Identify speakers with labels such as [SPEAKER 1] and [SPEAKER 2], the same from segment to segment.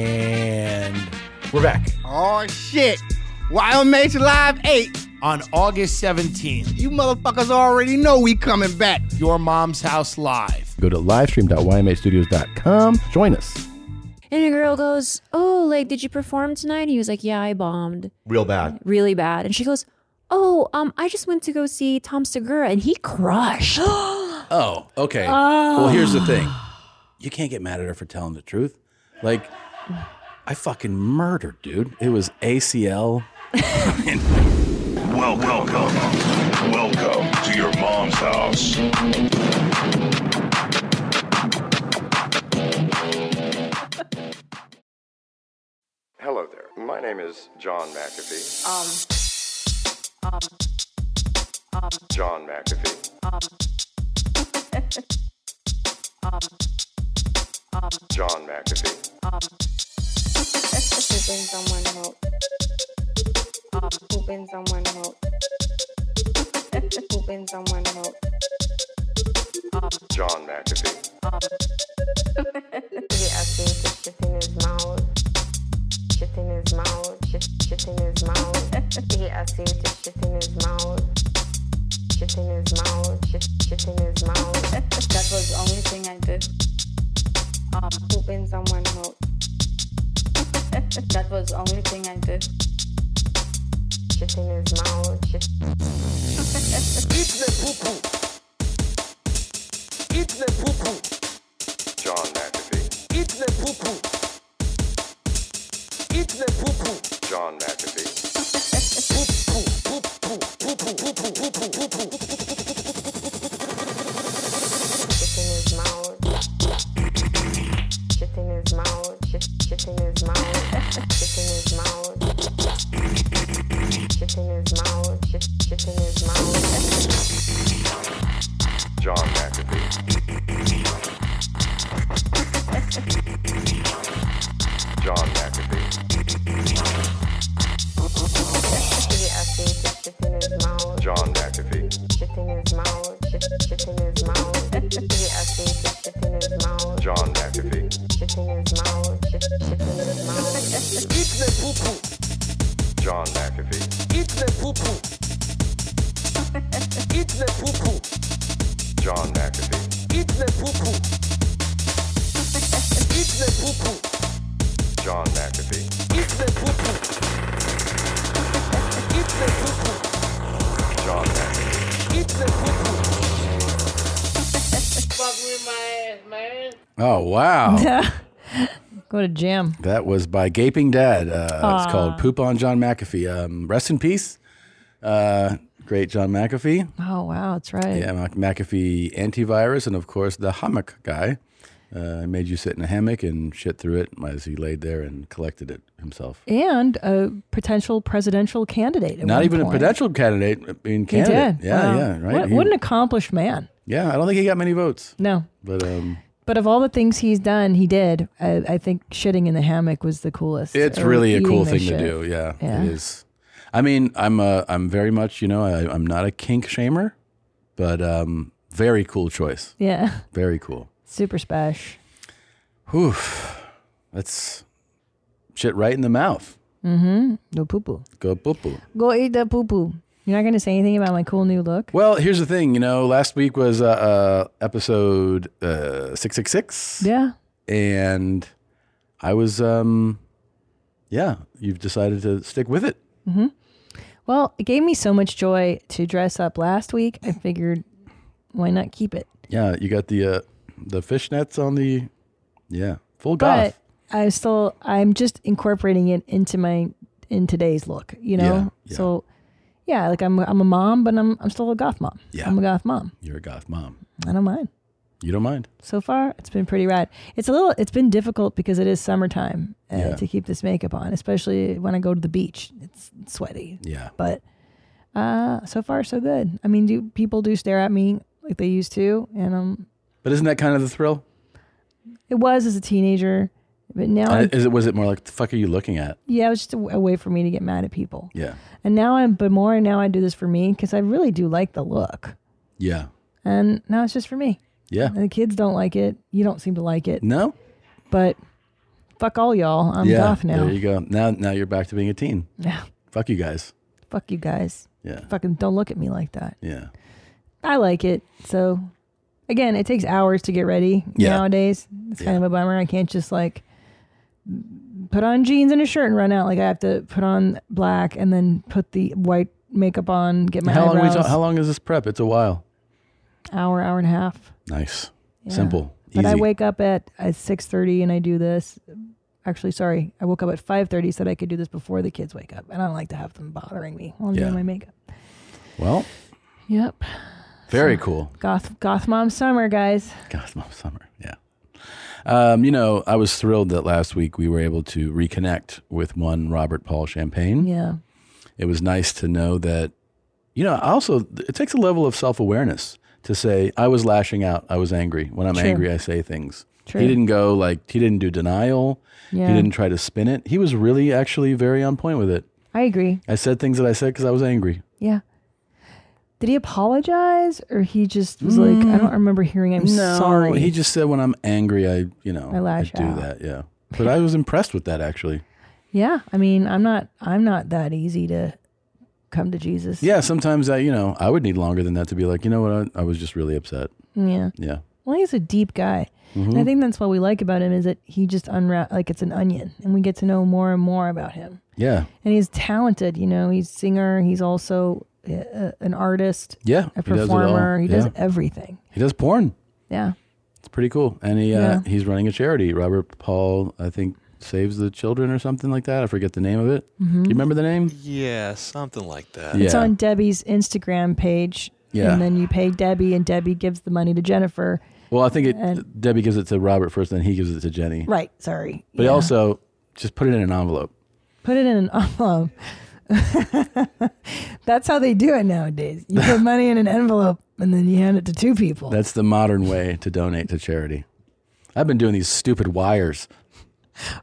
[SPEAKER 1] And we're back
[SPEAKER 2] Oh shit. Wild Mates Live 8.
[SPEAKER 1] on August 17th,
[SPEAKER 2] You motherfuckers already know we coming back.
[SPEAKER 1] Your Mom's House Live.
[SPEAKER 3] Go to livestream.ymastudios.com. Join us.
[SPEAKER 4] And a girl goes, Oh, like, did you perform tonight? He was like, Yeah, I bombed
[SPEAKER 5] Real bad.
[SPEAKER 4] really bad. And she goes, Oh, um, I just went to go see Tom Segura and he crushed.
[SPEAKER 6] Oh, okay. Well, here's the thing. You can't get mad at her for telling the truth. Like, I fucking murdered, dude. It was ACL.
[SPEAKER 7] Well, welcome. Welcome to your mom's house.
[SPEAKER 8] Hello there. My name is John McAfee. Um. John McAfee. John McAfee.
[SPEAKER 9] Hoping someone help. Hoping someone help. Hoping someone help.
[SPEAKER 8] John McAfee.
[SPEAKER 9] He asked me to shit in his mouth. Shit in his mouth. Shit, shit in his mouth. He asked me to shit in his mouth. Shit in his mouth. Shit, shit in his mouth. that was the only thing I did. Um, Hoping someone help. that was the only thing I did. Shit in his mouth. Shit.
[SPEAKER 8] John McAfee. John McAfee.
[SPEAKER 9] shit in his mouth. Shit in his mouth. Shit, shit in his mouth. Shit in his mouth. Shit in his mouth. Shit, shit in his mouth.
[SPEAKER 8] John McAfee. John McAfee.
[SPEAKER 9] He asked me to shit in his mouth.
[SPEAKER 8] John McAfee.
[SPEAKER 9] Shit in his mouth. Shit, shit in his mouth. He asked me to shit in his mouth.
[SPEAKER 8] John McAfee.
[SPEAKER 9] Shit in his mouth. Shit, shit in his mouth.
[SPEAKER 8] John McAfee. John McAfee. John McAfee. John McAfee.
[SPEAKER 6] Oh, wow.
[SPEAKER 10] Go to gym.
[SPEAKER 6] that was by Gaping Dad. Uh, it's called Poop on John McAfee. Um, rest in peace. Uh, great John McAfee.
[SPEAKER 10] Oh wow, that's right.
[SPEAKER 6] Yeah, Mac- McAfee antivirus, and of course the hammock guy. Uh, made you sit in a hammock and shit through it as he laid there and collected it himself.
[SPEAKER 10] And a potential presidential candidate. at
[SPEAKER 6] Not
[SPEAKER 10] one
[SPEAKER 6] even a
[SPEAKER 10] point.
[SPEAKER 6] potential candidate. I mean,
[SPEAKER 10] He
[SPEAKER 6] candidate.
[SPEAKER 10] did.
[SPEAKER 6] Yeah,
[SPEAKER 10] Wow.
[SPEAKER 6] yeah, right.
[SPEAKER 10] What,
[SPEAKER 6] He-
[SPEAKER 10] what an accomplished man.
[SPEAKER 6] yeah, I don't think he got many votes,
[SPEAKER 10] No,
[SPEAKER 6] but um,
[SPEAKER 10] but of all the things he's done, he did. I, I think shitting in the hammock was the coolest.
[SPEAKER 6] it's
[SPEAKER 10] Or
[SPEAKER 6] really a
[SPEAKER 10] eating
[SPEAKER 6] cool
[SPEAKER 10] the
[SPEAKER 6] thing
[SPEAKER 10] shit.
[SPEAKER 6] to do. Yeah,
[SPEAKER 10] Yeah.
[SPEAKER 6] it is. I mean, I'm uh, I'm very much, you know, I, I'm not a kink shamer, but um, very cool choice.
[SPEAKER 10] Yeah,
[SPEAKER 6] Very cool.
[SPEAKER 10] super special.
[SPEAKER 6] Whew. That's shit right in the mouth.
[SPEAKER 10] No poo poo.
[SPEAKER 6] Go boo boo.
[SPEAKER 10] Go eat the poo poo. You're not going to say anything about my cool new look.
[SPEAKER 6] Well, here's the thing. You know, last week was uh, uh, episode uh, six six six.
[SPEAKER 10] Yeah.
[SPEAKER 6] and I was, um, yeah, you've decided to stick with it.
[SPEAKER 10] Well, it gave me so much joy to dress up last week. I figured, why not keep it?
[SPEAKER 6] Yeah, you got the uh, the fishnets on the, yeah, full
[SPEAKER 10] but
[SPEAKER 6] goth.
[SPEAKER 10] I still I'm just incorporating it into my in today's look, you know.
[SPEAKER 6] Yeah, yeah.
[SPEAKER 10] So yeah, like I'm I'm a mom, but I'm I'm still a goth mom.
[SPEAKER 6] Yeah.
[SPEAKER 10] I'm a goth mom.
[SPEAKER 6] You're a goth mom.
[SPEAKER 10] I don't mind.
[SPEAKER 6] You don't mind.
[SPEAKER 10] So far, it's been pretty rad. It's a little it's been difficult because it is summertime uh,
[SPEAKER 6] Yeah.
[SPEAKER 10] to keep this makeup on, especially when I go to the beach. It's sweaty,
[SPEAKER 6] Yeah.
[SPEAKER 10] but uh, so far so good. I mean, do people do stare at me like they used to, and um,
[SPEAKER 6] But isn't that kind of the thrill?
[SPEAKER 10] it was as a teenager, but now
[SPEAKER 6] Uh,
[SPEAKER 10] Oh, I,
[SPEAKER 6] Is it was it more like the fuck are you looking at?
[SPEAKER 10] yeah, it was just a, a way for me to get mad at people.
[SPEAKER 6] Yeah.
[SPEAKER 10] And now I'm, but more and now I do this for me because I really do like the look.
[SPEAKER 6] Yeah.
[SPEAKER 10] And now it's just for me.
[SPEAKER 6] Yeah.
[SPEAKER 10] And the kids don't like it. You don't seem to like it.
[SPEAKER 6] No.
[SPEAKER 10] But fuck all y'all. I'm
[SPEAKER 6] yeah,
[SPEAKER 10] off now.
[SPEAKER 6] There you go. Now, now you're back to being a teen.
[SPEAKER 10] Yeah.
[SPEAKER 6] Fuck you guys.
[SPEAKER 10] Fuck you guys.
[SPEAKER 6] Yeah.
[SPEAKER 10] Fucking don't look at me like that.
[SPEAKER 6] Yeah.
[SPEAKER 10] I like it. So again, it takes hours to get ready
[SPEAKER 6] Yeah.
[SPEAKER 10] nowadays. It's kind of
[SPEAKER 6] Yeah.
[SPEAKER 10] a bummer. I can't just like put on jeans and a shirt and run out. Like I have to put on black and then put the white makeup on, get my
[SPEAKER 6] how long? We
[SPEAKER 10] eyebrows.
[SPEAKER 6] talk, how long is this prep? It's a while.
[SPEAKER 10] hour, hour and a half.
[SPEAKER 6] Nice.
[SPEAKER 10] Yeah.
[SPEAKER 6] Simple.
[SPEAKER 10] But
[SPEAKER 6] easy.
[SPEAKER 10] I wake up at, at 6.30 and I do this. Actually, sorry. I woke up at 5.30 so that I could do this before the kids wake up. And I don't like to have them bothering me while I'm
[SPEAKER 6] Yeah.
[SPEAKER 10] doing my makeup.
[SPEAKER 6] Well,
[SPEAKER 10] Yep.
[SPEAKER 6] very cool.
[SPEAKER 10] Goth, goth mom summer, guys.
[SPEAKER 6] God, it's my summer. Yeah. Um, you know, I was thrilled that last week we were able to reconnect with one Robert Paul Champagne.
[SPEAKER 10] Yeah.
[SPEAKER 6] It was nice to know that, you know, also it takes a level of self awareness to say, I was lashing out. I was angry. When I'm
[SPEAKER 10] True.
[SPEAKER 6] angry, I say things.
[SPEAKER 10] True.
[SPEAKER 6] He didn't go like, he didn't do denial.
[SPEAKER 10] Yeah.
[SPEAKER 6] He didn't try to spin it. He was really actually very on point with it.
[SPEAKER 10] I agree.
[SPEAKER 6] I said things that I said because I was angry.
[SPEAKER 10] Yeah. Did he apologize or he just was like, I don't remember hearing I'm sorry.
[SPEAKER 6] Mm. He just said, when I'm angry, I, you know,
[SPEAKER 10] I lash
[SPEAKER 6] do
[SPEAKER 10] out.
[SPEAKER 6] that. Yeah. But I was impressed with that actually.
[SPEAKER 10] yeah. I mean, I'm not I'm not that easy to come to Jesus.
[SPEAKER 6] Yeah, sometimes I, you know, I would need longer than that to be like, you know what, I, I was just really upset.
[SPEAKER 10] Yeah.
[SPEAKER 6] Yeah,
[SPEAKER 10] Well, he's a deep guy.
[SPEAKER 6] Mm-hmm.
[SPEAKER 10] And I think that's what we like about him is that he just unwrap like it's an onion and we get to know more and more about him.
[SPEAKER 6] yeah,
[SPEAKER 10] And he's talented, you know, he's singer, he's also uh, uh, an artist,
[SPEAKER 6] yeah.
[SPEAKER 10] a
[SPEAKER 6] he does it all.
[SPEAKER 10] performer, he does,
[SPEAKER 6] Yeah.
[SPEAKER 10] everything.
[SPEAKER 6] He does porn.
[SPEAKER 10] Yeah.
[SPEAKER 6] It's pretty cool, and he uh,
[SPEAKER 10] Yeah.
[SPEAKER 6] he's running a charity. Robert Paul, I think, saves the children or something like that. I forget the name of it. You remember the name?
[SPEAKER 5] Yeah, something like that.
[SPEAKER 10] Mm-hmm. It's on Debbie's Instagram page.
[SPEAKER 6] Yeah.
[SPEAKER 10] And then you pay Debbie, and Debbie gives the money to Jennifer.
[SPEAKER 6] well, I think it.
[SPEAKER 10] and-
[SPEAKER 6] Debbie gives it to Robert first, then he gives it to Jenny.
[SPEAKER 10] Right. Sorry.
[SPEAKER 6] But he
[SPEAKER 10] Yeah.
[SPEAKER 6] also just put it in an envelope.
[SPEAKER 10] put it in an envelope. That's how they do it nowadays. You put money in an envelope and then you hand it to two people.
[SPEAKER 6] That's the modern way to donate to charity. I've been doing these stupid wires.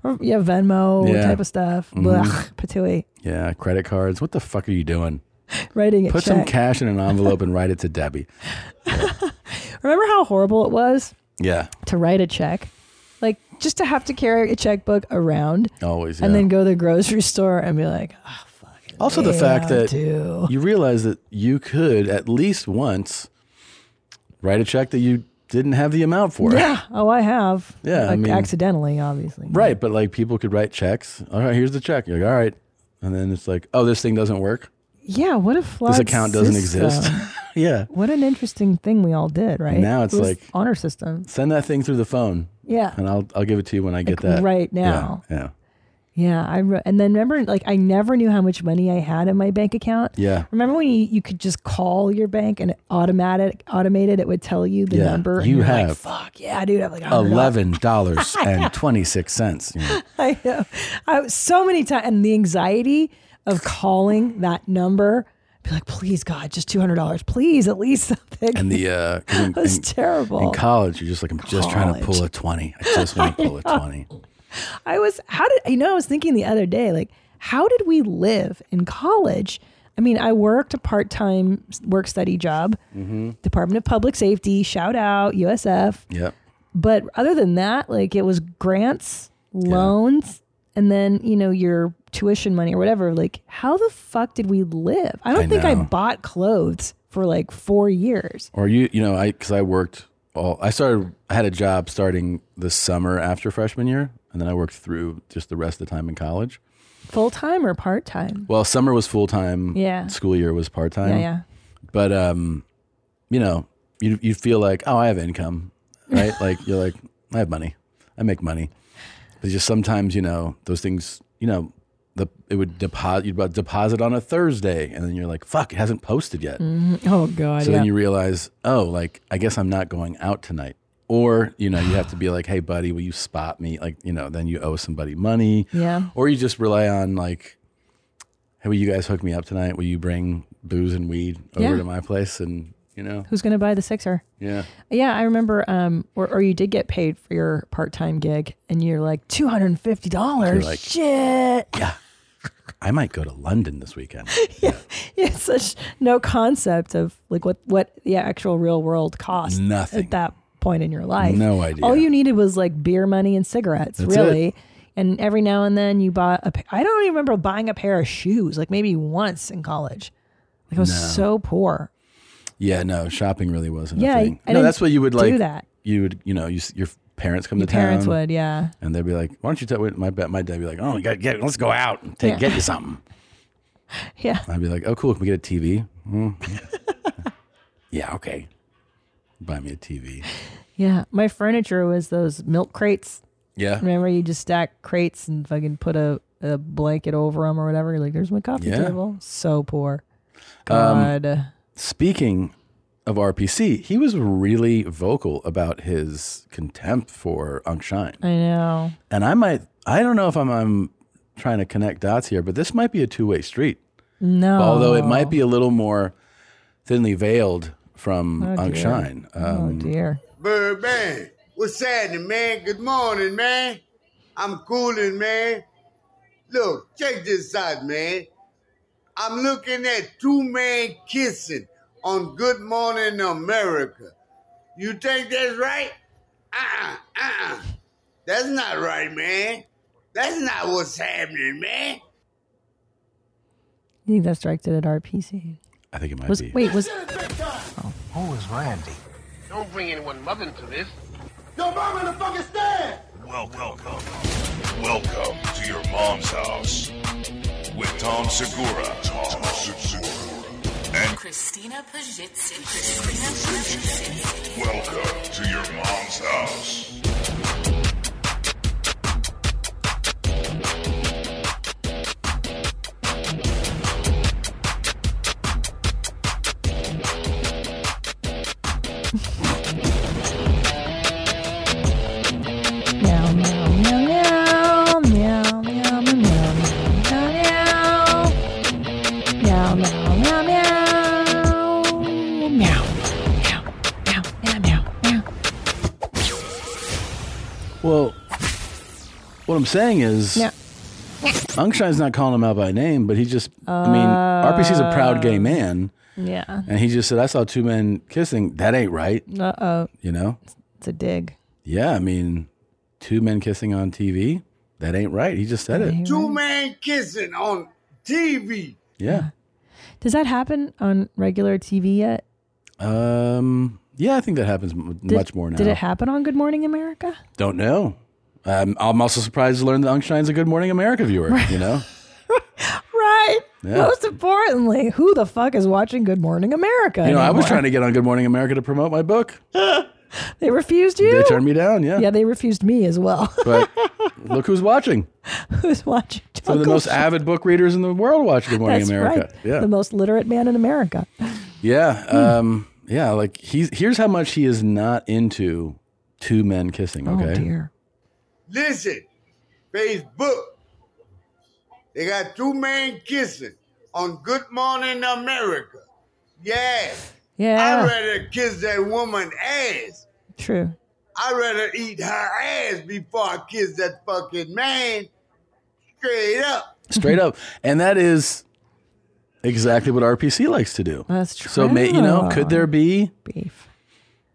[SPEAKER 10] Or, yeah, Venmo
[SPEAKER 6] Yeah. Mm-hmm.
[SPEAKER 10] type of stuff. Blah, patooey.
[SPEAKER 6] Yeah, credit cards. What the fuck are you doing?
[SPEAKER 10] Writing a
[SPEAKER 6] Put some
[SPEAKER 10] check.
[SPEAKER 6] cash in an envelope and write it to Debbie.
[SPEAKER 10] Remember how horrible it was
[SPEAKER 6] Yeah,
[SPEAKER 10] to write a check? Like just to have to carry a checkbook around
[SPEAKER 6] always.
[SPEAKER 10] and
[SPEAKER 6] yeah.
[SPEAKER 10] then go to the grocery store and be like, oh,
[SPEAKER 6] also the fact that
[SPEAKER 10] do.
[SPEAKER 6] you realize that you could at least once write a check that you didn't have the amount for.
[SPEAKER 10] Yeah. Oh, I have.
[SPEAKER 6] Yeah, I
[SPEAKER 10] Like,
[SPEAKER 6] mean-
[SPEAKER 10] accidentally, obviously.
[SPEAKER 6] right, but like people could write checks. All right, here's the check. You're like, all right, and then it's like, oh, this thing doesn't work.
[SPEAKER 10] Yeah. What a flawed
[SPEAKER 6] This account doesn't
[SPEAKER 10] system.
[SPEAKER 6] exist. yeah,
[SPEAKER 10] What an interesting thing we all did, right?
[SPEAKER 6] Now it's
[SPEAKER 10] It was
[SPEAKER 6] like-
[SPEAKER 10] honor system.
[SPEAKER 6] send that thing through the phone,
[SPEAKER 10] Yeah,
[SPEAKER 6] and I'll I'll give it to you when I get
[SPEAKER 10] Like,
[SPEAKER 6] that
[SPEAKER 10] right now.
[SPEAKER 6] Yeah, yeah,
[SPEAKER 10] yeah. I re- and then remember, like I never knew how much money I had in my bank account.
[SPEAKER 6] Yeah.
[SPEAKER 10] Remember when you, you could just call your bank and it automatic automated it would tell you the
[SPEAKER 6] Yeah.
[SPEAKER 10] number. and
[SPEAKER 6] You
[SPEAKER 10] you're like,
[SPEAKER 6] have
[SPEAKER 10] fuck yeah, dude. I'm like "Oh, $100.
[SPEAKER 6] eleven dollars and twenty six cents. You know.
[SPEAKER 10] I know. I, so many times, and the anxiety of calling that number. Be like, please, God, just two hundred dollars, please, at least something.
[SPEAKER 6] And the uh, 'cause in-
[SPEAKER 10] that was
[SPEAKER 6] in-
[SPEAKER 10] terrible.
[SPEAKER 6] in college, you're just like, I'm just trying to
[SPEAKER 10] College.
[SPEAKER 6] pull a twenty. I just want to pull a twenty.
[SPEAKER 10] I was how did you know I was thinking the other day like how did we live in college? I mean, I worked a part-time work study job,
[SPEAKER 6] Mm-hmm.
[SPEAKER 10] Department of Public Safety, shout out USF.
[SPEAKER 6] Yep.
[SPEAKER 10] But other than that, like it was grants, loans, and then, you know, your tuition money or whatever. Like how the fuck did we live? I don't
[SPEAKER 6] I
[SPEAKER 10] think I
[SPEAKER 6] know.
[SPEAKER 10] bought clothes for like 4 years.
[SPEAKER 6] Or you, you know, I because I worked all. I started. I had a job starting the summer after freshman year, and then I worked through just the rest of the time in college.
[SPEAKER 10] Full-time or part-time?
[SPEAKER 6] Well, summer was full time.
[SPEAKER 10] Yeah.
[SPEAKER 6] School year was part time.
[SPEAKER 10] Yeah, yeah.
[SPEAKER 6] But um, you know, you you feel like oh, I have income, right? like you're like I have money, I make money. But just sometimes you know those things. You know, the it would deposit you'd about deposit on a Thursday, and then you're like, fuck, it hasn't posted yet.
[SPEAKER 10] Oh god.
[SPEAKER 6] So
[SPEAKER 10] yeah.
[SPEAKER 6] then you realize, oh, like I guess I'm not going out tonight. Or, you know, you have to be like, hey, buddy, will you spot me? Like, you know, then you owe somebody money.
[SPEAKER 10] Yeah.
[SPEAKER 6] Or you just rely on like, hey, will you guys hook me up tonight? Will you bring booze and weed over
[SPEAKER 10] Yeah.
[SPEAKER 6] to my place? And, you know,
[SPEAKER 10] Who's going to buy the sixer?
[SPEAKER 6] yeah.
[SPEAKER 10] Yeah, I remember. Um, or, or you did get paid for your part-time gig, and you're like two hundred and fifty dollars.
[SPEAKER 6] like-
[SPEAKER 10] Shit,
[SPEAKER 6] I might go to London this weekend.
[SPEAKER 10] it's such no concept of like what what the actual real world cost.
[SPEAKER 6] Nothing.
[SPEAKER 10] at that point in your life.
[SPEAKER 6] No idea.
[SPEAKER 10] All you needed was like beer money and cigarettes.
[SPEAKER 6] That's
[SPEAKER 10] really, And every now and then you bought a, pa- I don't even remember buying a pair of shoes, like maybe once in college. Like I was so poor.
[SPEAKER 6] Yeah, no, shopping really wasn't
[SPEAKER 10] Yeah,
[SPEAKER 6] a
[SPEAKER 10] I-
[SPEAKER 6] thing.
[SPEAKER 10] I
[SPEAKER 6] no,
[SPEAKER 10] didn't
[SPEAKER 6] that's what you would
[SPEAKER 10] do
[SPEAKER 6] like.
[SPEAKER 10] that.
[SPEAKER 6] You would, you know, you, s- your parents come
[SPEAKER 10] Your
[SPEAKER 6] to
[SPEAKER 10] parents
[SPEAKER 6] town.
[SPEAKER 10] would, yeah.
[SPEAKER 6] And they'd be like, "Why don't you tell wait, my ba- my dad?" would Be like, "Oh, you gotta get, let's go out and take
[SPEAKER 10] Yeah.
[SPEAKER 6] get you something."
[SPEAKER 10] Yeah.
[SPEAKER 6] I'd be like, "Oh, cool. Can we get a TV?" "Mm." yeah, okay. Buy me a TV.
[SPEAKER 10] Yeah. My furniture was those milk crates.
[SPEAKER 6] Yeah,
[SPEAKER 10] Remember, you just stack crates and fucking put a, a blanket over them or whatever. You're like, there's my coffee
[SPEAKER 6] Yeah. Um,
[SPEAKER 10] table. So poor. God.
[SPEAKER 6] speaking of RPC, he was really vocal about his contempt for Unshine.
[SPEAKER 10] I know.
[SPEAKER 6] And I might, I don't know if I'm, I'm trying to connect dots here, but this might be a two way street.
[SPEAKER 10] No.
[SPEAKER 6] Although it might be a little more thinly veiled from
[SPEAKER 10] Oh, dear.
[SPEAKER 6] Unshine.
[SPEAKER 10] Oh,
[SPEAKER 6] Um,
[SPEAKER 10] dear.
[SPEAKER 2] Bird Bang, what's happening, man? Good morning, man. I'm cooling, man. Look, check this out, man. I'm looking at two men kissing on Good Morning America. You think that's right? Uh-uh, uh-uh. That's not right, man. That's not what's happening, man.
[SPEAKER 10] You think that's directed at RPC?
[SPEAKER 6] I think it might
[SPEAKER 10] was,
[SPEAKER 6] be.
[SPEAKER 10] Wait, was.
[SPEAKER 11] Who is Randy?
[SPEAKER 12] Don't bring anyone mother into this.
[SPEAKER 7] Yo, mom in the fucking stand! Welcome. Welcome to your mom's house with Tom Segura. Tom Segura. And
[SPEAKER 13] Christina Pajitsin. Christina Pajitsin.
[SPEAKER 7] welcome to your mom's house.
[SPEAKER 10] Meow, meow, meow, meow, meow, meow, meow, meow, meow, meow, meow, meow, meow, meow, meow, meow, meow, meow, meow, meow.
[SPEAKER 6] Well, what I'm saying is,
[SPEAKER 10] Yeah.
[SPEAKER 6] Unshine's not calling him out by name, but he just, I mean, RPC's a proud gay man.
[SPEAKER 10] Yeah.
[SPEAKER 6] And he just said, I saw two men kissing. That ain't right.
[SPEAKER 10] Uh oh.
[SPEAKER 6] You know?
[SPEAKER 10] It's a dig.
[SPEAKER 6] Yeah, I mean, two men kissing on TV. That ain't right. He just said it.
[SPEAKER 2] Two men kissing on TV.
[SPEAKER 6] Yeah.
[SPEAKER 10] Does that happen on regular TV yet?
[SPEAKER 6] Um. Yeah, I think that happens m-
[SPEAKER 10] Did-
[SPEAKER 6] much more now.
[SPEAKER 10] Did it happen on Good Morning America?
[SPEAKER 6] Don't know. Um, I'm also surprised to learn that Unshine's a Good Morning America viewer. You know,
[SPEAKER 10] Right.
[SPEAKER 6] Yeah.
[SPEAKER 10] Most importantly, who the fuck is watching Good Morning America?
[SPEAKER 6] you know, I was trying to get on Good Morning America to promote my book.
[SPEAKER 10] They refused you.
[SPEAKER 6] They turned me down. Yeah,
[SPEAKER 10] Yeah, they refused me as well.
[SPEAKER 6] but look who's watching.
[SPEAKER 10] Who's watching?
[SPEAKER 6] Some of the
[SPEAKER 10] Uncle
[SPEAKER 6] most
[SPEAKER 10] Sh-
[SPEAKER 6] avid book readers in the world watch Good Morning
[SPEAKER 10] That's
[SPEAKER 6] America.
[SPEAKER 10] right.
[SPEAKER 6] Yeah,
[SPEAKER 10] The Hmm. most literate man in America.
[SPEAKER 6] yeah, um, yeah. Like he's here's how much he is not into two men kissing.
[SPEAKER 2] Oh,
[SPEAKER 6] Okay.
[SPEAKER 2] dear. Listen, Facebook. They got two men kissing on Good Morning America. Yeah.
[SPEAKER 10] Yeah.
[SPEAKER 2] I'd rather kiss that woman ass.
[SPEAKER 10] True.
[SPEAKER 2] I'd rather eat her ass before I kiss that fucking man. Straight up.
[SPEAKER 6] straight up and that is exactly what rpc likes to do
[SPEAKER 10] That's
[SPEAKER 6] so may, you know could there be
[SPEAKER 10] beef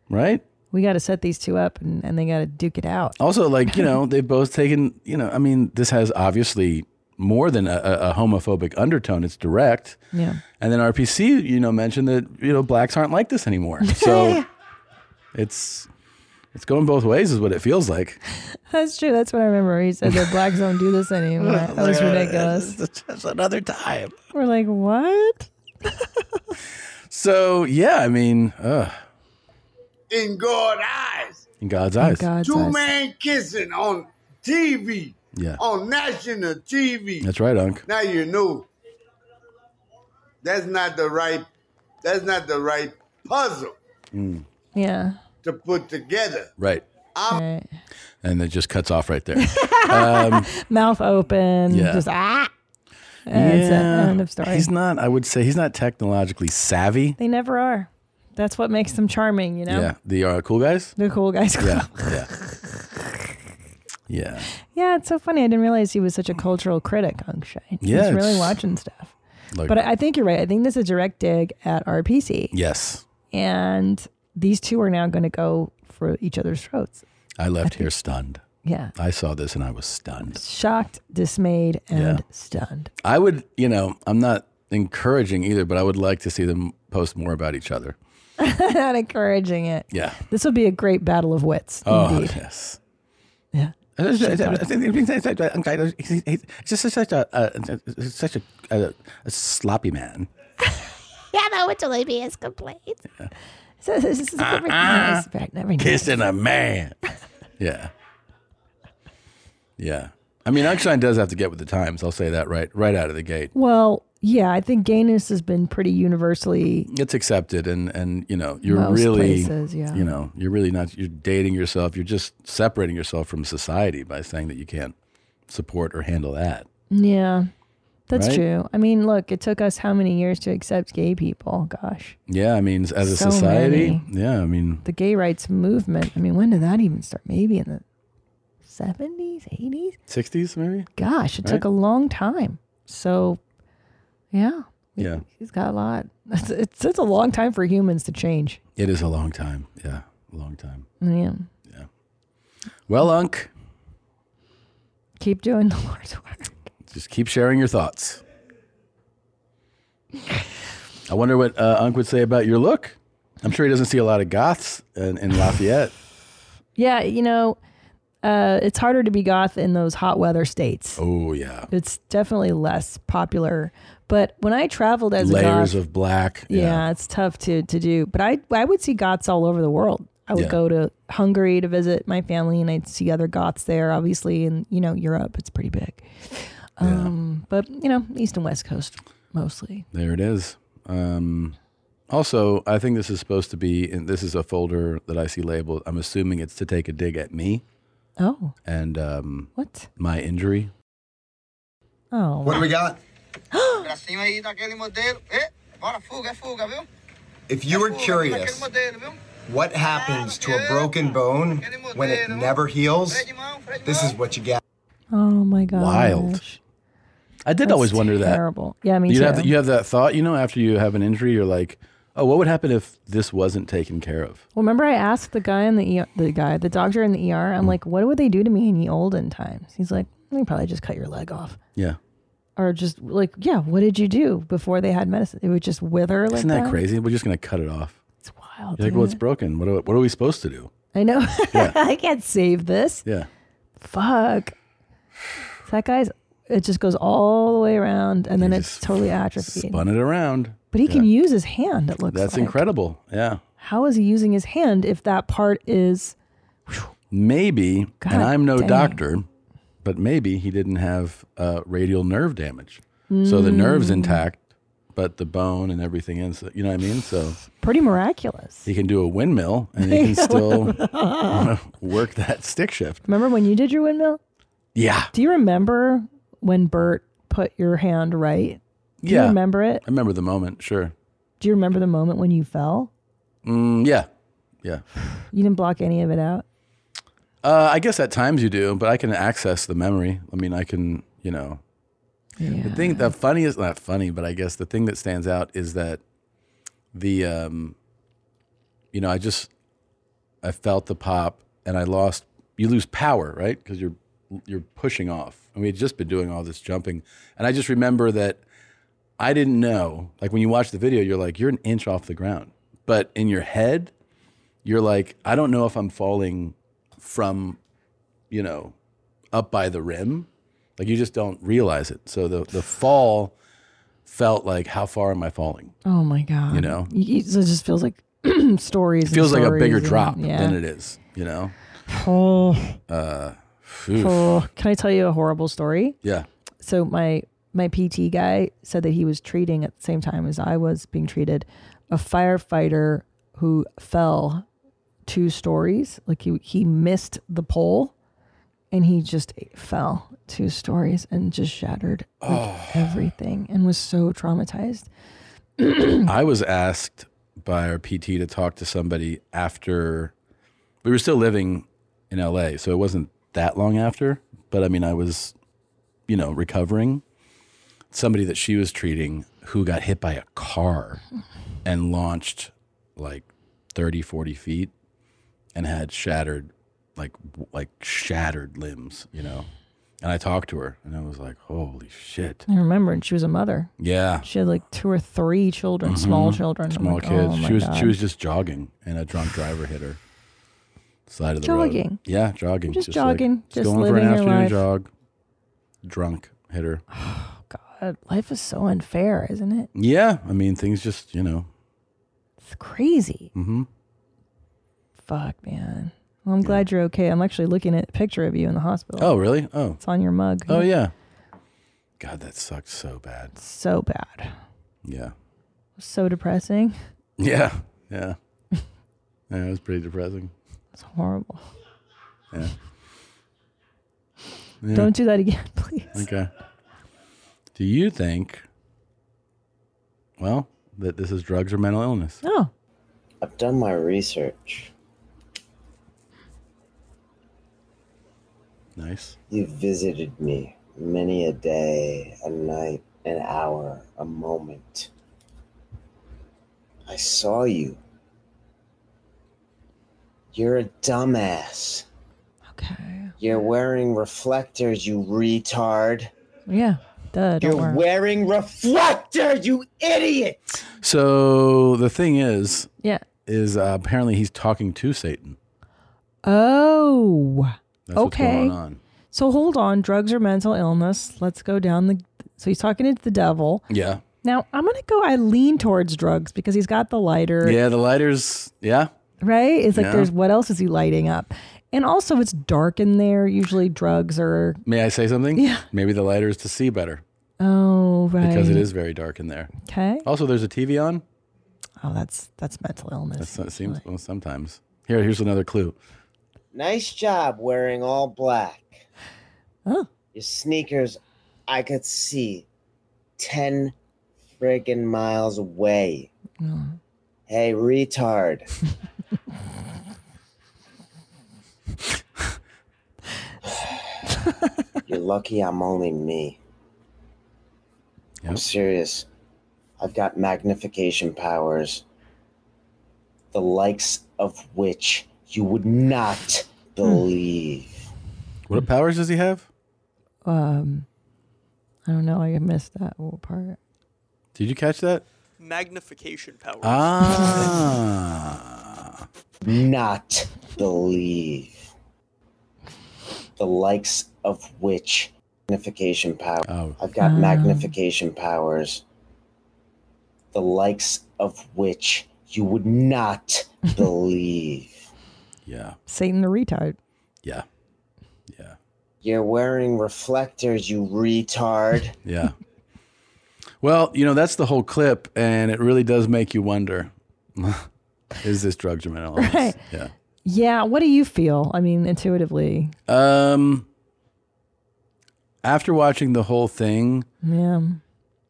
[SPEAKER 6] right
[SPEAKER 10] We got to set these two up and, and they got to duke it out.
[SPEAKER 6] also like you know they've both taken you know i mean this has obviously more than a, a a homophobic undertone it's direct
[SPEAKER 10] Yeah.
[SPEAKER 6] and then rpc you know mentioned that you know blacks aren't like this anymore so it's it's going both ways is what it feels like
[SPEAKER 10] That's true. That's what I remember. He said that blacks don't do this anymore. That was ridiculous.
[SPEAKER 6] That's another time.
[SPEAKER 10] We're like, what?
[SPEAKER 6] so yeah i mean uh,
[SPEAKER 2] In God's eyes.
[SPEAKER 6] in god's eyes
[SPEAKER 2] two men kissing on TV.
[SPEAKER 6] Yeah.
[SPEAKER 2] On national TV.
[SPEAKER 6] that's right unc
[SPEAKER 2] Now you know. That's not the right that's not the right puzzle
[SPEAKER 6] Mm,
[SPEAKER 10] Yeah.
[SPEAKER 2] to put together.
[SPEAKER 6] right
[SPEAKER 10] Right.
[SPEAKER 6] and it just cuts off right there. um,
[SPEAKER 10] Mouth open.
[SPEAKER 6] Yeah.
[SPEAKER 10] Just ah. That's it. End of story.
[SPEAKER 6] He's not. I would say he's not technologically savvy.
[SPEAKER 10] They never are. That's what makes them charming, you know?
[SPEAKER 6] Yeah, the uh, cool guys.
[SPEAKER 10] The cool guys.
[SPEAKER 6] Yeah, yeah, yeah.
[SPEAKER 10] Yeah, it's so funny. I didn't realize he was such a cultural critic, Unkshay.
[SPEAKER 6] Yeah,
[SPEAKER 10] He's really
[SPEAKER 6] it's-
[SPEAKER 10] watching stuff.
[SPEAKER 6] Like-
[SPEAKER 10] but I I think you're right. I think this is a direct dig at RPC.
[SPEAKER 6] Yes,
[SPEAKER 10] And these two are now going to go for each other's throats.
[SPEAKER 6] I left here stunned.
[SPEAKER 10] Yeah.
[SPEAKER 6] I saw this and I was stunned.
[SPEAKER 10] Shocked, dismayed, and
[SPEAKER 6] Yeah.
[SPEAKER 10] stunned.
[SPEAKER 6] I would, you know, I'm not encouraging either, but I would like to see them post more about each other.
[SPEAKER 10] Not encouraging it.
[SPEAKER 6] Yeah.
[SPEAKER 10] This will be a great battle of wits.
[SPEAKER 6] Oh,
[SPEAKER 10] indeed.
[SPEAKER 6] yes.
[SPEAKER 10] Yeah.
[SPEAKER 6] It's just such a, a, a such a, a, a sloppy man.
[SPEAKER 10] Yeah, that would totally be his complaint. So this is
[SPEAKER 6] Uh-uh.
[SPEAKER 10] very nice, very nice.
[SPEAKER 6] Kissing a man. yeah. Yeah. I mean, Einstein does have to get with the times. I'll say that right right out of the gate.
[SPEAKER 10] Well, yeah, I think gayness has been pretty universally.
[SPEAKER 6] It's accepted, and and you know you're
[SPEAKER 10] Most
[SPEAKER 6] really
[SPEAKER 10] places, yeah.
[SPEAKER 6] you know you're really not you're dating yourself. You're just separating yourself from society by saying that you can't support or handle that.
[SPEAKER 10] Yeah, that's
[SPEAKER 6] Right?
[SPEAKER 10] true. I mean, look, it took us how many years to accept gay people? Gosh,
[SPEAKER 6] Yeah, I mean, as a
[SPEAKER 10] So
[SPEAKER 6] society, yeah, I mean,
[SPEAKER 10] the gay rights movement. I mean, when did that even start? Maybe in the 70s, 80s?
[SPEAKER 6] 60s maybe.
[SPEAKER 10] Gosh, it took a
[SPEAKER 6] Right?
[SPEAKER 10] long time. So, yeah,
[SPEAKER 6] yeah.
[SPEAKER 10] he's got a lot. It's, it's, it's a long time for humans to change.
[SPEAKER 6] It is a long time. Yeah, a long time.
[SPEAKER 10] Yeah.
[SPEAKER 6] Well, Unc,
[SPEAKER 10] Keep doing the Lord's work.
[SPEAKER 6] just keep sharing your thoughts. I wonder what uh, Unc would say about your look. I'm sure he doesn't see a lot of goths in, in Lafayette.
[SPEAKER 10] Yeah, you know, uh, it's harder to be goth in those hot weather states.
[SPEAKER 6] Oh yeah,
[SPEAKER 10] It's definitely less popular. But when I traveled as
[SPEAKER 6] layers
[SPEAKER 10] a goth,
[SPEAKER 6] of black.
[SPEAKER 10] yeah. it's tough to to do. But I I would see goths all over the world. I would
[SPEAKER 6] Yeah.
[SPEAKER 10] go to Hungary to visit my family, and I'd see other goths there. Obviously, in you know Europe, it's pretty big. Um, But you know, East and West Coast mostly.
[SPEAKER 6] There it is. Um, also, I think this is supposed to be. In, this is a folder that I see labeled. I'm assuming it's to take a dig at me
[SPEAKER 10] Oh,
[SPEAKER 6] and um,
[SPEAKER 10] what
[SPEAKER 6] my injury.
[SPEAKER 10] oh.
[SPEAKER 6] What do we
[SPEAKER 14] got?
[SPEAKER 15] eh?
[SPEAKER 14] If you are curious what happens to a
[SPEAKER 15] eh.
[SPEAKER 14] broken bone when it never heals, this is what you get.
[SPEAKER 10] Oh my god.
[SPEAKER 6] Wild. I did
[SPEAKER 10] That's
[SPEAKER 6] always wonder that.
[SPEAKER 10] terrible. Yeah, me
[SPEAKER 6] you Have
[SPEAKER 10] too.
[SPEAKER 6] you have that thought, you know, after you have an injury, you're like, oh, what would happen if this wasn't taken care of?
[SPEAKER 10] Well, remember I asked the guy in the ER, the guy, the doctor in the ER, I'm
[SPEAKER 6] Mm.
[SPEAKER 10] like, what would they do to me in the olden times? He's like, they probably just cut your leg off.
[SPEAKER 6] Yeah.
[SPEAKER 10] Or just like, yeah, what did you do before they had medicine? It would just wither like
[SPEAKER 6] Isn't that, crazy? We're just going to cut it off.
[SPEAKER 10] It's wild.
[SPEAKER 6] You're like, well, it's broken. What are, what are we supposed to do?
[SPEAKER 10] I know. I can't save this.
[SPEAKER 6] Yeah.
[SPEAKER 10] Fuck. That guy's, it just goes all the way around and then it's totally atrophied.
[SPEAKER 6] Spun it around.
[SPEAKER 10] But he
[SPEAKER 6] Yeah.
[SPEAKER 10] can use his hand, it looks
[SPEAKER 6] That's
[SPEAKER 10] like.
[SPEAKER 6] incredible. Yeah.
[SPEAKER 10] How is he using his hand if that part is,
[SPEAKER 6] Maybe,
[SPEAKER 10] God
[SPEAKER 6] and I'm no
[SPEAKER 10] dang.
[SPEAKER 6] doctor, but maybe he didn't have uh, radial nerve damage. So the nerve's
[SPEAKER 10] Mm.
[SPEAKER 6] intact, but the bone and everything else, you know what I mean? So
[SPEAKER 10] pretty miraculous.
[SPEAKER 6] he can do a windmill and he can
[SPEAKER 10] Yeah,
[SPEAKER 6] still
[SPEAKER 10] windmill.
[SPEAKER 6] work that stick shift.
[SPEAKER 10] Remember when you did your windmill?
[SPEAKER 6] Yeah.
[SPEAKER 10] Do you remember when Bert put your hand right? Do
[SPEAKER 6] Yeah.
[SPEAKER 10] you remember
[SPEAKER 6] I
[SPEAKER 10] it?
[SPEAKER 6] remember the moment, sure.
[SPEAKER 10] Do you remember the moment when you fell?
[SPEAKER 6] Mm, yeah. Yeah.
[SPEAKER 10] You didn't block any of it out.
[SPEAKER 6] Uh, I guess at times you do, but I can access the memory. I mean, I can, you know. The thing, the funniest, not funny, but I guess the thing that stands out is that the, um, you know, I just, I felt the pop and I lost, you lose power, right? Because you're, you're pushing off. And we had just been doing all this jumping. And I just remember that I didn't know, like when you watch the video, you're like, you're an inch off the ground. But in your head, you're like, I don't know if I'm falling from, you know, up by the rim. Like you just don't realize it. So the the fall felt like how far am I falling?
[SPEAKER 10] Oh my god!
[SPEAKER 6] You know?
[SPEAKER 10] You- you- so it just feels like stories.
[SPEAKER 6] It
[SPEAKER 10] and
[SPEAKER 6] feels like a
[SPEAKER 10] stories
[SPEAKER 6] bigger
[SPEAKER 10] and-
[SPEAKER 6] drop
[SPEAKER 10] yeah.
[SPEAKER 6] than it is. You know.
[SPEAKER 10] Oh,
[SPEAKER 6] Uh, oof.
[SPEAKER 10] oh. Can I tell you a horrible story?
[SPEAKER 6] Yeah.
[SPEAKER 10] so my my PT guy said that he was treating at the same time as I was being treated a firefighter who fell two stories like he he missed the pole and he just fell two stories and just shattered like,
[SPEAKER 6] Oh.
[SPEAKER 10] everything and was so traumatized
[SPEAKER 6] I was asked by our PT to talk to somebody after we were still living in LA, so it wasn't that long after, but I mean I was you know, recovering somebody that she was treating who got hit by a car and launched like 30 40 feet and had shattered like w- like shattered limbs, you know. And I talked to her, and I was like, "Holy shit!"
[SPEAKER 10] I remember, and she was a mother.
[SPEAKER 6] Yeah.
[SPEAKER 10] She had like two or three children, small
[SPEAKER 6] Mhm.
[SPEAKER 10] children, I'm
[SPEAKER 6] small
[SPEAKER 10] like,
[SPEAKER 6] kids.
[SPEAKER 10] oh my
[SPEAKER 6] she was she
[SPEAKER 10] God.
[SPEAKER 6] was just jogging, and a drunk driver hit her side of the road.
[SPEAKER 10] Jogging.
[SPEAKER 6] Yeah, jogging.
[SPEAKER 10] Just
[SPEAKER 6] like,
[SPEAKER 10] jogging, just
[SPEAKER 6] going for an
[SPEAKER 10] living your
[SPEAKER 6] afternoon
[SPEAKER 10] life.
[SPEAKER 6] jog. Drunk hit her.
[SPEAKER 10] God, life is so unfair, isn't it?
[SPEAKER 6] yeah, I mean things just you know.
[SPEAKER 10] It's crazy.
[SPEAKER 6] Mm-hmm.
[SPEAKER 10] Fuck, man. Well, I'm glad you're okay. I'm actually looking at a picture of you in the hospital.
[SPEAKER 6] Oh really? Oh,
[SPEAKER 10] It's on your mug.
[SPEAKER 6] oh yeah. God, that sucked so bad.
[SPEAKER 10] So bad.
[SPEAKER 6] Yeah.
[SPEAKER 10] So depressing.
[SPEAKER 6] Yeah. Yeah. yeah it was pretty depressing.
[SPEAKER 10] It's horrible.
[SPEAKER 6] Yeah. Yeah.
[SPEAKER 10] Don't do that again, please.
[SPEAKER 6] Okay. Do you think, well, that this is drugs or mental illness?
[SPEAKER 10] No.
[SPEAKER 16] I've done my research.
[SPEAKER 6] Nice.
[SPEAKER 16] You visited me many a day, a night, an hour, a moment. I saw you. You're a dumbass.
[SPEAKER 10] Okay.
[SPEAKER 16] You're wearing reflectors, you retard.
[SPEAKER 10] Yeah. Duh, don't
[SPEAKER 16] You're
[SPEAKER 10] worry.
[SPEAKER 16] wearing reflectors, you idiot!
[SPEAKER 6] So the thing is,
[SPEAKER 10] Yeah.
[SPEAKER 6] is uh, apparently he's talking to Satan.
[SPEAKER 10] Oh.
[SPEAKER 6] That's what's
[SPEAKER 10] okay.
[SPEAKER 6] going on.
[SPEAKER 10] So hold on. Drugs or mental illness. Let's go down the. So he's talking to the devil.
[SPEAKER 6] Yeah.
[SPEAKER 10] Now I'm gonna go. I lean towards drugs because he's got the lighter.
[SPEAKER 6] Yeah. The lighters. Yeah.
[SPEAKER 10] Right. It's like
[SPEAKER 6] Yeah.
[SPEAKER 10] there's what else is he lighting up? And also it's dark in there. Usually drugs are.
[SPEAKER 6] May I say something? Yeah. Maybe the lighter is to see better
[SPEAKER 10] Oh right.
[SPEAKER 6] because it is very dark in there.
[SPEAKER 10] Okay.
[SPEAKER 6] Also, there's a TV on.
[SPEAKER 10] Oh, that's that's mental illness.
[SPEAKER 6] That's, it seems well, sometimes. Here, here's another clue.
[SPEAKER 16] Nice job wearing all black.
[SPEAKER 10] Oh.
[SPEAKER 16] Your sneakers, I could see 10 friggin' miles away.
[SPEAKER 10] Mm.
[SPEAKER 16] Hey, retard. You're lucky I'm only me. I'm serious. I've got magnification powers, the likes of which you would not believe.
[SPEAKER 6] What powers does he have?
[SPEAKER 10] Um, I don't know. I missed that whole part.
[SPEAKER 6] Did you catch that?
[SPEAKER 17] Magnification powers.
[SPEAKER 6] Ah.
[SPEAKER 16] not believe the likes of which magnification power
[SPEAKER 6] Oh,
[SPEAKER 16] i've got
[SPEAKER 10] Ah.
[SPEAKER 16] magnification powers the likes of which you would not believe
[SPEAKER 6] yeah
[SPEAKER 10] Satan the retard.
[SPEAKER 6] yeah
[SPEAKER 16] you're wearing reflectors you retard
[SPEAKER 6] Yeah. Well, you know, that's the whole clip, and it really does make you wonder is this drugs or mental illness?
[SPEAKER 10] Right.
[SPEAKER 6] Yeah.
[SPEAKER 10] Yeah. What do you feel? I mean, intuitively.
[SPEAKER 6] Um, after watching the whole thing,
[SPEAKER 10] Yeah.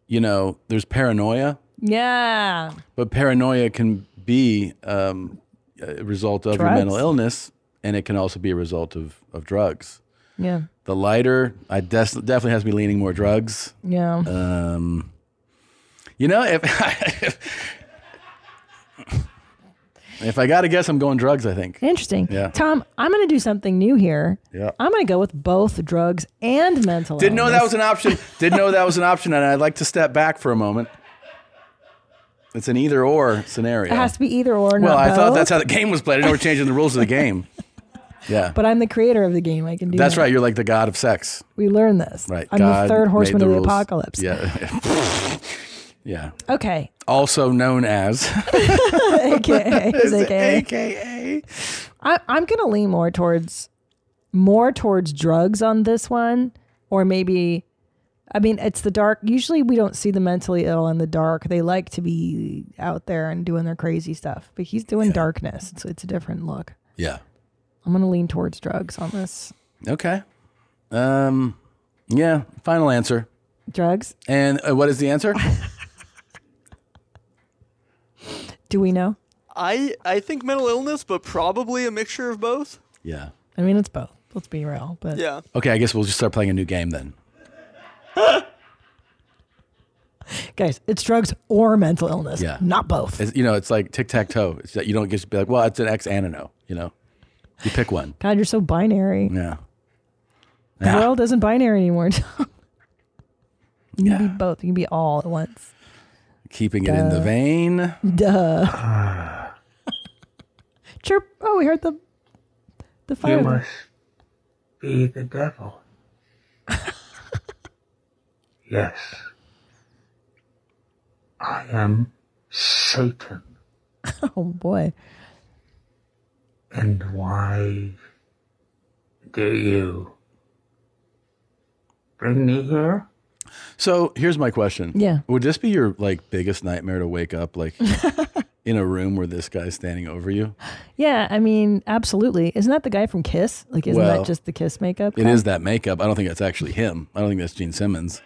[SPEAKER 6] you know, there's paranoia,
[SPEAKER 10] Yeah.
[SPEAKER 6] but paranoia can be um, a result of your
[SPEAKER 10] Drugs.
[SPEAKER 6] mental illness, and it can also be a result of, of drugs.
[SPEAKER 10] Yeah.
[SPEAKER 6] The lighter, I des- definitely has me leaning more drugs.
[SPEAKER 10] Yeah.
[SPEAKER 6] Um, you know, if if, I got to guess, I'm going drugs. I think.
[SPEAKER 10] Interesting.
[SPEAKER 6] Yeah.
[SPEAKER 10] Tom, I'm going to do something new here.
[SPEAKER 6] Yeah.
[SPEAKER 10] I'm going to go with both drugs and mental.
[SPEAKER 6] Didn't know that was
[SPEAKER 10] illness.
[SPEAKER 6] an option. Didn't know that was an option, and I'd like to step back for a moment. It's an either or scenario.
[SPEAKER 10] It has to be either or.
[SPEAKER 6] well,
[SPEAKER 10] not
[SPEAKER 6] I thought
[SPEAKER 10] both,
[SPEAKER 6] that's how the game was played. I know we're changing the rules of the game. Yeah,
[SPEAKER 10] But I'm the creator of the game. I can do.
[SPEAKER 6] that's
[SPEAKER 10] that.
[SPEAKER 6] right. You're like the god of sex.
[SPEAKER 10] We learned this.
[SPEAKER 6] Right.
[SPEAKER 10] I'm the
[SPEAKER 6] God
[SPEAKER 10] third
[SPEAKER 6] made
[SPEAKER 10] horseman of the
[SPEAKER 6] rules.
[SPEAKER 10] apocalypse.
[SPEAKER 6] Yeah. yeah.
[SPEAKER 10] Okay.
[SPEAKER 6] Also known as.
[SPEAKER 10] AKA. Is
[SPEAKER 6] it
[SPEAKER 10] AKA.
[SPEAKER 6] AKA.
[SPEAKER 10] I, I'm gonna lean more towards more towards drugs on this one, or maybe I mean it's the dark. Usually we don't see the mentally ill in the dark. They like to be out there and doing their crazy stuff. But he's doing darkness, so it's a different look.
[SPEAKER 6] Yeah.
[SPEAKER 10] I'm gonna lean towards drugs on this.
[SPEAKER 6] Okay. Um. Yeah. Final answer.
[SPEAKER 10] Drugs?
[SPEAKER 6] And uh, what is the answer?
[SPEAKER 10] Do we know?
[SPEAKER 17] I I think mental illness, but probably a mixture of both.
[SPEAKER 6] yeah.
[SPEAKER 10] I mean it's both. Let's be real. But
[SPEAKER 17] Yeah.
[SPEAKER 6] Okay. I guess we'll just start playing a new game then.
[SPEAKER 10] guys, it's drugs or mental illness.
[SPEAKER 6] Yeah.
[SPEAKER 10] Not both.
[SPEAKER 6] It's, you know, it's like tic tac toe. It's that you don't get to be like, well, it's an X and an O. You know. You pick one.
[SPEAKER 10] God, you're so binary.
[SPEAKER 6] Yeah.
[SPEAKER 10] The world isn't binary anymore. Tom. you can be both. You can be all at once.
[SPEAKER 6] Keeping it in the
[SPEAKER 10] Duh.
[SPEAKER 6] vein.
[SPEAKER 10] Duh. Chirp. Oh, we heard the the fire.
[SPEAKER 11] You must be the devil. yes. I am Satan.
[SPEAKER 10] Oh boy.
[SPEAKER 11] And why do you bring me here?
[SPEAKER 6] So here's my question.
[SPEAKER 11] Yeah.
[SPEAKER 6] Would this be your like biggest nightmare to wake up like in a room where this guy's standing over you?
[SPEAKER 10] Yeah, I mean, absolutely. Isn't that the guy from Kiss? Like, isn't
[SPEAKER 6] Well,
[SPEAKER 10] that just the Kiss makeup?
[SPEAKER 6] It is that makeup. I don't think that's actually him. I don't think that's Gene Simmons.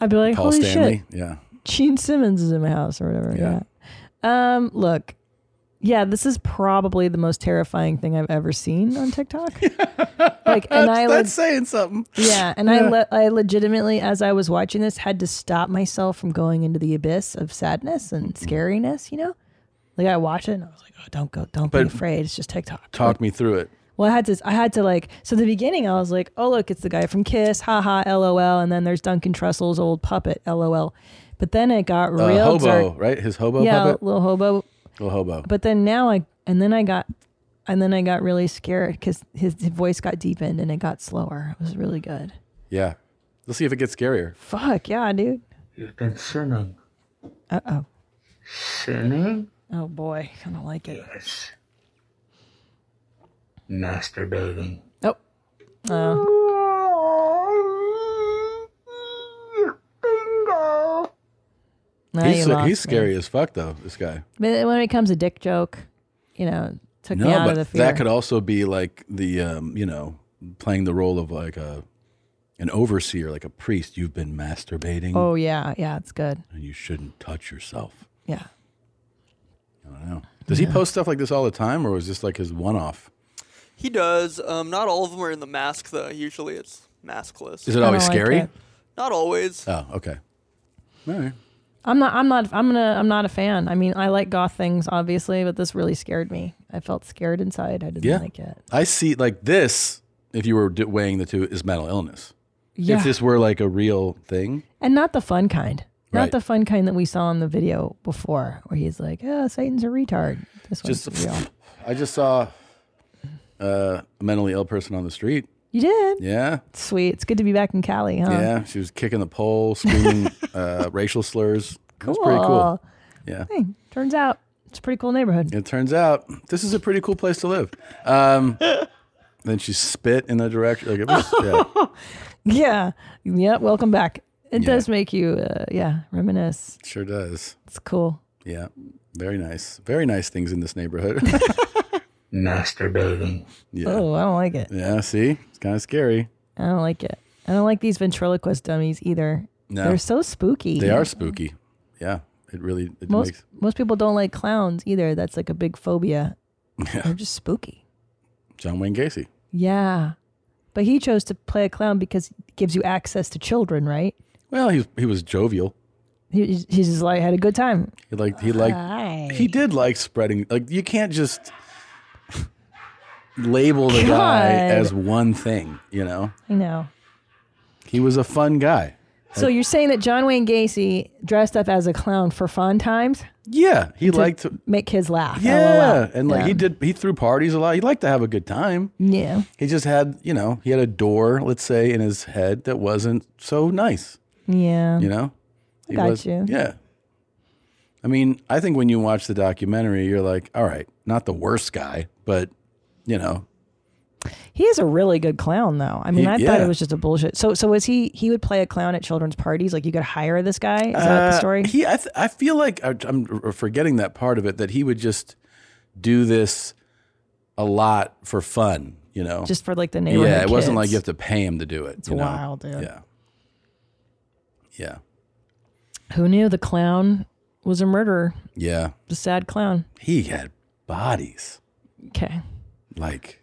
[SPEAKER 10] I'd be like,
[SPEAKER 6] Paul
[SPEAKER 10] holy
[SPEAKER 6] Stanley.
[SPEAKER 10] shit.
[SPEAKER 6] Yeah.
[SPEAKER 10] Gene Simmons is in my house or whatever.
[SPEAKER 6] Yeah.
[SPEAKER 10] Yeah. Um, look, yeah, this is probably the most terrifying thing I've ever seen on TikTok. like, and I
[SPEAKER 6] That's saying something.
[SPEAKER 10] Yeah, and I
[SPEAKER 6] Yeah.
[SPEAKER 10] le- I legitimately, as I was watching this, had to stop myself from going into the abyss of sadness and scariness. You know, like I watched it and I was like, oh, don't go, don't
[SPEAKER 6] But-
[SPEAKER 10] be afraid. It's just TikTok.
[SPEAKER 6] Talk me through it.
[SPEAKER 10] Well, I had to, I had to like, so the beginning, I was like, oh, look, it's the guy from Kiss, haha, lol. And then there's Duncan Trussell's old puppet, lol. But then it got
[SPEAKER 6] Uh,
[SPEAKER 10] real
[SPEAKER 6] hobo,
[SPEAKER 10] dark.
[SPEAKER 6] right? His hobo
[SPEAKER 10] yeah,
[SPEAKER 6] puppet?
[SPEAKER 10] little hobo.
[SPEAKER 6] Little hobo.
[SPEAKER 10] But then now I, and then I got, and then I got really scared because his, his voice got deepened and it got slower. It was really good.
[SPEAKER 6] Yeah. Let's see if it gets scarier.
[SPEAKER 10] Fuck yeah, dude.
[SPEAKER 11] You've been sinning.
[SPEAKER 10] Uh oh.
[SPEAKER 11] Sinning?
[SPEAKER 10] Oh boy, I don't like it.
[SPEAKER 11] Yes. Masturbating.
[SPEAKER 10] Oh. Oh. Now
[SPEAKER 6] he's
[SPEAKER 10] you
[SPEAKER 6] so-
[SPEAKER 10] lost
[SPEAKER 6] he's
[SPEAKER 10] me.
[SPEAKER 6] scary as fuck, though, this guy.
[SPEAKER 10] But then when it becomes a dick joke, you know, took me out
[SPEAKER 6] but
[SPEAKER 10] of the fear.
[SPEAKER 6] that could also be like the, um, you know, playing the role of like a an overseer, like a priest. You've been masturbating.
[SPEAKER 10] oh yeah, yeah, it's good.
[SPEAKER 6] And you shouldn't touch yourself.
[SPEAKER 10] Yeah.
[SPEAKER 6] I don't know. Does he post stuff like this all the time, or is this like his one off?
[SPEAKER 17] He does. Um, not all of them are in the mask though. Usually it's maskless.
[SPEAKER 6] Is it always scary?
[SPEAKER 17] Not always.
[SPEAKER 6] Oh, okay. All right.
[SPEAKER 10] I'm not I'm not I'm gonna I'm not a fan. I mean, I like goth things obviously, but this really scared me. I felt scared inside. I didn't
[SPEAKER 6] Yeah.
[SPEAKER 10] like it.
[SPEAKER 6] I see. Like this, if you were d- weighing the two, is mental illness.
[SPEAKER 10] Yeah.
[SPEAKER 6] If this were like a real thing,
[SPEAKER 10] And not the fun kind. Not
[SPEAKER 6] Right.
[SPEAKER 10] the fun kind that we saw in the video before where he's like, "Oh, Satan's a retard." This one's
[SPEAKER 6] just
[SPEAKER 10] real.
[SPEAKER 6] I just saw uh, a mentally ill person on the street.
[SPEAKER 10] You did.
[SPEAKER 6] Yeah.
[SPEAKER 10] Sweet. It's good to be back in Cali, huh?
[SPEAKER 6] Yeah, she was kicking the pole, screaming uh, racial slurs. It was pretty cool.
[SPEAKER 10] Cool.
[SPEAKER 6] Yeah.
[SPEAKER 10] Hey, turns out it's a pretty cool neighborhood.
[SPEAKER 6] It turns out this is a pretty cool place to live. Um, then she spit in the direction. Like it was, yeah.
[SPEAKER 10] Yeah. Yeah. Welcome back. It does make you, uh, yeah, reminisce.
[SPEAKER 6] Sure does.
[SPEAKER 10] It's cool.
[SPEAKER 6] Yeah. Very nice. Very nice things in this neighborhood.
[SPEAKER 11] Masturbating.
[SPEAKER 6] Yeah.
[SPEAKER 10] Oh, I don't like it.
[SPEAKER 6] Yeah. See, it's kind of scary.
[SPEAKER 10] I don't like it. I don't like these ventriloquist dummies either.
[SPEAKER 6] No.
[SPEAKER 10] They're so spooky.
[SPEAKER 6] They are spooky. Yeah. It really it
[SPEAKER 10] Most
[SPEAKER 6] makes.
[SPEAKER 10] most people don't like clowns either. That's like a big phobia. They're just spooky.
[SPEAKER 6] John Wayne Gacy.
[SPEAKER 10] Yeah. But he chose to play a clown because it gives you access to children, right?
[SPEAKER 6] Well, he was, he was jovial.
[SPEAKER 10] He, he's just like had a good time.
[SPEAKER 6] He liked he liked
[SPEAKER 10] Ah,
[SPEAKER 6] he did like spreading like you can't just label the guy
[SPEAKER 10] God.
[SPEAKER 6] as one thing, you know.
[SPEAKER 10] I know.
[SPEAKER 6] He was a fun guy.
[SPEAKER 10] So you're saying that John Wayne Gacy dressed up as a clown for fun times?
[SPEAKER 6] Yeah, he
[SPEAKER 10] to
[SPEAKER 6] liked
[SPEAKER 10] make kids laugh.
[SPEAKER 6] Yeah,
[SPEAKER 10] LOL.
[SPEAKER 6] and like
[SPEAKER 10] Yeah.
[SPEAKER 6] he did he threw parties a lot. He liked to have a good time.
[SPEAKER 10] Yeah.
[SPEAKER 6] He just had, you know, he had a door, let's say, in his head that wasn't so nice.
[SPEAKER 10] Yeah.
[SPEAKER 6] you know
[SPEAKER 10] I
[SPEAKER 6] He
[SPEAKER 10] got you.
[SPEAKER 6] yeah i mean i think when you watch the documentary you're like all right not the worst guy but you know
[SPEAKER 10] He is a really good clown though. I mean,
[SPEAKER 6] He-
[SPEAKER 10] I thought
[SPEAKER 6] yeah.
[SPEAKER 10] it was just a bullshit. So so was he he would play a clown at children's parties? Like you could hire this guy? Is that the
[SPEAKER 6] Uh,
[SPEAKER 10] story?
[SPEAKER 6] he i, th- I feel like I, i'm r- forgetting that part of it that he would just do this a lot for fun you know
[SPEAKER 10] Just for, like, the neighborhood
[SPEAKER 6] yeah it wasn't like
[SPEAKER 10] kids.
[SPEAKER 6] you have to pay him to do it
[SPEAKER 10] It's
[SPEAKER 6] you know?
[SPEAKER 10] wild, dude.
[SPEAKER 6] yeah yeah
[SPEAKER 10] Who knew the clown was a murderer?
[SPEAKER 6] yeah
[SPEAKER 10] The sad clown.
[SPEAKER 6] he had bodies
[SPEAKER 10] Okay.
[SPEAKER 6] like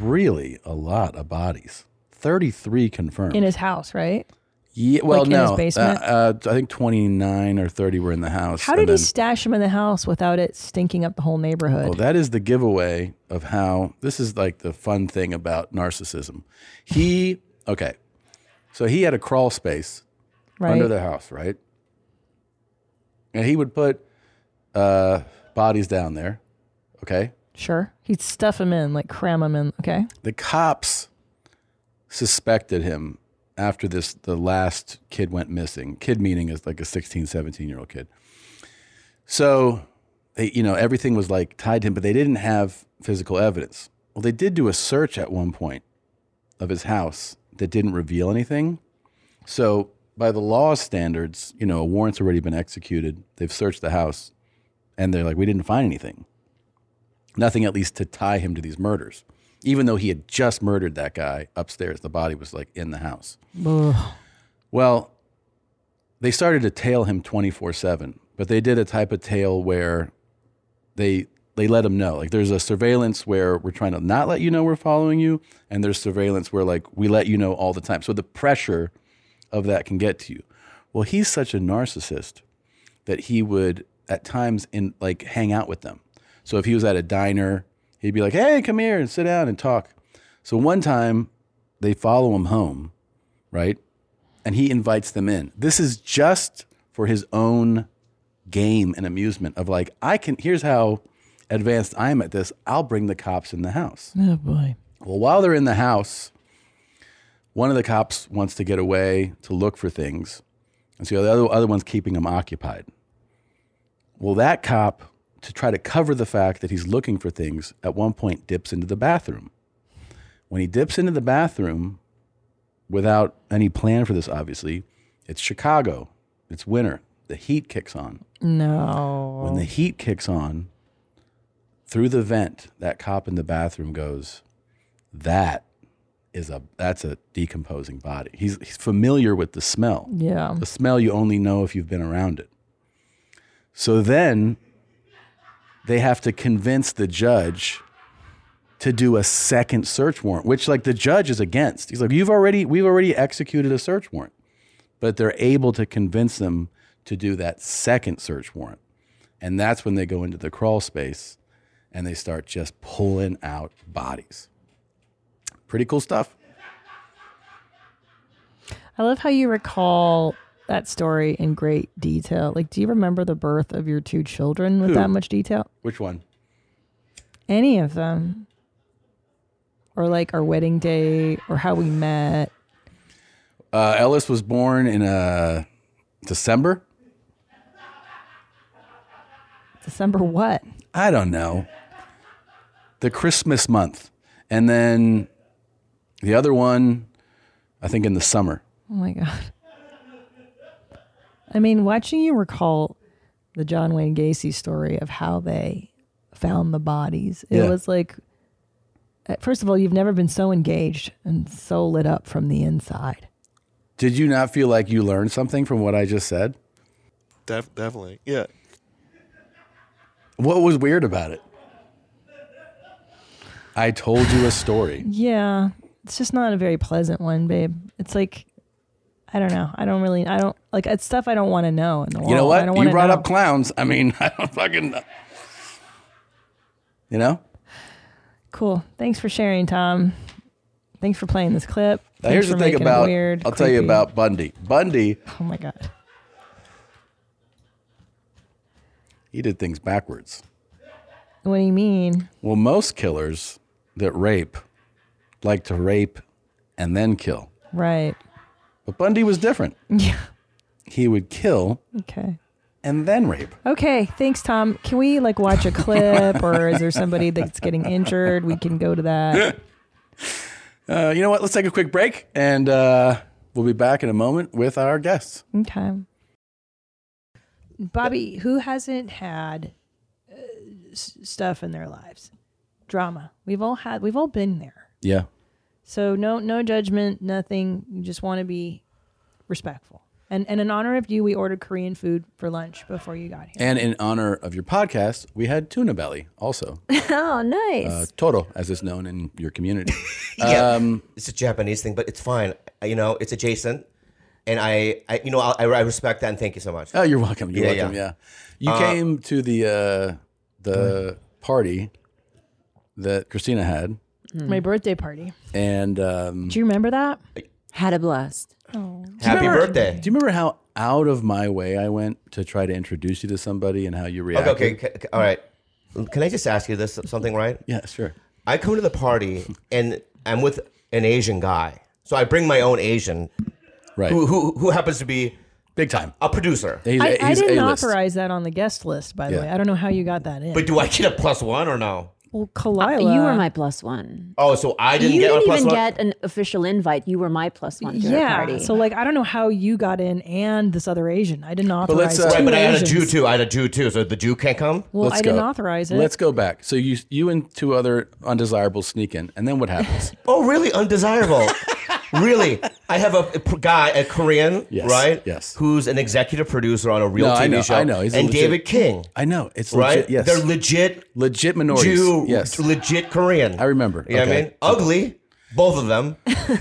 [SPEAKER 6] really a lot of bodies 33 confirmed
[SPEAKER 10] In his house, right?
[SPEAKER 6] Yeah, well,
[SPEAKER 10] Like, in
[SPEAKER 6] no.
[SPEAKER 10] his basement?
[SPEAKER 6] Uh, uh, I think 29 or 30 were in the house.
[SPEAKER 10] How
[SPEAKER 6] and
[SPEAKER 10] did he
[SPEAKER 6] then-
[SPEAKER 10] stash them in the house without it stinking up the whole neighborhood?
[SPEAKER 6] Well, that is the giveaway of how this is like the fun thing about narcissism. He, okay. So he had a crawl space under
[SPEAKER 10] Right.
[SPEAKER 6] the house, right? And he would put uh, bodies down there, okay?
[SPEAKER 10] sure. He'd stuff them in, like cram them in. Okay.
[SPEAKER 6] the cops suspected him after this the last kid went missing kid meaning is like a 16 17 year old kid so they you know everything was like tied to him but they didn't have physical evidence well they did do a search at one point of his house that didn't reveal anything so by the law standards you know a warrant's already been executed they've searched the house and they're like we didn't find anything nothing at least to tie him to these murders even though he had just murdered that guy upstairs the body was like in the house
[SPEAKER 10] Ugh.
[SPEAKER 6] well they started to tail him 24-7 but they did a type of tail where they they let him know like there's a surveillance where we're trying to not let you know we're following you and there's surveillance where like we let you know all the time so the pressure of that can get to you well he's such a narcissist that he would at times in like hang out with them. So if he was at a diner, he'd be like, "Hey, come here and sit down and talk." So one time, they follow him home, right? And he invites them in. This is just for his own game and amusement of like, I can. Here's how advanced I am at this. I'll bring the cops in the house.
[SPEAKER 10] Oh boy.
[SPEAKER 6] Well, while they're in the house, one of the cops wants to get away to look for things, and so the other, other one's keeping him occupied. Well, that cop, to try to cover the fact that he's looking for things, at one point dips into the bathroom. When he dips into the bathroom, without any plan for this, obviously, it's Chicago, it's winter, the heat kicks on.
[SPEAKER 10] No.
[SPEAKER 6] When the heat kicks on, through the vent, that cop in the bathroom goes, "That is a that's a decomposing body." He's, he's familiar with the smell.
[SPEAKER 10] Yeah.
[SPEAKER 6] the smell you only know if you've been around it. So then, they have to convince the judge to do a second search warrant, which like the judge is against. He's like, "You've already we've already executed a search warrant," but they're able to convince them to do that second search warrant. And that's when they go into the crawl space and they start just pulling out bodies. Pretty cool stuff.
[SPEAKER 10] I love how you recall that story in great detail. Like, do you remember the birth of your two children with
[SPEAKER 6] Who?
[SPEAKER 10] that much detail?
[SPEAKER 6] Which one?
[SPEAKER 10] Any of them? Or like our wedding day or how we met?
[SPEAKER 6] Uh, Ellis was born in uh, December.
[SPEAKER 10] December what?
[SPEAKER 6] I don't know. The Christmas month. And then the other one, I think in the summer.
[SPEAKER 10] Oh my God. I mean, watching you recall the John Wayne Gacy story of how they found the bodies, it
[SPEAKER 6] Yeah.
[SPEAKER 10] was like, at- first of all, you've never been so engaged and so lit up from the inside.
[SPEAKER 6] Did you not feel like you learned something from what I just said?
[SPEAKER 5] Def- definitely. Yeah.
[SPEAKER 6] What was weird about it? I told you a story.
[SPEAKER 10] Yeah. It's just not a very pleasant one, babe. It's like, I don't know. I don't really, I don't like it's stuff I don't want to know in the world.
[SPEAKER 6] You know
[SPEAKER 10] I
[SPEAKER 6] what?
[SPEAKER 10] don't
[SPEAKER 6] You
[SPEAKER 10] wanna
[SPEAKER 6] brought
[SPEAKER 10] know.
[SPEAKER 6] up clowns. I mean, I don't fucking. You know?
[SPEAKER 10] Cool. Thanks for sharing, Tom. Thanks for playing this clip.
[SPEAKER 6] Now,
[SPEAKER 10] Thanks
[SPEAKER 6] here's
[SPEAKER 10] for
[SPEAKER 6] the thing
[SPEAKER 10] making it
[SPEAKER 6] about.
[SPEAKER 10] weird,
[SPEAKER 6] I'll tell you
[SPEAKER 10] creepy.
[SPEAKER 6] about Bundy. Bundy,
[SPEAKER 10] Oh my god.
[SPEAKER 6] he did things backwards.
[SPEAKER 10] What do you mean?
[SPEAKER 6] Well, most killers that rape like to rape and then kill.
[SPEAKER 10] Right.
[SPEAKER 6] But Bundy was different.
[SPEAKER 10] Yeah.
[SPEAKER 6] He would kill
[SPEAKER 10] Okay.
[SPEAKER 6] and then rape.
[SPEAKER 10] Okay. Thanks, Tom. Can we like watch a clip or is there somebody that's getting injured? We can go to that.
[SPEAKER 6] Uh, you know what? Let's take a quick break and uh, we'll be back in a moment with our guests.
[SPEAKER 10] Okay. Bobby, who hasn't had uh, s- stuff in their lives? Drama. We've all had. We've all been there.
[SPEAKER 6] Yeah.
[SPEAKER 10] So no no judgment, nothing. You just want to be respectful. And and in honor of you, we ordered Korean food for lunch before you got here.
[SPEAKER 6] And in honor of your podcast, we had Tuna Belly also.
[SPEAKER 10] oh, nice.
[SPEAKER 6] Uh, Toro, as it's known in your community.
[SPEAKER 15] yeah. it's a Japanese thing, but it's fine. You know, it's adjacent. and I, I you know, I, I respect that and thank you so much.
[SPEAKER 6] Oh, you're welcome. You're welcome. Yeah. You
[SPEAKER 15] Uh,
[SPEAKER 6] came to the uh, the party that Christina had,
[SPEAKER 10] My birthday party.
[SPEAKER 6] and um,
[SPEAKER 10] Do you remember that?
[SPEAKER 4] Had a blast.
[SPEAKER 10] Oh.
[SPEAKER 6] do you
[SPEAKER 15] Happy
[SPEAKER 6] remember-
[SPEAKER 15] birthday.
[SPEAKER 6] Do you remember how out of my way I went to try to introduce you to somebody and how you reacted?
[SPEAKER 15] Okay, okay, c- c- all right. Can I just ask you this something, right?
[SPEAKER 6] Yeah, sure.
[SPEAKER 15] I come to the party and I'm with an Asian guy, so I bring my own Asian,
[SPEAKER 6] right?
[SPEAKER 15] Who who, who happens to be
[SPEAKER 6] big time
[SPEAKER 15] a producer.
[SPEAKER 10] I, I didn't authorize that on the guest list, by the
[SPEAKER 15] Yeah.
[SPEAKER 10] way. I don't know how you got that in.
[SPEAKER 15] But do I get a plus one or no?
[SPEAKER 10] well,
[SPEAKER 4] Uh,
[SPEAKER 10] Kalila,
[SPEAKER 4] you were my plus one.
[SPEAKER 15] Oh, so I didn't
[SPEAKER 4] you
[SPEAKER 15] get
[SPEAKER 4] didn't
[SPEAKER 15] a plus
[SPEAKER 4] even
[SPEAKER 15] one.
[SPEAKER 4] get an official invite. You were my plus one. To the
[SPEAKER 10] yeah.
[SPEAKER 4] party.
[SPEAKER 10] So like, I don't know how you got in and this other Asian. I didn't
[SPEAKER 6] But
[SPEAKER 10] authorize.
[SPEAKER 6] let's,
[SPEAKER 10] two
[SPEAKER 15] right, but I had a
[SPEAKER 10] Asians.
[SPEAKER 15] Jew too. I had a Jew too, so the Jew can't come.
[SPEAKER 10] Well, I didn't authorize it.
[SPEAKER 6] Let's go back. So you you and two other undesirables sneak in, and then what happens?
[SPEAKER 15] Oh, really? Undesirable. really? I have a, a p- guy, a Korean,
[SPEAKER 6] Yes,
[SPEAKER 15] right?
[SPEAKER 6] yes.
[SPEAKER 15] Who's an executive producer on a real
[SPEAKER 6] No,
[SPEAKER 15] TV
[SPEAKER 6] I know,
[SPEAKER 15] show.
[SPEAKER 6] I know. He's a
[SPEAKER 15] and
[SPEAKER 6] legit-
[SPEAKER 15] David King.
[SPEAKER 6] I know. It's
[SPEAKER 15] right.
[SPEAKER 6] legit, yes.
[SPEAKER 15] They're legit.
[SPEAKER 6] Legit minorities.
[SPEAKER 15] Jew,
[SPEAKER 6] Yes.
[SPEAKER 15] Legit Korean. I
[SPEAKER 6] remember.
[SPEAKER 15] You know what I
[SPEAKER 6] Okay.
[SPEAKER 15] mean? Ugly. Both of them,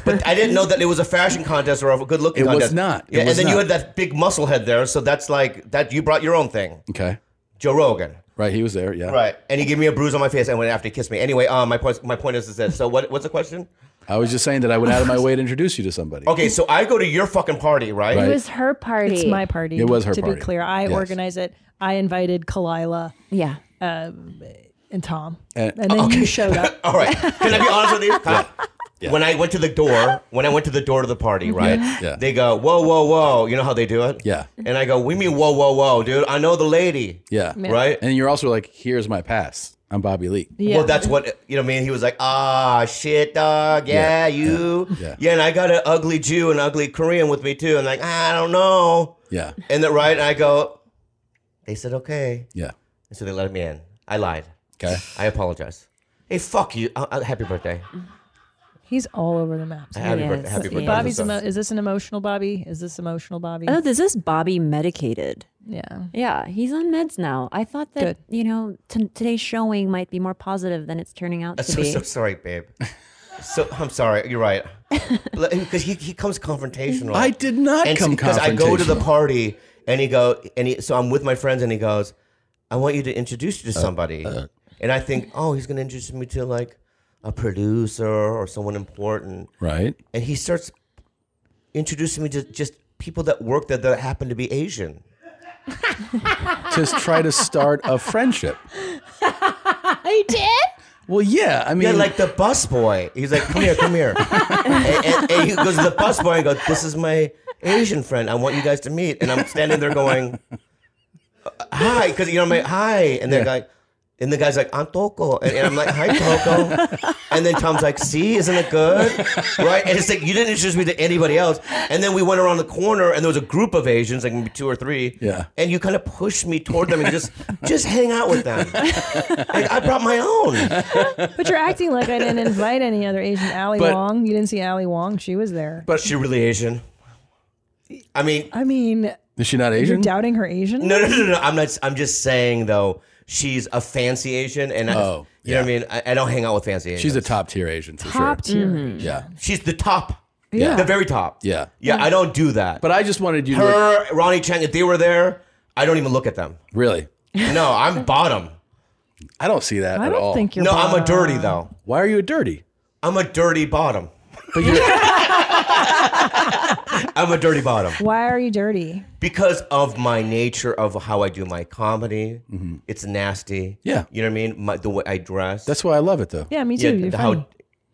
[SPEAKER 15] but I didn't know that it was a fashion contest or a good-looking
[SPEAKER 6] It was
[SPEAKER 15] contest.
[SPEAKER 6] not. It
[SPEAKER 15] Yeah,
[SPEAKER 6] was
[SPEAKER 15] and then you
[SPEAKER 6] not.
[SPEAKER 15] had that big muscle head there, so that's like that. You brought your own thing.
[SPEAKER 6] Okay.
[SPEAKER 15] Joe Rogan.
[SPEAKER 6] Right. He was there. Yeah.
[SPEAKER 15] Right, and he gave me a bruise on my face and went after he kissed me. Anyway, um, my point, my point is, is that so? What, what's the question?
[SPEAKER 6] I was just saying that I went out of my way to introduce you to somebody.
[SPEAKER 15] Okay, so I go to your fucking party, right?
[SPEAKER 4] It was her party.
[SPEAKER 10] It's my party.
[SPEAKER 6] It was her
[SPEAKER 10] to
[SPEAKER 6] party.
[SPEAKER 10] be clear. I
[SPEAKER 6] Yes.
[SPEAKER 10] organize it. I invited Kalila.
[SPEAKER 4] Yeah.
[SPEAKER 10] Um, and Tom.
[SPEAKER 6] And-
[SPEAKER 10] And, then
[SPEAKER 15] Okay.
[SPEAKER 10] you showed up.
[SPEAKER 15] All right. Can I be honest with you? When I went to the door, when I went to the door to the party, right?
[SPEAKER 6] Yeah, yeah.
[SPEAKER 15] They go, whoa, whoa, whoa. You know how they do it?
[SPEAKER 6] Yeah.
[SPEAKER 15] And I go, we mean whoa, whoa, whoa, dude. I know the lady.
[SPEAKER 6] Yeah.
[SPEAKER 15] Yeah. Right?
[SPEAKER 6] And you're also like, here's my pass. I'm Bobby Lee.
[SPEAKER 15] Well, that's what you know. what I mean, he was like, "Ah, shit, dog. Yeah,
[SPEAKER 6] Yeah,
[SPEAKER 15] you.
[SPEAKER 6] yeah.
[SPEAKER 15] and I got an ugly Jew and ugly Korean with me too. And like, "Ah, I don't know.
[SPEAKER 6] Yeah.
[SPEAKER 15] And then right, and I go. They said okay.
[SPEAKER 6] Yeah.
[SPEAKER 15] And so they let me in. I lied.
[SPEAKER 6] Okay.
[SPEAKER 15] I apologize. Hey, fuck you. Uh, uh, happy birthday.
[SPEAKER 10] He's all over the map.
[SPEAKER 15] Happy He birth- is. happy birthday.
[SPEAKER 10] Bobby's
[SPEAKER 15] So-
[SPEAKER 10] emo- is this an emotional Bobby? Is this emotional Bobby?
[SPEAKER 4] Oh, this is Bobby medicated.
[SPEAKER 10] Yeah.
[SPEAKER 4] Yeah, he's on meds now. I thought that, you know, t- today's showing might be more positive than it's turning out
[SPEAKER 15] I'm
[SPEAKER 4] to
[SPEAKER 15] so,
[SPEAKER 4] be.
[SPEAKER 15] so sorry, babe. So I'm sorry. You're right. Because he, he comes confrontational.
[SPEAKER 6] I did not
[SPEAKER 15] and
[SPEAKER 6] come
[SPEAKER 15] because I go to the
[SPEAKER 6] confrontational.
[SPEAKER 15] party and he go and he, so I'm with my friends and he goes, I want you to introduce
[SPEAKER 6] Uh,
[SPEAKER 15] you to somebody, and I think, oh, he's gonna introduce me to like a producer or someone important,
[SPEAKER 6] Right.
[SPEAKER 15] And he starts introducing me to just people that work there that happen to be Asian.
[SPEAKER 6] to try to start a friendship.
[SPEAKER 10] I did.
[SPEAKER 6] Well, yeah. I mean,
[SPEAKER 15] yeah, like the bus boy. He's like, come here, come here. and, and- and he goes to the bus boy and goes, this is my Asian friend. I want you guys to meet. And I'm standing there going, uh, hi, because you know, I'm like, hi. And they're
[SPEAKER 6] Yeah.
[SPEAKER 15] like, and the guy's like, I'm Toko. And, and I'm like, hi, Toko. and then Tom's like, see, isn't it good? Right? And it's like, you didn't introduce me to anybody else. And then we went around the corner and there was a group of Asians, like maybe two or three.
[SPEAKER 6] Yeah.
[SPEAKER 15] And you kind of pushed me toward them and just, just hang out with them. Like, I brought my own.
[SPEAKER 10] But you're acting like I didn't invite any other Asian. Ali
[SPEAKER 15] But-
[SPEAKER 10] Wong. You didn't see Ali Wong. She was there.
[SPEAKER 15] But she really Asian. I mean,
[SPEAKER 10] I mean,
[SPEAKER 6] is she not
[SPEAKER 10] you're doubting her Asian?
[SPEAKER 15] No, no, no, no. I'm not. I'm just saying though. She's a fancy Asian, and
[SPEAKER 6] Oh,
[SPEAKER 15] I, you know what I mean. I, I don't hang out with fancy Asians.
[SPEAKER 6] she's a top tier Asian for
[SPEAKER 15] Top
[SPEAKER 6] sure.
[SPEAKER 15] tier Mhm.
[SPEAKER 6] Yeah.
[SPEAKER 15] She's the top.
[SPEAKER 6] Yeah.
[SPEAKER 15] the very top.
[SPEAKER 6] Yeah.
[SPEAKER 15] yeah. I don't do that.
[SPEAKER 6] But I just wanted you to. like-
[SPEAKER 15] Her, Ronnie Chang, if they were there, I don't even look at them.
[SPEAKER 6] really?
[SPEAKER 15] No, I'm bottom.
[SPEAKER 6] I don't see that
[SPEAKER 15] I
[SPEAKER 6] at
[SPEAKER 15] don't
[SPEAKER 6] all.
[SPEAKER 15] think you're No, I'm a dirty, bottom. though.
[SPEAKER 6] Why are you a dirty?
[SPEAKER 15] I'm a dirty bottom.
[SPEAKER 6] But you're,
[SPEAKER 15] I'm a dirty bottom
[SPEAKER 10] Why are you dirty?
[SPEAKER 15] because of my nature of how I do my comedy. It's nasty.
[SPEAKER 6] Yeah.
[SPEAKER 15] you know what I mean. My, the way I dress.
[SPEAKER 6] that's why I love it though.
[SPEAKER 10] Yeah, me too. You're funny.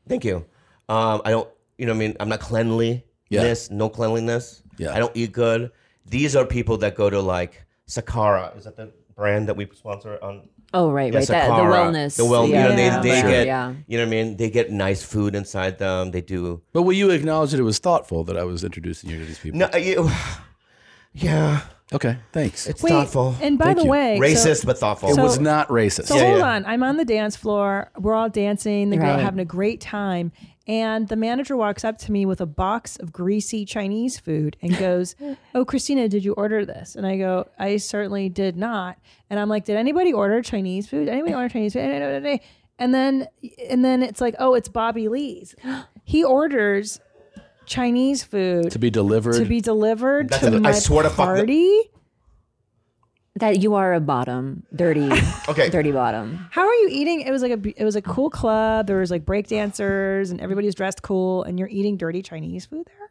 [SPEAKER 15] Thank you. Um, I don't. You know, what I mean, I'm not cleanly. Yes, no cleanliness. Yeah, I don't eat good. These are people that go to like Sakara. Is that the brand that we sponsor on?
[SPEAKER 4] Oh, right, right. That- the wellness.
[SPEAKER 15] The well.
[SPEAKER 4] Yeah.
[SPEAKER 15] You know,
[SPEAKER 4] Yeah.
[SPEAKER 15] they, they
[SPEAKER 4] Sure.
[SPEAKER 15] get.
[SPEAKER 4] Yeah.
[SPEAKER 15] You know what I mean? They get nice food inside them. They do.
[SPEAKER 6] But will you acknowledge that it was thoughtful that I was introducing you to these people?
[SPEAKER 15] No, you. Yeah.
[SPEAKER 6] Okay. Thanks.
[SPEAKER 15] It's
[SPEAKER 10] Wait, thoughtful. and by the way, so-
[SPEAKER 15] racist but thoughtful.
[SPEAKER 6] It was not racist.
[SPEAKER 10] So hold on. I'm on the dance floor. We're all dancing. The girl
[SPEAKER 6] Right.
[SPEAKER 10] having a great time. And the manager walks up to me with a box of greasy Chinese food and goes, Oh, Christina, did you order this? And I go, I certainly did not. And I'm like, Did anybody order Chinese food? Anybody order Chinese food? And then and then it's like, Oh, it's Bobby Lee's. He orders Chinese food
[SPEAKER 6] to be delivered.
[SPEAKER 10] to be delivered
[SPEAKER 6] That's
[SPEAKER 10] to
[SPEAKER 6] a- I
[SPEAKER 10] my
[SPEAKER 6] swear to fuck that-
[SPEAKER 10] party.
[SPEAKER 4] That you are a bottom, dirty, okay, dirty bottom.
[SPEAKER 10] How are you eating? It was like a b- it was a cool club. There was like break dancers and everybody was dressed cool, and you're eating dirty Chinese food there.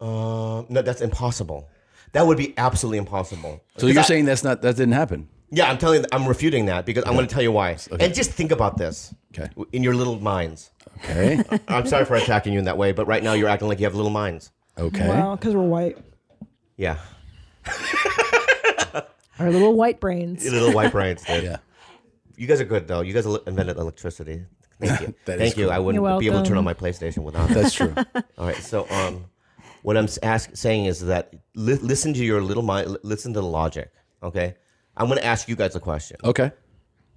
[SPEAKER 15] Uh, no, that's impossible. That would be absolutely impossible.
[SPEAKER 6] So you're
[SPEAKER 15] I-
[SPEAKER 6] saying that's not that didn't happen.
[SPEAKER 15] Yeah, I'm telling. I'm refuting that because I'm going to tell you why. And just think about this. Okay. In your little minds.
[SPEAKER 6] Okay.
[SPEAKER 15] I'm sorry for attacking you in that way, but right now you're acting like you have little minds.
[SPEAKER 6] Okay.
[SPEAKER 10] Well, because we're white,
[SPEAKER 15] Yeah.
[SPEAKER 10] our little white brains.
[SPEAKER 15] Your little white brains, dude. Yeah. You guys are good though. You guys el- invented electricity. Thank you.
[SPEAKER 6] That is
[SPEAKER 15] Thank you.
[SPEAKER 6] cool.
[SPEAKER 15] I wouldn't
[SPEAKER 6] You're
[SPEAKER 15] be able to turn on my
[SPEAKER 6] welcome.
[SPEAKER 15] PlayStation without.
[SPEAKER 6] That's
[SPEAKER 15] it.
[SPEAKER 6] true.
[SPEAKER 15] All right. So, um, what I'm s- ask, saying is that li- listen to your little mind. li- listen to the logic. Okay. I'm going to ask you guys a question.
[SPEAKER 6] Okay.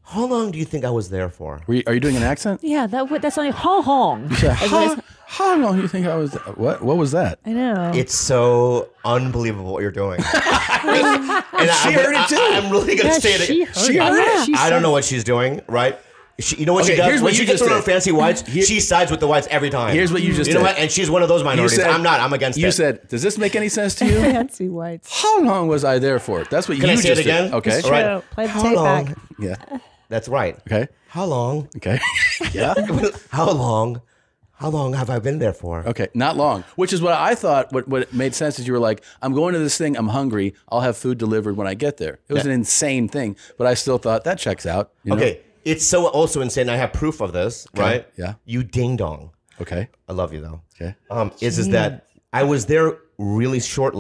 [SPEAKER 15] How long do you think I was there for?
[SPEAKER 6] Were you, are you doing an accent?
[SPEAKER 4] Yeah, that would that's only Hong Hong.
[SPEAKER 6] You said,
[SPEAKER 4] That's what
[SPEAKER 6] how, how long do you think I was? What What was that?
[SPEAKER 10] I know.
[SPEAKER 15] It's so unbelievable what you're doing. And I,
[SPEAKER 6] She
[SPEAKER 15] I'm,
[SPEAKER 6] heard it too.
[SPEAKER 15] I, am really gonna
[SPEAKER 6] Yeah,
[SPEAKER 15] say it.
[SPEAKER 6] she heard She it. heard it. She
[SPEAKER 15] I
[SPEAKER 6] said
[SPEAKER 15] don't know
[SPEAKER 6] it.
[SPEAKER 15] what she's doing, right? She, you know what
[SPEAKER 6] Okay,
[SPEAKER 15] she does?
[SPEAKER 6] here's
[SPEAKER 15] when
[SPEAKER 6] what
[SPEAKER 15] she
[SPEAKER 6] you
[SPEAKER 15] gets
[SPEAKER 6] just
[SPEAKER 15] around
[SPEAKER 6] did.
[SPEAKER 15] fancy whites, she sides with the whites every time.
[SPEAKER 6] Here's what you just
[SPEAKER 15] You know
[SPEAKER 6] did.
[SPEAKER 15] what? And she's one of those
[SPEAKER 6] You
[SPEAKER 15] minorities.
[SPEAKER 6] said-
[SPEAKER 15] I'm not. I'm against
[SPEAKER 6] You
[SPEAKER 15] it.
[SPEAKER 6] said, "Does this make any sense to you?"
[SPEAKER 10] Fancy whites.
[SPEAKER 6] How long was I there for? That's what
[SPEAKER 15] Can
[SPEAKER 6] you
[SPEAKER 15] I say it
[SPEAKER 6] just did.
[SPEAKER 15] again?
[SPEAKER 6] Okay.
[SPEAKER 15] It's true. Right.
[SPEAKER 10] Play the
[SPEAKER 15] How
[SPEAKER 10] tape
[SPEAKER 15] long?
[SPEAKER 10] back.
[SPEAKER 6] Yeah.
[SPEAKER 15] That's right.
[SPEAKER 6] Okay.
[SPEAKER 15] How long?
[SPEAKER 6] Okay. yeah.
[SPEAKER 15] how long? How long have I been there for?
[SPEAKER 6] Okay, not long. Which is what I thought. What what made sense is you were like, "I'm going to this thing. I'm hungry. I'll have food delivered when I get there." It was
[SPEAKER 15] Yeah.
[SPEAKER 6] an insane thing, but I still thought that checks out. you know?
[SPEAKER 15] Okay. It's so also insane. I have proof of this,
[SPEAKER 6] Okay.
[SPEAKER 15] right?
[SPEAKER 6] Yeah.
[SPEAKER 15] You ding dong.
[SPEAKER 6] Okay.
[SPEAKER 15] I love you though.
[SPEAKER 6] Okay.
[SPEAKER 15] Um, is is that I was there really short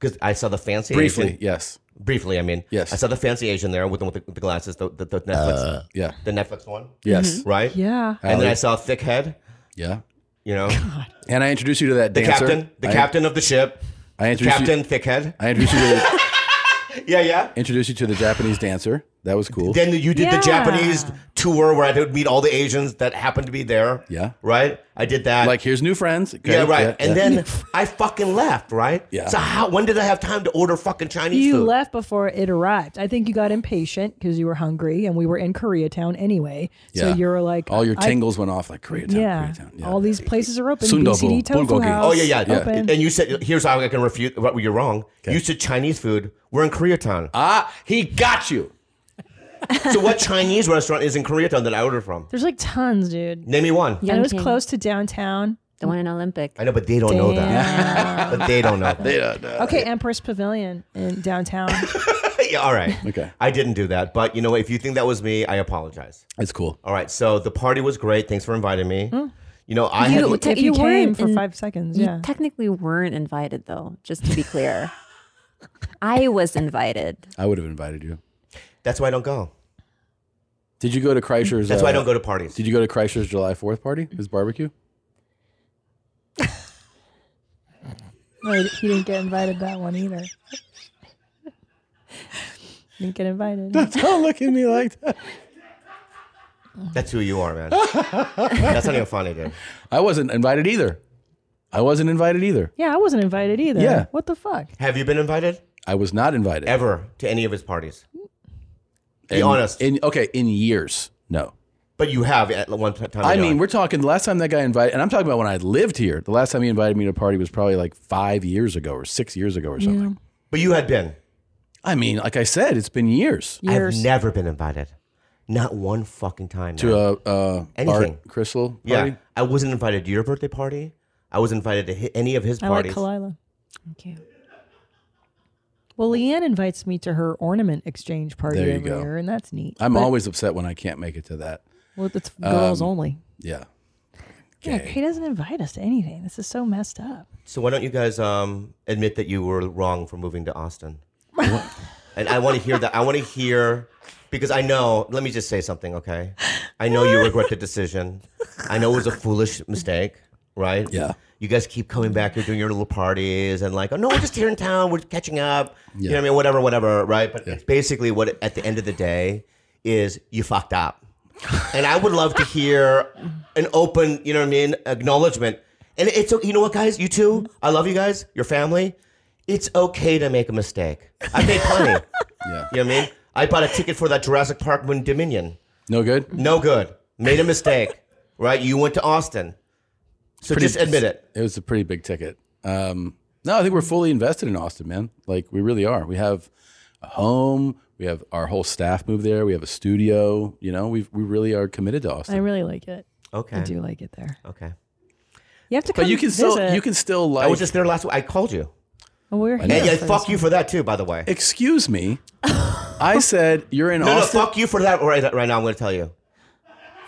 [SPEAKER 15] because I saw the fancy
[SPEAKER 6] Briefly,
[SPEAKER 15] Asian-
[SPEAKER 6] yes.
[SPEAKER 15] Briefly, I mean,
[SPEAKER 6] Yes.
[SPEAKER 15] I saw the fancy Asian there with the, with the, with the glasses, the, the, the Netflix,
[SPEAKER 6] Uh, yeah.
[SPEAKER 15] the Netflix one,
[SPEAKER 6] Yes. Mhm.
[SPEAKER 15] right,
[SPEAKER 10] Mm-hmm. Yeah.
[SPEAKER 15] and then
[SPEAKER 6] Ally.
[SPEAKER 15] I saw a thick head,
[SPEAKER 6] Yeah.
[SPEAKER 15] you know,
[SPEAKER 6] And I introduced you to that
[SPEAKER 15] the
[SPEAKER 6] dancer.
[SPEAKER 15] captain, the
[SPEAKER 6] I-
[SPEAKER 15] captain of the ship,
[SPEAKER 6] I
[SPEAKER 15] the
[SPEAKER 6] introduced you-
[SPEAKER 15] captain, thick head,
[SPEAKER 6] I introduced you to the,
[SPEAKER 15] yeah, yeah.
[SPEAKER 6] introduced you to the Japanese dancer. That was cool.
[SPEAKER 15] Then you did
[SPEAKER 6] Yeah.
[SPEAKER 15] the Japanese tour where I would meet all the Asians that happened to be there.
[SPEAKER 6] Yeah.
[SPEAKER 15] Right? I did that.
[SPEAKER 6] Like, here's new friends. Okay,
[SPEAKER 15] Yeah, right.
[SPEAKER 6] yeah,
[SPEAKER 15] and
[SPEAKER 6] yeah.
[SPEAKER 15] then I fucking left, right?
[SPEAKER 6] Yeah.
[SPEAKER 15] So how when did I have time to order fucking Chinese
[SPEAKER 10] You
[SPEAKER 15] food?
[SPEAKER 10] left before it arrived. I think you got impatient because you were hungry, and we were in Koreatown anyway.
[SPEAKER 6] Yeah.
[SPEAKER 10] So you were like,
[SPEAKER 6] all your
[SPEAKER 10] I-
[SPEAKER 6] tingles went off like Koreatown.
[SPEAKER 10] yeah, all these places are open.
[SPEAKER 6] Sundobu,
[SPEAKER 10] BCD Tofu
[SPEAKER 6] bulgogi.
[SPEAKER 10] House.
[SPEAKER 15] Oh yeah, yeah,
[SPEAKER 10] Open.
[SPEAKER 15] And you said here's how I can refute what you're wrong. You said Chinese food. We're in Koreatown.
[SPEAKER 6] Ah, he got you.
[SPEAKER 15] so what Chinese restaurant is in Koreatown that I ordered from?
[SPEAKER 10] There's like tons, dude.
[SPEAKER 15] Name me one.
[SPEAKER 10] and it was close to downtown.
[SPEAKER 4] The one in Olympic.
[SPEAKER 15] I know, but they don't know that. but they don't know.
[SPEAKER 6] They don't know.
[SPEAKER 10] Okay, Empress Pavilion in downtown.
[SPEAKER 15] yeah, all right. Okay. I didn't do that, but you know, if you think that was me, I apologize.
[SPEAKER 6] It's cool.
[SPEAKER 15] All right. So the party was great. Thanks for inviting me.
[SPEAKER 6] Hmm.
[SPEAKER 15] You know, I
[SPEAKER 10] You-
[SPEAKER 15] had
[SPEAKER 10] If you came for five seconds,
[SPEAKER 4] you
[SPEAKER 10] yeah.
[SPEAKER 4] technically weren't invited though. Just to be clear, I was invited.
[SPEAKER 6] I would have invited you.
[SPEAKER 15] That's why I don't go.
[SPEAKER 6] Did you go to Kreischer's? uh,
[SPEAKER 15] That's why I don't go to parties.
[SPEAKER 6] Did you go to Kreischer's July 4th party? His barbecue?
[SPEAKER 10] No, he he didn't get invited that one either. didn't get invited.
[SPEAKER 6] Don't look at me like that.
[SPEAKER 15] That's who you are, man. That's not even funny, dude.
[SPEAKER 6] I wasn't invited either. I wasn't invited either.
[SPEAKER 10] Yeah, I wasn't invited either.
[SPEAKER 6] Yeah.
[SPEAKER 10] What the fuck?
[SPEAKER 15] Have you been invited?
[SPEAKER 6] I was not invited.
[SPEAKER 15] Ever to any of his parties. Be
[SPEAKER 6] In-
[SPEAKER 15] honest.
[SPEAKER 6] In, okay, in years. No.
[SPEAKER 15] But you have at one time. in
[SPEAKER 6] I
[SPEAKER 15] your
[SPEAKER 6] mean,
[SPEAKER 15] life.
[SPEAKER 6] we're talking the last time that guy invited, and I'm talking about when I lived here. The last time he invited me to a party was probably like five years ago or six years ago or something.
[SPEAKER 15] But you had been.
[SPEAKER 6] I mean, like I said, it's been years.
[SPEAKER 15] I've never been invited. Not one fucking time.
[SPEAKER 6] To
[SPEAKER 15] man.
[SPEAKER 6] a, uh
[SPEAKER 15] Anything.
[SPEAKER 6] Art Crystal party?
[SPEAKER 15] Yeah. I wasn't invited to your birthday party. I was invited to hi- any of his
[SPEAKER 10] I like
[SPEAKER 15] parties.
[SPEAKER 10] Kalila. Thank you. Well, Leanne invites me to her ornament exchange party
[SPEAKER 6] There you
[SPEAKER 10] every
[SPEAKER 6] go.
[SPEAKER 10] year, and that's neat.
[SPEAKER 6] I'm
[SPEAKER 10] But-
[SPEAKER 6] always upset when I can't make it to that.
[SPEAKER 10] Well, it's girls
[SPEAKER 6] Um,
[SPEAKER 10] only.
[SPEAKER 6] Yeah.
[SPEAKER 10] Yeah, he doesn't invite us to anything. This is so messed up.
[SPEAKER 15] So why don't you guys um, admit that you were wrong for moving to Austin? and I want to hear that. I want to hear because I know. Let me just say something, okay? I know you regret the decision. I know it was a foolish mistake, right?
[SPEAKER 6] Yeah.
[SPEAKER 15] You guys keep coming back. You're doing your little parties and like, oh no, we're just here in town. We're catching up. You know what I mean? Whatever, whatever, right? But basically, what at the end of the day is you fucked up. and I would love to hear an open, you know what I mean, acknowledgement. And it's you know what, guys, you too. I love you guys, your family. It's okay to make a mistake. I made plenty.
[SPEAKER 6] Yeah.
[SPEAKER 15] You know what I mean? I bought a ticket for that Jurassic Park Moon Dominion.
[SPEAKER 6] No good?
[SPEAKER 15] No good. Made a mistake. right? You went to Austin. So just admit it.
[SPEAKER 6] It was a pretty big ticket. Um, no, I think we're fully invested in Austin, man. Like we really are. We have a home. We have our whole staff move there. We have a studio. You know, we we really are committed to Austin.
[SPEAKER 10] I really like it.
[SPEAKER 15] Okay.
[SPEAKER 10] I do like it there.
[SPEAKER 15] Okay.
[SPEAKER 10] You have to come
[SPEAKER 6] But you can
[SPEAKER 10] visit.
[SPEAKER 6] still you can still like.
[SPEAKER 15] I was just there last week. I called you.
[SPEAKER 10] Oh, we're
[SPEAKER 15] And
[SPEAKER 10] here.
[SPEAKER 15] yeah,
[SPEAKER 10] for
[SPEAKER 15] fuck
[SPEAKER 10] this
[SPEAKER 15] you for that too, by the way.
[SPEAKER 6] Excuse me. I said you're in
[SPEAKER 15] no,
[SPEAKER 6] Austin.
[SPEAKER 15] No, fuck you for that right, right now. I'm going to tell you.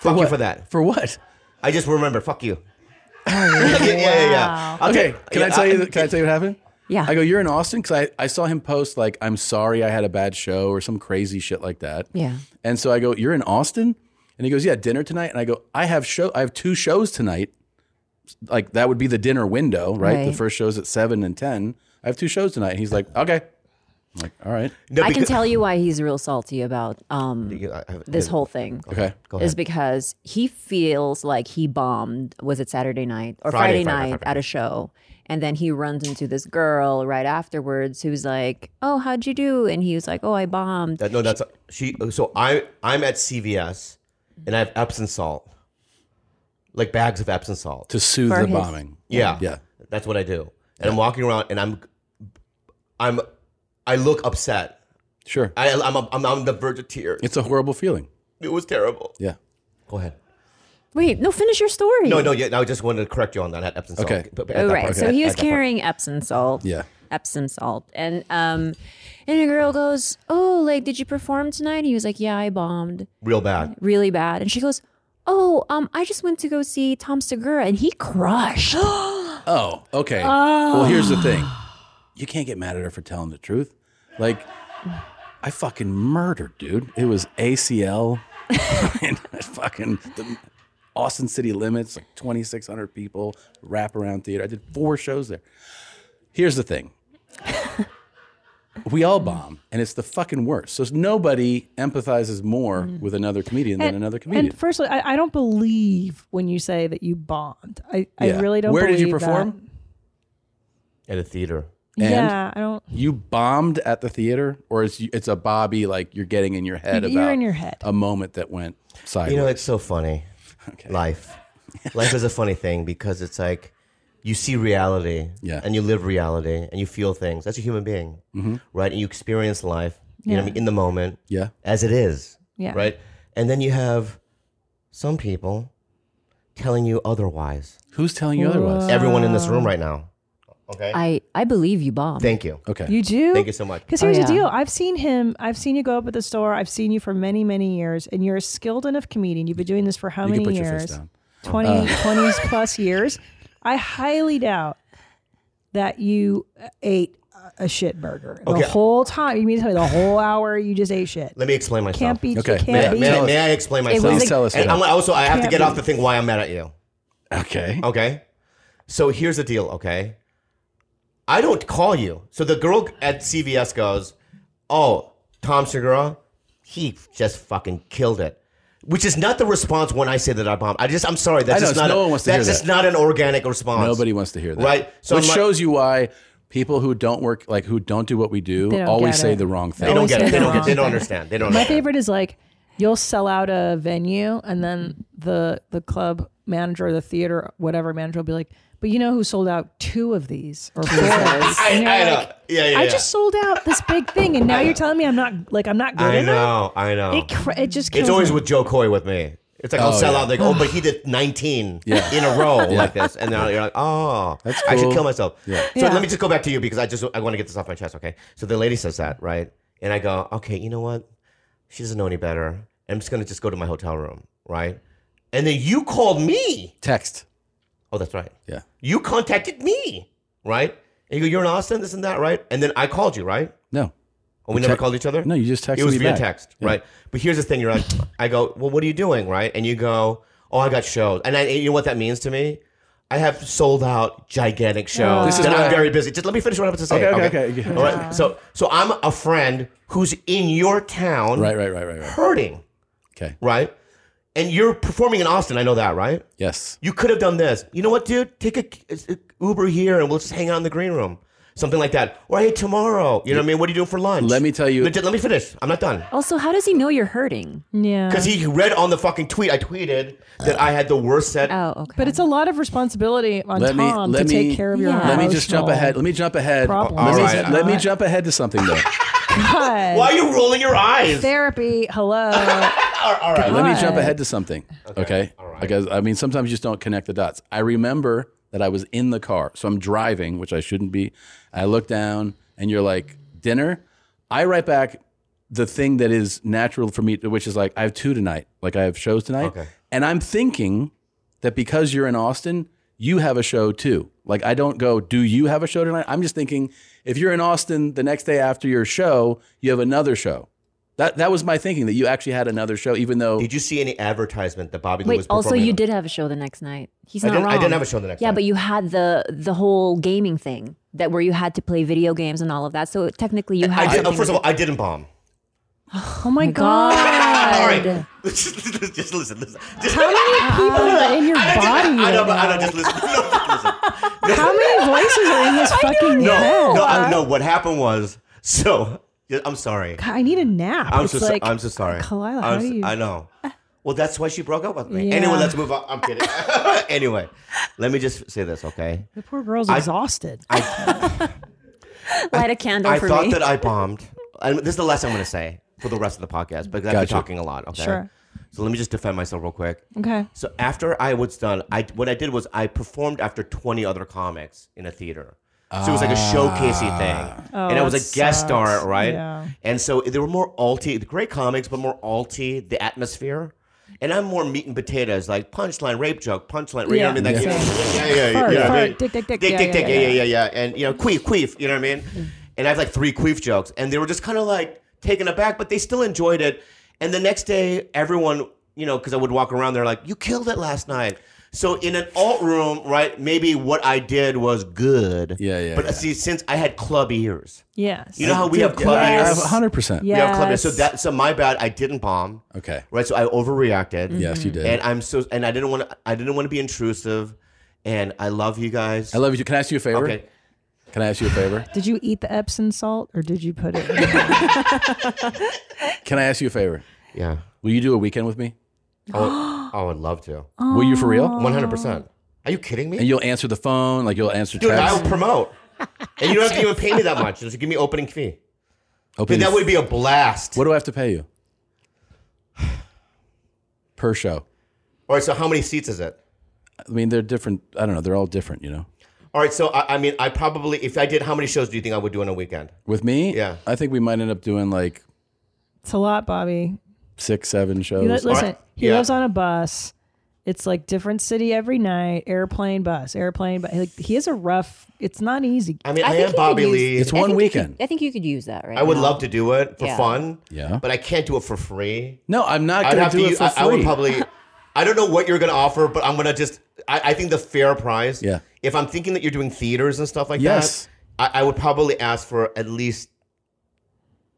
[SPEAKER 15] Fuck you for that.
[SPEAKER 6] For what?
[SPEAKER 15] I just remember. Fuck you.
[SPEAKER 10] one.
[SPEAKER 15] Yeah, yeah, yeah. I'll
[SPEAKER 6] Oh, okay,
[SPEAKER 15] take-
[SPEAKER 6] can
[SPEAKER 15] yeah,
[SPEAKER 6] I tell
[SPEAKER 15] I-
[SPEAKER 6] you? th- Can I tell you what happened?
[SPEAKER 4] Yeah.
[SPEAKER 6] I go. You're in Austin because I, I saw him post like I'm sorry I had a bad show or some crazy shit like that.
[SPEAKER 4] Yeah.
[SPEAKER 6] And so I go, "You're in Austin?" And he goes, "Yeah, dinner tonight." And I go, "I have show. I have two shows tonight. Like that would be the dinner window, right? The
[SPEAKER 4] Right.
[SPEAKER 6] first show's at seven and ten. I have two shows tonight." And he's like, "Okay." I'm like, "All right."
[SPEAKER 4] I can tell you why he's real salty about um, this whole thing.
[SPEAKER 6] Okay. Go
[SPEAKER 4] Is
[SPEAKER 6] ahead.
[SPEAKER 4] because he feels like he bombed, was it Saturday night or
[SPEAKER 6] Friday,
[SPEAKER 4] Friday,
[SPEAKER 6] Friday,
[SPEAKER 4] night at a show? And then he runs into this girl right afterwards who's like, Oh, how'd you do? And he was like, Oh, I bombed.
[SPEAKER 15] That, Uh, no, that's she. So I I'm at CVS, and I have Epsom salt, like bags of Epsom salt
[SPEAKER 6] to soothe For the his- bombing.
[SPEAKER 15] Yeah,
[SPEAKER 6] Yeah.
[SPEAKER 15] that's what I do. And I'm walking around, and I'm I'm I look upset.
[SPEAKER 6] Sure,
[SPEAKER 15] I, I'm, I'm I'm on the verge of tears.
[SPEAKER 6] It's a horrible feeling.
[SPEAKER 15] It was terrible.
[SPEAKER 6] Yeah.
[SPEAKER 15] Go ahead.
[SPEAKER 4] Wait, no, finish your story.
[SPEAKER 15] No, no, yeah. I just wanted to correct you on that at Epsom salt.
[SPEAKER 6] Okay.
[SPEAKER 15] But- but at
[SPEAKER 4] Oh,
[SPEAKER 15] that
[SPEAKER 4] right.
[SPEAKER 15] part-
[SPEAKER 4] So
[SPEAKER 15] at-
[SPEAKER 4] he was
[SPEAKER 15] at that part.
[SPEAKER 4] carrying Epsom salt.
[SPEAKER 6] Yeah.
[SPEAKER 4] Epsom salt. And um and a girl goes, Oh, like, did you perform tonight? And he was like, Yeah, I bombed
[SPEAKER 15] real bad.
[SPEAKER 4] really bad. And she goes, Oh, um, I just went to go see Tom Segura and he crushed.
[SPEAKER 6] Oh, okay.
[SPEAKER 4] Oh.
[SPEAKER 6] Well, here's the thing. You can't get mad at her for telling the truth. Like, I fucking murdered, dude. It was ACL. and I fucking the Austin city limits, like 2,600 people, wraparound theater. I did four shows there. Here's the thing. We all bomb, and it's the fucking worst. So nobody empathizes more with another comedian than another comedian.
[SPEAKER 10] And firstly, I, I don't believe when you say that you bombed. I,
[SPEAKER 6] Yeah.
[SPEAKER 10] I really don't.
[SPEAKER 6] Where did you
[SPEAKER 10] believe that.
[SPEAKER 6] perform?
[SPEAKER 15] At a theater.
[SPEAKER 6] And
[SPEAKER 10] Yeah, I don't-
[SPEAKER 6] You bombed at the theater, or is you, it's a Bobby like you're getting in your head
[SPEAKER 10] You're
[SPEAKER 6] about
[SPEAKER 10] in your head.
[SPEAKER 6] a moment that went sideways.
[SPEAKER 15] You know, it's so funny. Life. Life is a funny thing because it's like you see reality
[SPEAKER 6] Yeah.
[SPEAKER 15] and you live reality and you feel things. That's a human being,
[SPEAKER 6] Mhm.
[SPEAKER 15] right? And you experience life, you know what
[SPEAKER 6] Yeah.
[SPEAKER 15] I mean, in the moment,
[SPEAKER 6] Yeah.
[SPEAKER 15] as it is,
[SPEAKER 6] Yeah.
[SPEAKER 15] right? And then you have some people telling you otherwise.
[SPEAKER 6] Who's telling
[SPEAKER 4] you otherwise?
[SPEAKER 15] Everyone in this room right now. Okay.
[SPEAKER 4] Oh. I, I believe you bombed.
[SPEAKER 15] Thank you.
[SPEAKER 6] Okay.
[SPEAKER 10] You do?
[SPEAKER 15] Thank you so much.
[SPEAKER 10] Because here's the deal: I've seen him. I've seen you go up at the store. I've seen you for many, many years, and you're a skilled enough comedian. You've been doing this for how
[SPEAKER 6] You can
[SPEAKER 10] many
[SPEAKER 6] put your
[SPEAKER 10] years?
[SPEAKER 6] face down.
[SPEAKER 10] 20,
[SPEAKER 6] Uh,
[SPEAKER 10] 20s plus years. I highly doubt that you ate a shit burger the
[SPEAKER 15] Okay.
[SPEAKER 10] whole time. You mean to tell me the whole hour you just ate shit?
[SPEAKER 15] Let me explain myself.
[SPEAKER 10] Can't be.
[SPEAKER 15] Okay.
[SPEAKER 10] Can't
[SPEAKER 15] may,
[SPEAKER 10] be.
[SPEAKER 15] may- may I explain
[SPEAKER 10] It was
[SPEAKER 15] myself?
[SPEAKER 10] like- Tell us
[SPEAKER 15] And
[SPEAKER 10] now.
[SPEAKER 15] I'm, also, I have to
[SPEAKER 10] Can't
[SPEAKER 15] get
[SPEAKER 10] be.
[SPEAKER 15] off the thing why I'm mad at you.
[SPEAKER 6] Okay.
[SPEAKER 15] Okay. So here's the deal. Okay. I don't call you. So the girl at CVS goes, "Oh, Tom Segura, he just fucking killed it." Which is not the response when I say that I bombed. I just, I'm sorry.
[SPEAKER 6] I
[SPEAKER 15] That's
[SPEAKER 6] know,
[SPEAKER 15] just not.
[SPEAKER 6] no
[SPEAKER 15] a-
[SPEAKER 6] one wants to
[SPEAKER 15] that's
[SPEAKER 6] hear
[SPEAKER 15] just
[SPEAKER 6] that.
[SPEAKER 15] not an organic response.
[SPEAKER 6] Nobody wants to hear that.
[SPEAKER 15] Right.
[SPEAKER 6] So
[SPEAKER 15] So
[SPEAKER 6] Which
[SPEAKER 15] I'm like-
[SPEAKER 6] shows you why people who don't work, like who don't do what we do,
[SPEAKER 10] They don't
[SPEAKER 6] always
[SPEAKER 10] get
[SPEAKER 6] say
[SPEAKER 10] it.
[SPEAKER 6] the wrong thing.
[SPEAKER 15] They don't
[SPEAKER 10] Always
[SPEAKER 15] get
[SPEAKER 10] say
[SPEAKER 15] it. They
[SPEAKER 10] the
[SPEAKER 15] don't get. They
[SPEAKER 10] wrong
[SPEAKER 15] don't
[SPEAKER 10] thing.
[SPEAKER 15] understand. They don't.
[SPEAKER 10] My
[SPEAKER 15] understand.
[SPEAKER 10] favorite is like you'll sell out a venue and then the the club manager or the theater whatever manager will be like, but you know who sold out two of these or four of these?
[SPEAKER 15] I-
[SPEAKER 10] And you're
[SPEAKER 15] I know.
[SPEAKER 10] like,
[SPEAKER 15] Yeah, yeah,
[SPEAKER 10] I
[SPEAKER 15] yeah.
[SPEAKER 10] just sold out this big thing and now you're telling me I'm not like I'm not good
[SPEAKER 15] I
[SPEAKER 10] enough.
[SPEAKER 15] know, I know.
[SPEAKER 10] It cr- it just
[SPEAKER 15] it's
[SPEAKER 10] kills
[SPEAKER 15] always
[SPEAKER 10] me.
[SPEAKER 15] with Joe Coy with me. It's like I'll
[SPEAKER 6] Oh,
[SPEAKER 15] sell
[SPEAKER 6] yeah.
[SPEAKER 15] out. They go, oh, but he did 19
[SPEAKER 6] Yeah.
[SPEAKER 15] in a row
[SPEAKER 6] Yeah.
[SPEAKER 15] like this, and then you're like, oh,
[SPEAKER 6] That's
[SPEAKER 15] I should
[SPEAKER 6] cool.
[SPEAKER 15] kill myself.
[SPEAKER 6] Yeah.
[SPEAKER 15] So
[SPEAKER 6] Yeah.
[SPEAKER 15] let me just go back to you because I just I want to get this off my chest. Okay. So the lady says that right, and I go, okay, you know what? She doesn't know any better. I'm just gonna just go to my hotel room, right? And then you called me.
[SPEAKER 6] Text.
[SPEAKER 15] Oh, that's right.
[SPEAKER 6] Yeah.
[SPEAKER 15] You contacted me, right? And you go, you're in Austin, this and that, right? And then I called you, right?
[SPEAKER 6] No.
[SPEAKER 15] Oh, we
[SPEAKER 6] You
[SPEAKER 15] never
[SPEAKER 6] te-
[SPEAKER 15] called each other.
[SPEAKER 6] No, you just texted
[SPEAKER 15] It was
[SPEAKER 6] me
[SPEAKER 15] via
[SPEAKER 6] back.
[SPEAKER 15] text,
[SPEAKER 6] Yeah.
[SPEAKER 15] right? But here's the thing: you're like, I go, well, what are you doing, right? And you go, oh, I got shows, and I, and you know what that means to me? I have sold out gigantic shows.
[SPEAKER 6] This is
[SPEAKER 15] and
[SPEAKER 6] why-
[SPEAKER 15] I'm very busy. Just let me finish what I was to say.
[SPEAKER 6] Okay, okay, okay. Yeah.
[SPEAKER 15] All right. So, so I'm a friend who's in your town,
[SPEAKER 6] Right, right, right, right, right.
[SPEAKER 15] hurting.
[SPEAKER 6] Okay.
[SPEAKER 15] Right. And you're performing in Austin. I know that, right?
[SPEAKER 6] Yes.
[SPEAKER 15] You could have done this. You know what, dude? Take a, a Uber here, and we'll just hang out in the green room. something like that. Or hey, tomorrow, you know what I mean? What are you doing for lunch? Let me tell you. Legit, let me finish. I'm not done.
[SPEAKER 4] Also, how does he know you're hurting?
[SPEAKER 10] Yeah.
[SPEAKER 15] Because he read on the fucking tweet. I tweeted that I had the worst set.
[SPEAKER 4] Oh, okay.
[SPEAKER 10] But it's a lot of responsibility on Tom to take care of your
[SPEAKER 6] Let me just jump
[SPEAKER 10] emotional-
[SPEAKER 6] ahead. Let me jump ahead.
[SPEAKER 10] problems.
[SPEAKER 6] Let, me,
[SPEAKER 10] All right.
[SPEAKER 6] let me jump ahead to something though.
[SPEAKER 10] God.
[SPEAKER 15] Why are you rolling your eyes?
[SPEAKER 10] Therapy. Hello.
[SPEAKER 15] all
[SPEAKER 6] All right, let me jump
[SPEAKER 10] God.
[SPEAKER 6] ahead to something. Okay. Because I mean, sometimes you just don't connect the dots. I remember that I was in the car. So I'm driving, which I shouldn't be. I look down and you're like, dinner? I write back the thing that is natural for me, which is like, I have two tonight. Like, I have shows tonight.
[SPEAKER 15] Okay.
[SPEAKER 6] And I'm thinking that because you're in Austin, you have a show too. Like, I don't go, do you have a show tonight? I'm just thinking, if you're in Austin the next day after your show, you have another show. That, that was my thinking that you actually had another show, even though. Did
[SPEAKER 15] you see any advertisement that Bobby
[SPEAKER 4] Wait. Also, you did have a show the next night. He's
[SPEAKER 15] I
[SPEAKER 4] not
[SPEAKER 15] didn't- I
[SPEAKER 4] wrong.
[SPEAKER 15] didn't have a show the next
[SPEAKER 4] Yeah,
[SPEAKER 15] night.
[SPEAKER 4] but you had the the whole gaming thing that where you had to play video games and all of that. So technically, you had.
[SPEAKER 15] I did, oh,
[SPEAKER 4] something-
[SPEAKER 15] first of all, I didn't bomb.
[SPEAKER 10] Oh my God.
[SPEAKER 15] All right. just listen, listen. Just,
[SPEAKER 10] How many people are in your
[SPEAKER 15] Uh, I
[SPEAKER 10] body?
[SPEAKER 15] don't, I don't, I
[SPEAKER 10] right
[SPEAKER 15] don't just listen.
[SPEAKER 10] now? How many voices are in his fucking
[SPEAKER 15] No,
[SPEAKER 10] head?
[SPEAKER 15] no, I, no. What happened was, so yeah, I'm sorry.
[SPEAKER 10] God, I need a nap.
[SPEAKER 15] I'm
[SPEAKER 10] it's
[SPEAKER 15] so, so-
[SPEAKER 10] like,
[SPEAKER 15] I'm so sorry.
[SPEAKER 10] Kalila,
[SPEAKER 15] I'm
[SPEAKER 10] how
[SPEAKER 15] s-
[SPEAKER 10] do you-
[SPEAKER 15] I know. Well, that's why she broke up with me.
[SPEAKER 10] Yeah.
[SPEAKER 15] Anyway, let's move on. I'm kidding. anyway, let me just say this, okay?
[SPEAKER 10] the poor girl's
[SPEAKER 15] I-
[SPEAKER 10] exhausted.
[SPEAKER 4] light a candle
[SPEAKER 15] I
[SPEAKER 4] for
[SPEAKER 15] thought
[SPEAKER 4] me.
[SPEAKER 15] that I bombed. And this is the last I'm going to say for the rest of the podcast because I've been
[SPEAKER 6] Gotcha.
[SPEAKER 15] talking a lot. Okay.
[SPEAKER 10] Sure.
[SPEAKER 15] So let me just defend myself real quick.
[SPEAKER 10] Okay.
[SPEAKER 15] So after I was done, I what I did was I performed after 20 other comics in a theater. So it was like a showcasey thing,
[SPEAKER 10] Oh,
[SPEAKER 15] and I was a
[SPEAKER 10] that
[SPEAKER 15] guest star,
[SPEAKER 10] sucks.
[SPEAKER 15] right?
[SPEAKER 10] Yeah.
[SPEAKER 15] And so they were more alty, great comics, but more alty the atmosphere. And I'm more meat and potatoes, like punchline, rape joke, punchline, you know what I mean?
[SPEAKER 10] Yeah.
[SPEAKER 15] Like, yeah, yeah, yeah, yeah,
[SPEAKER 10] Fart,
[SPEAKER 15] you know what I
[SPEAKER 10] fart,
[SPEAKER 15] mean?
[SPEAKER 10] dick, dick, dick,
[SPEAKER 15] dick,
[SPEAKER 10] yeah,
[SPEAKER 15] dick,
[SPEAKER 10] yeah,
[SPEAKER 15] dick, yeah,
[SPEAKER 10] yeah,
[SPEAKER 15] yeah, yeah, yeah, and you know, queef, queef, you know what I mean? And I have like three queef jokes, and they were just kind of like taken aback, but they still enjoyed it. And the next day, everyone, you know, because I would walk around, they're like, "You killed it last night." So in an alt room, right? Maybe what I did was good. Yeah, yeah. But uh,
[SPEAKER 6] yeah.
[SPEAKER 15] see, since I had club ears,
[SPEAKER 10] Yes.
[SPEAKER 15] you know how we have club ears,
[SPEAKER 6] hundred percent.
[SPEAKER 15] We have club ears. So that, so my bad. I didn't bomb.
[SPEAKER 6] Okay.
[SPEAKER 15] Right. So I overreacted.
[SPEAKER 6] Yes, you Mhm. did.
[SPEAKER 15] And I'm so, and I didn't want to, I didn't want to be intrusive. And I love you guys.
[SPEAKER 6] I love you. Can I ask you a favor?
[SPEAKER 15] Okay.
[SPEAKER 6] Can I ask you a favor?
[SPEAKER 10] Did you eat the Epsom salt or did you put it? in?
[SPEAKER 6] Can I ask you a favor?
[SPEAKER 15] Yeah.
[SPEAKER 6] Will you do a weekend with me?
[SPEAKER 15] I would, I would love to.
[SPEAKER 6] Will you for real?
[SPEAKER 15] One hundred percent. Are you kidding me?
[SPEAKER 6] And you'll answer the phone, like you'll answer
[SPEAKER 15] Dude,
[SPEAKER 6] texts.
[SPEAKER 15] I'll promote. And you don't have to even pay me that much. Just give me opening fee.
[SPEAKER 6] Open
[SPEAKER 15] Dude, that
[SPEAKER 6] f-
[SPEAKER 15] would be a blast.
[SPEAKER 6] What do I have to pay you per show?
[SPEAKER 15] All right. So how many seats is it?
[SPEAKER 6] I mean, they're different. I don't know. They're all different, you know.
[SPEAKER 15] All right. So I, I mean, I probably if I did, how many shows do you think I would do in a weekend?
[SPEAKER 6] With me, yeah, I think we might end up doing like
[SPEAKER 10] it's a lot, Bobby.
[SPEAKER 6] six, seven shows.
[SPEAKER 10] You li- listen, he
[SPEAKER 6] yeah.
[SPEAKER 10] lives on a bus. It's like different city every night. Airplane bus, airplane bus. Like he is a rough. It's not easy.
[SPEAKER 15] I mean, I, am Bobby Lee.
[SPEAKER 4] I think you could- I think you could use that, right?
[SPEAKER 15] I would
[SPEAKER 4] now.
[SPEAKER 15] love to do it for
[SPEAKER 4] Yeah.
[SPEAKER 15] fun. Yeah. But I can't do it for free.
[SPEAKER 6] No, I'm not
[SPEAKER 15] I'd
[SPEAKER 6] going
[SPEAKER 15] have
[SPEAKER 6] to do
[SPEAKER 15] to
[SPEAKER 6] it
[SPEAKER 15] u-
[SPEAKER 6] for
[SPEAKER 15] I,
[SPEAKER 6] free.
[SPEAKER 15] I would probably. I don't know what you're going to offer, but I'm going to just. I, I think the fair price.
[SPEAKER 6] Yeah.
[SPEAKER 15] If I'm thinking that you're doing theaters and stuff like
[SPEAKER 6] Yes.
[SPEAKER 15] that, I, I would probably ask for at least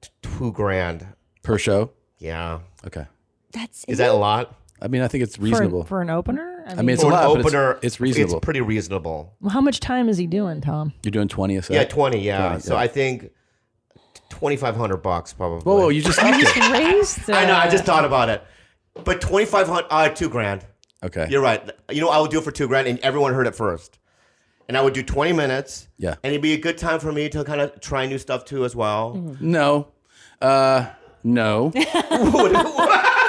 [SPEAKER 15] t- two grand.
[SPEAKER 6] per show.
[SPEAKER 15] Yeah.
[SPEAKER 6] Okay.
[SPEAKER 4] That's
[SPEAKER 15] Is that a lot?
[SPEAKER 6] I mean, I think it's reasonable.
[SPEAKER 10] for an opener.
[SPEAKER 6] I mean, it's a
[SPEAKER 15] for an
[SPEAKER 6] lot, but it's-
[SPEAKER 15] opener.
[SPEAKER 6] it's reasonable.
[SPEAKER 15] It's pretty reasonable.
[SPEAKER 10] Well, how much time is he doing, Tom?
[SPEAKER 6] You're doing twenty a set.
[SPEAKER 15] Yeah, twenty. Yeah.
[SPEAKER 6] 20,
[SPEAKER 15] so I think twenty five hundred bucks probably.
[SPEAKER 6] Whoa, whoa, you just upped it.
[SPEAKER 10] raised.
[SPEAKER 15] I know. I just thought about it. But twenty five hundred, uh, two grand.
[SPEAKER 6] Okay.
[SPEAKER 15] You're right. You know, I would do it for two grand, and everyone heard it first. And I would do twenty minutes.
[SPEAKER 6] Yeah.
[SPEAKER 15] And it'd be a good time for me to kind of try new stuff too, as well.
[SPEAKER 6] No. Uh, no.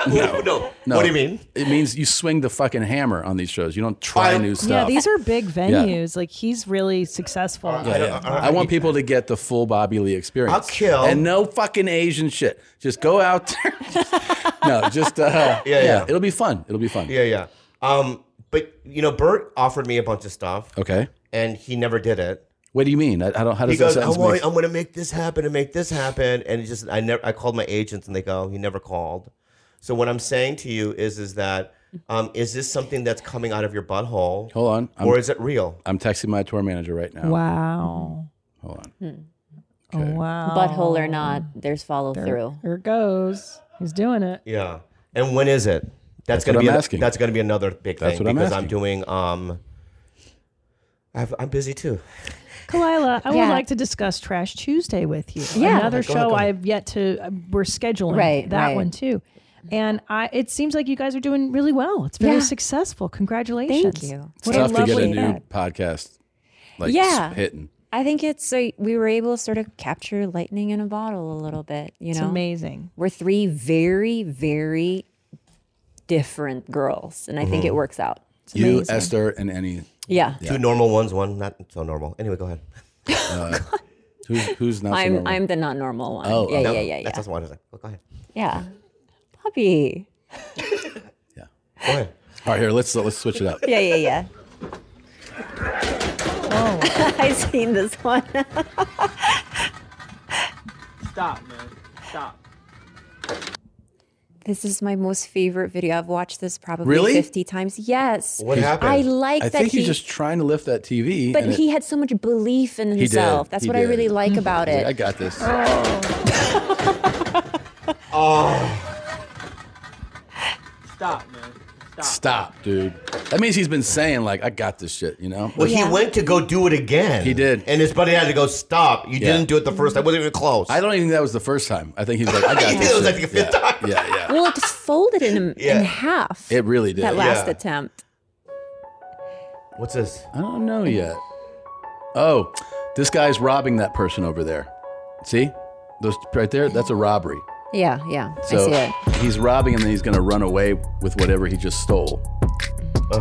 [SPEAKER 15] no. no.
[SPEAKER 6] No.
[SPEAKER 15] What do you mean?
[SPEAKER 6] It means you swing the fucking hammer on these shows. You don't try new stuff.
[SPEAKER 10] Yeah, these are big venues. Like he's really successful.
[SPEAKER 6] Yeah, yeah. I, want people to get the full Bobby Lee experience.
[SPEAKER 15] I'll kill.
[SPEAKER 6] and no fucking Asian shit. Just go out there. no, just uh,
[SPEAKER 15] Yeah, yeah.
[SPEAKER 6] It'll be fun. It'll be fun.
[SPEAKER 15] Yeah, yeah. Um, but you know, Bert offered me a bunch of stuff,
[SPEAKER 6] Okay.
[SPEAKER 15] and he never did it.
[SPEAKER 6] What do you mean? I, I don't. How does
[SPEAKER 15] he goes,
[SPEAKER 6] that
[SPEAKER 15] I'm
[SPEAKER 6] sound?
[SPEAKER 15] going, I'm going to make this happen and make this happen. And it just, I never, I called my agents and they go, he never called. So what I'm saying to you is, is that, um, is this something that's coming out of your butthole?
[SPEAKER 6] Hold on.
[SPEAKER 15] Or is it real?
[SPEAKER 6] I'm texting my tour manager right now.
[SPEAKER 10] Wow.
[SPEAKER 6] Hold on.
[SPEAKER 4] Hmm.
[SPEAKER 10] Oh, wow.
[SPEAKER 4] Butthole or not, there's follow
[SPEAKER 10] There-
[SPEAKER 4] through.
[SPEAKER 10] There it goes. He's doing it.
[SPEAKER 15] Yeah. And when is it?
[SPEAKER 6] That's
[SPEAKER 15] That's, going to
[SPEAKER 6] what
[SPEAKER 15] be,
[SPEAKER 6] I'm
[SPEAKER 15] a-
[SPEAKER 6] asking.
[SPEAKER 15] that's going to be another big
[SPEAKER 6] That's
[SPEAKER 15] thing
[SPEAKER 6] what I'm
[SPEAKER 15] because I'm
[SPEAKER 6] asking.
[SPEAKER 15] doing, um, I've, I'm busy too.
[SPEAKER 10] Kalila, I would
[SPEAKER 15] Yeah.
[SPEAKER 10] like to discuss Trash Tuesday with you.
[SPEAKER 15] Yeah.
[SPEAKER 10] Another show
[SPEAKER 15] Go ahead, go ahead.
[SPEAKER 10] I've yet to, uh, we're scheduling
[SPEAKER 4] Right,
[SPEAKER 10] that
[SPEAKER 4] right.
[SPEAKER 10] one too. And I, it seems like you guys are doing really well. It's very
[SPEAKER 4] Yeah.
[SPEAKER 10] successful. Congratulations.
[SPEAKER 4] Thank you.
[SPEAKER 6] It's tough to get a new podcast like
[SPEAKER 4] Yeah.
[SPEAKER 6] s- hitting.
[SPEAKER 4] I think it's a, we were able to sort of capture lightning in a bottle a little bit. You
[SPEAKER 10] It's
[SPEAKER 4] know,
[SPEAKER 10] amazing.
[SPEAKER 4] We're three very, very different girls, and I think it
[SPEAKER 6] Mm-hmm.
[SPEAKER 15] Mhm.
[SPEAKER 4] works out. It's
[SPEAKER 6] you,
[SPEAKER 4] amazing.
[SPEAKER 6] Esther, and any.
[SPEAKER 4] Yeah.
[SPEAKER 15] Two normal ones, one not so normal. Anyway, go ahead.
[SPEAKER 6] who's who's not so
[SPEAKER 4] I'm
[SPEAKER 6] normal?
[SPEAKER 4] I'm the not normal one.
[SPEAKER 6] Oh,
[SPEAKER 4] yeah,
[SPEAKER 6] oh.
[SPEAKER 4] yeah, yeah, yeah.
[SPEAKER 15] That's not what I was like. Well, go ahead.
[SPEAKER 4] yeah, puppy.
[SPEAKER 15] Go ahead.
[SPEAKER 6] All right, here let's let's switch it up.
[SPEAKER 4] Yeah, yeah, yeah.
[SPEAKER 10] Oh,
[SPEAKER 4] I've seen this one.
[SPEAKER 18] Stop, man. Stop.
[SPEAKER 4] This is my most favorite video. I've watched this probably
[SPEAKER 6] Really?
[SPEAKER 4] 50 times. Yes.
[SPEAKER 6] What happened?
[SPEAKER 4] I like
[SPEAKER 6] I
[SPEAKER 4] that
[SPEAKER 6] think
[SPEAKER 4] he,
[SPEAKER 6] he's just trying to lift that TV.
[SPEAKER 4] but
[SPEAKER 6] and it-
[SPEAKER 4] he had so much belief in
[SPEAKER 6] He did.
[SPEAKER 4] himself. That's
[SPEAKER 6] He
[SPEAKER 4] what I
[SPEAKER 6] did.
[SPEAKER 4] really like about
[SPEAKER 6] Yeah,
[SPEAKER 4] it.
[SPEAKER 6] I got this.
[SPEAKER 15] Oh.
[SPEAKER 18] Stop, man.
[SPEAKER 6] Stop, dude. That means he's been saying like, "I got this shit," you know.
[SPEAKER 15] Well, he went to go do it again. He
[SPEAKER 6] did,
[SPEAKER 15] and his buddy had to go stop. You
[SPEAKER 6] Yeah.
[SPEAKER 15] didn't do it the first time. Wasn't even close.
[SPEAKER 6] I don't even think that was the first time. I think he was like, "I got
[SPEAKER 15] Yeah.
[SPEAKER 6] this."
[SPEAKER 15] It
[SPEAKER 6] shit.
[SPEAKER 15] was like the
[SPEAKER 6] yeah.
[SPEAKER 15] fifth
[SPEAKER 6] time. Yeah, yeah.
[SPEAKER 4] Well, it just folded in,
[SPEAKER 6] Yeah.
[SPEAKER 4] in half.
[SPEAKER 6] It really did.
[SPEAKER 4] That last attempt.
[SPEAKER 15] What's this?
[SPEAKER 6] I don't know yet. Oh, this guy's robbing that person over there. See, those right there. That's a robbery.
[SPEAKER 4] Yeah, yeah. I
[SPEAKER 6] So
[SPEAKER 4] see it.
[SPEAKER 6] he's robbing him, and he's going to run away with whatever he just stole.
[SPEAKER 15] Uh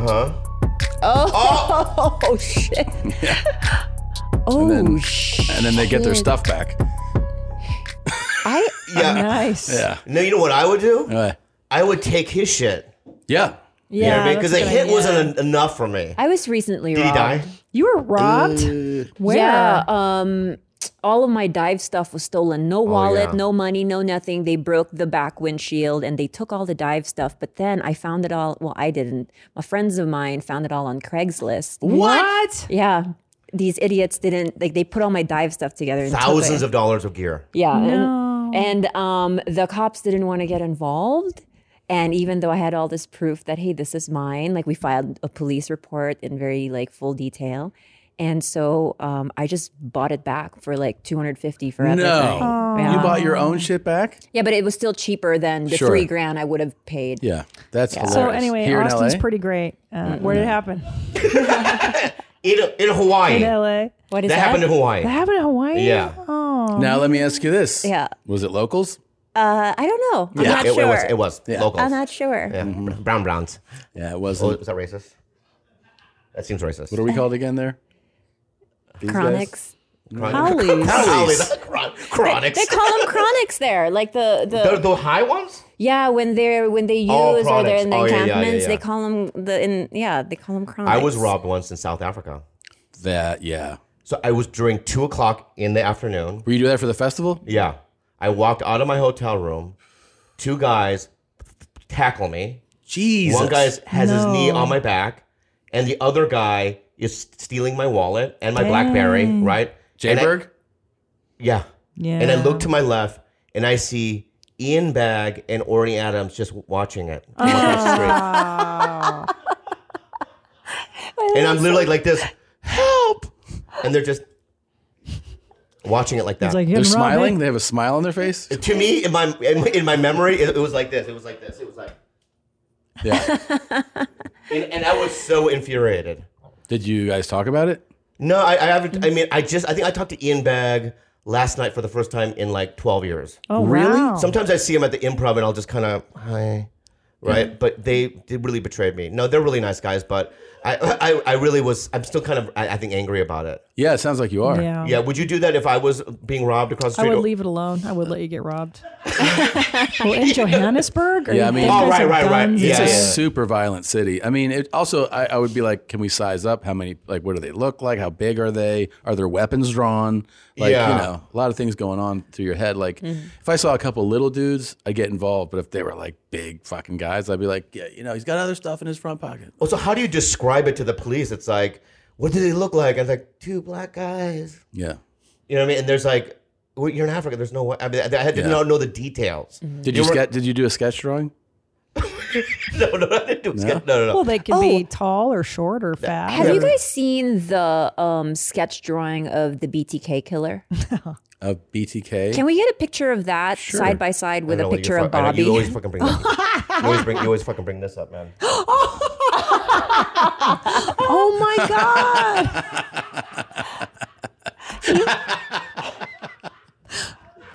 [SPEAKER 15] huh.
[SPEAKER 4] Oh, shit. Oh,
[SPEAKER 6] and then, and then they get their
[SPEAKER 4] shit.
[SPEAKER 6] stuff back.
[SPEAKER 4] I
[SPEAKER 15] Yeah.
[SPEAKER 10] Nice.
[SPEAKER 6] Yeah.
[SPEAKER 15] No, you know what I would do?
[SPEAKER 6] Uh,
[SPEAKER 15] I would take his shit.
[SPEAKER 6] Yeah.
[SPEAKER 15] you know what I mean?
[SPEAKER 4] Yeah,
[SPEAKER 15] Because
[SPEAKER 4] that's
[SPEAKER 15] the
[SPEAKER 4] a good
[SPEAKER 15] hit
[SPEAKER 4] idea.
[SPEAKER 15] wasn't en- enough for me.
[SPEAKER 4] I was recently
[SPEAKER 15] Did he
[SPEAKER 4] robbed.
[SPEAKER 15] die?
[SPEAKER 10] You were robbed? Where?
[SPEAKER 4] Yeah. Um, all of my dive stuff was stolen.
[SPEAKER 6] Oh,
[SPEAKER 4] No wallet,
[SPEAKER 10] yeah.
[SPEAKER 4] no money, no nothing. They broke the back windshield and they took all the dive stuff. But then I found it all. Well, I didn't. My friends of mine found it all on Craigslist.
[SPEAKER 10] What?
[SPEAKER 4] Yeah. These idiots didn't. Like they put all my dive stuff together. And took
[SPEAKER 15] Thousands
[SPEAKER 4] it.
[SPEAKER 15] of dollars of gear.
[SPEAKER 4] Yeah. and- And, um, the cops didn't want to get involved. And even though I had all this proof that, hey, this is mine, like we filed a police report in very like full detail. And so um, I just bought it back for like 250 for
[SPEAKER 6] No.
[SPEAKER 4] everything. Yeah.
[SPEAKER 6] You bought your own shit back?
[SPEAKER 4] Yeah, but it was still cheaper than the
[SPEAKER 6] Sure.
[SPEAKER 4] three grand I would have paid.
[SPEAKER 6] Yeah. That's
[SPEAKER 4] Yeah.
[SPEAKER 10] So
[SPEAKER 6] hilarious.
[SPEAKER 10] anyway,
[SPEAKER 6] Here eh? in
[SPEAKER 10] Austin's
[SPEAKER 6] LA?
[SPEAKER 10] pretty great. Uh, where did it happen?
[SPEAKER 15] In, in Hawaii.
[SPEAKER 10] In LA.
[SPEAKER 4] What
[SPEAKER 15] is That that? happened in Hawaii.
[SPEAKER 10] That happened in Hawaii.
[SPEAKER 6] Yeah.
[SPEAKER 10] Oh.
[SPEAKER 6] Now let me ask you this.
[SPEAKER 4] Yeah.
[SPEAKER 6] Was it locals?
[SPEAKER 4] Uh, I don't know. I'm not
[SPEAKER 15] it,
[SPEAKER 4] sure.
[SPEAKER 15] it was. It was local.
[SPEAKER 4] I'm not sure.
[SPEAKER 15] Yeah,
[SPEAKER 6] Mm-hmm.
[SPEAKER 15] brown browns.
[SPEAKER 6] Yeah, it
[SPEAKER 15] Oh,
[SPEAKER 6] wasn't.
[SPEAKER 15] was that racist? That seems racist.
[SPEAKER 6] What are we called again there? These guys?
[SPEAKER 4] Chronics.
[SPEAKER 6] Chronic-
[SPEAKER 4] Hollies.
[SPEAKER 15] Hollies. Chronics.
[SPEAKER 4] They call them chronics there, like the the,
[SPEAKER 15] The, the high ones?
[SPEAKER 4] yeah when they're when they use
[SPEAKER 15] Oh,
[SPEAKER 4] or they're in the
[SPEAKER 15] chronics. Oh, yeah, yeah, yeah,
[SPEAKER 4] encampments
[SPEAKER 15] yeah.
[SPEAKER 4] they call them the in yeah they call them chronics.
[SPEAKER 15] I was robbed once in South Africa.
[SPEAKER 6] That, yeah.
[SPEAKER 15] So I was during two o'clock in the afternoon.
[SPEAKER 6] Were you there for the festival?
[SPEAKER 15] Yeah. I walked out of my hotel room. Two guys tackle me.
[SPEAKER 6] Jesus.
[SPEAKER 15] One guy is- has his knee
[SPEAKER 6] No.
[SPEAKER 15] on my back, and the other guy is stealing my wallet and my Blackberry,
[SPEAKER 6] Dang.
[SPEAKER 15] right? And I-
[SPEAKER 6] Jayberg?
[SPEAKER 15] Yeah.
[SPEAKER 6] Yeah.
[SPEAKER 15] And I look to my left and I see Ian Bagg and Orny Adams just watching it. from across the street. and I'm literally like this, help! And they're just watching it like that.
[SPEAKER 6] They're smiling. They have a smile on their face.
[SPEAKER 15] To me, in my in, in my memory, it, it was like this. It was like this. It was like.
[SPEAKER 6] Yeah.
[SPEAKER 15] and, and I was so infuriated.
[SPEAKER 6] Did you guys talk about it?
[SPEAKER 15] No, I, I haven't. I mean, I just I think I talked to Ian Bagg last night for the first time in like twelve years.
[SPEAKER 6] Oh, Really? wow.
[SPEAKER 15] Sometimes I see him at the improv and I'll just kind of hi, right? But they, they really betrayed me. No, they're really nice guys, but I I, I really was. I'm still kind of I, I think angry about it.
[SPEAKER 6] Yeah, it sounds like you are.
[SPEAKER 10] Yeah.
[SPEAKER 15] Yeah. Would you do that if I was being robbed across the
[SPEAKER 10] Oh. I
[SPEAKER 15] street?
[SPEAKER 10] would leave it alone. I would let you get robbed. well, in Johannesburg? Are
[SPEAKER 6] Yeah,
[SPEAKER 10] you
[SPEAKER 6] I mean, Oh,
[SPEAKER 10] guys have guns?
[SPEAKER 6] It's
[SPEAKER 15] Yeah,
[SPEAKER 6] a
[SPEAKER 15] yeah.
[SPEAKER 6] super violent city. I mean, it also, I, I would be like, can we size up? How many, like, what do they look like? How big are they? Are there weapons drawn? Like,
[SPEAKER 15] Yeah.
[SPEAKER 6] you know, a lot of things going on through your head. Like, if I saw a couple little dudes, I'd get involved. But if they were like big fucking guys, I'd be like, yeah, you know, he's got other stuff in his front pocket.
[SPEAKER 15] Well, Oh, so how do you describe it to the police? It's like, what do they look like? And it's like two black guys.
[SPEAKER 6] Yeah.
[SPEAKER 15] You know what I mean? And there's like, well, you're in Africa. There's no way. I mean, I had to
[SPEAKER 6] Yeah. Mm-hmm.
[SPEAKER 15] know, know the details.
[SPEAKER 6] Did you,
[SPEAKER 15] were-
[SPEAKER 6] ske- did you do a sketch drawing?
[SPEAKER 15] no, no, no, no, no, no, no.
[SPEAKER 10] Well, they can be
[SPEAKER 6] Oh.
[SPEAKER 10] tall or short or fat.
[SPEAKER 4] Have you guys seen the um, sketch drawing of the BTK killer?
[SPEAKER 6] Of BTK.
[SPEAKER 4] Can we get a picture of that
[SPEAKER 6] Sure.
[SPEAKER 4] side by side with a
[SPEAKER 15] I don't know what
[SPEAKER 4] picture
[SPEAKER 15] you're
[SPEAKER 4] of
[SPEAKER 15] fu- I know-
[SPEAKER 4] Bobby?
[SPEAKER 15] You always fucking bring that. up. you, always bring, you always fucking bring this up, man.
[SPEAKER 10] oh my god!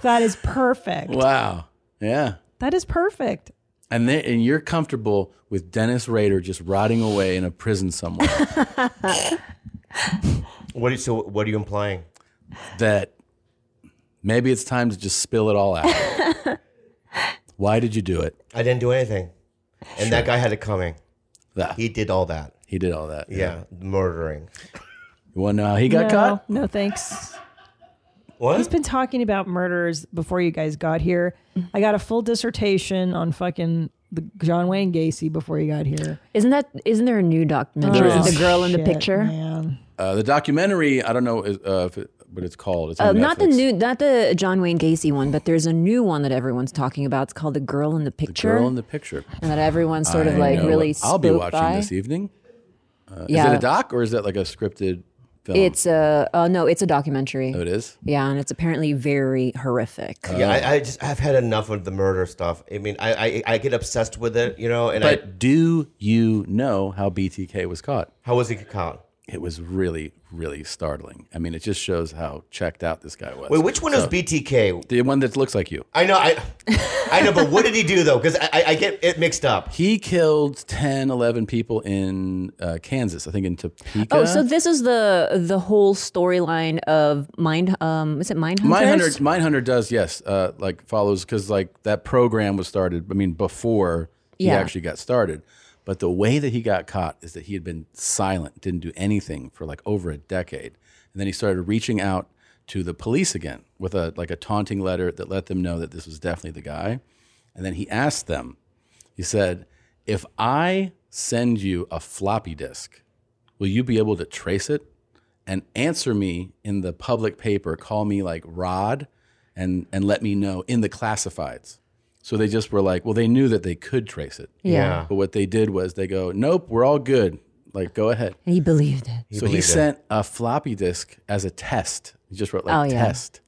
[SPEAKER 10] that is perfect.
[SPEAKER 6] Wow. Yeah.
[SPEAKER 10] That is perfect.
[SPEAKER 6] And they, and you're comfortable with Dennis Rader just rotting away in a prison somewhere.
[SPEAKER 15] what are you, so what are you implying?
[SPEAKER 6] That maybe it's time to just spill it all out. Why did you do it?
[SPEAKER 15] I didn't do anything. And that guy had it coming. He did all that.
[SPEAKER 6] He did all that.
[SPEAKER 15] Yeah, murdering.
[SPEAKER 6] You want to know how he got
[SPEAKER 10] no,
[SPEAKER 6] caught?
[SPEAKER 10] No, thanks.
[SPEAKER 15] What?
[SPEAKER 10] He's been talking about murders before you guys got here. I got a full dissertation on fucking the John Wayne Gacy before you got here.
[SPEAKER 4] Isn't that isn't there a new documentary?
[SPEAKER 6] There
[SPEAKER 4] of
[SPEAKER 6] is.
[SPEAKER 4] The girl in the
[SPEAKER 10] Shit,
[SPEAKER 4] picture.
[SPEAKER 6] Uh, the documentary, I don't know is- uh, if it, what it's called. It's
[SPEAKER 4] Uh,
[SPEAKER 6] on
[SPEAKER 4] not the
[SPEAKER 6] Netflix.
[SPEAKER 4] new, not the John Wayne Gacy one, but there's a new one that everyone's talking about. It's called "The Girl in the Picture,"
[SPEAKER 6] girl in the picture.
[SPEAKER 4] and that everyone's sort of
[SPEAKER 6] I
[SPEAKER 4] like
[SPEAKER 6] know
[SPEAKER 4] really.
[SPEAKER 6] what I'll be
[SPEAKER 4] spooked
[SPEAKER 6] watching
[SPEAKER 4] by.
[SPEAKER 6] this evening. Uh, Is
[SPEAKER 4] Yeah.
[SPEAKER 6] it a doc or is that like a scripted film?
[SPEAKER 4] It's a uh, no, it's a documentary.
[SPEAKER 6] Oh, it is?
[SPEAKER 4] Yeah, and it's apparently very horrific.
[SPEAKER 6] Uh,
[SPEAKER 15] Yeah, I, I just I've had enough of the murder stuff. I mean, I I, I get obsessed with it, you know. And
[SPEAKER 6] but
[SPEAKER 15] I,
[SPEAKER 6] do you know how BTK was caught?
[SPEAKER 15] How was he caught?
[SPEAKER 6] It was really, really startling. I mean, it just shows how checked out this guy was.
[SPEAKER 15] Wait, which one is BTK?
[SPEAKER 6] The one that looks like you.
[SPEAKER 15] I know I I know, but what did he do though? Because I, I I get it mixed up.
[SPEAKER 6] He killed 10, 11 people in uh, Kansas, I think in Topeka.
[SPEAKER 4] Oh, so this is the the whole storyline of Mind. Um, is it Mind
[SPEAKER 6] Mindhunter, Mindhunter does yes, uh, like follows because like that program was started. I mean, before he
[SPEAKER 4] Yeah.
[SPEAKER 6] actually got started, but the way that he got caught is that he had been silent, didn't do anything for like over a decade, and then he started reaching out to the police again with a like a taunting letter that let them know that this was definitely the guy, and then he asked them, he said, "If I send you a floppy disk, will you be able to trace it?" and answer me in the public paper, call me like Rod and and let me know in the classifieds. So they just were like, well, they knew that they could trace it.
[SPEAKER 4] Yeah. Yeah.
[SPEAKER 6] But what they did was they go, nope, we're all good. Like, go ahead.
[SPEAKER 4] He believed it.
[SPEAKER 6] so he sent a floppy disk as a test. He just wrote like
[SPEAKER 4] Oh, yeah.
[SPEAKER 6] test.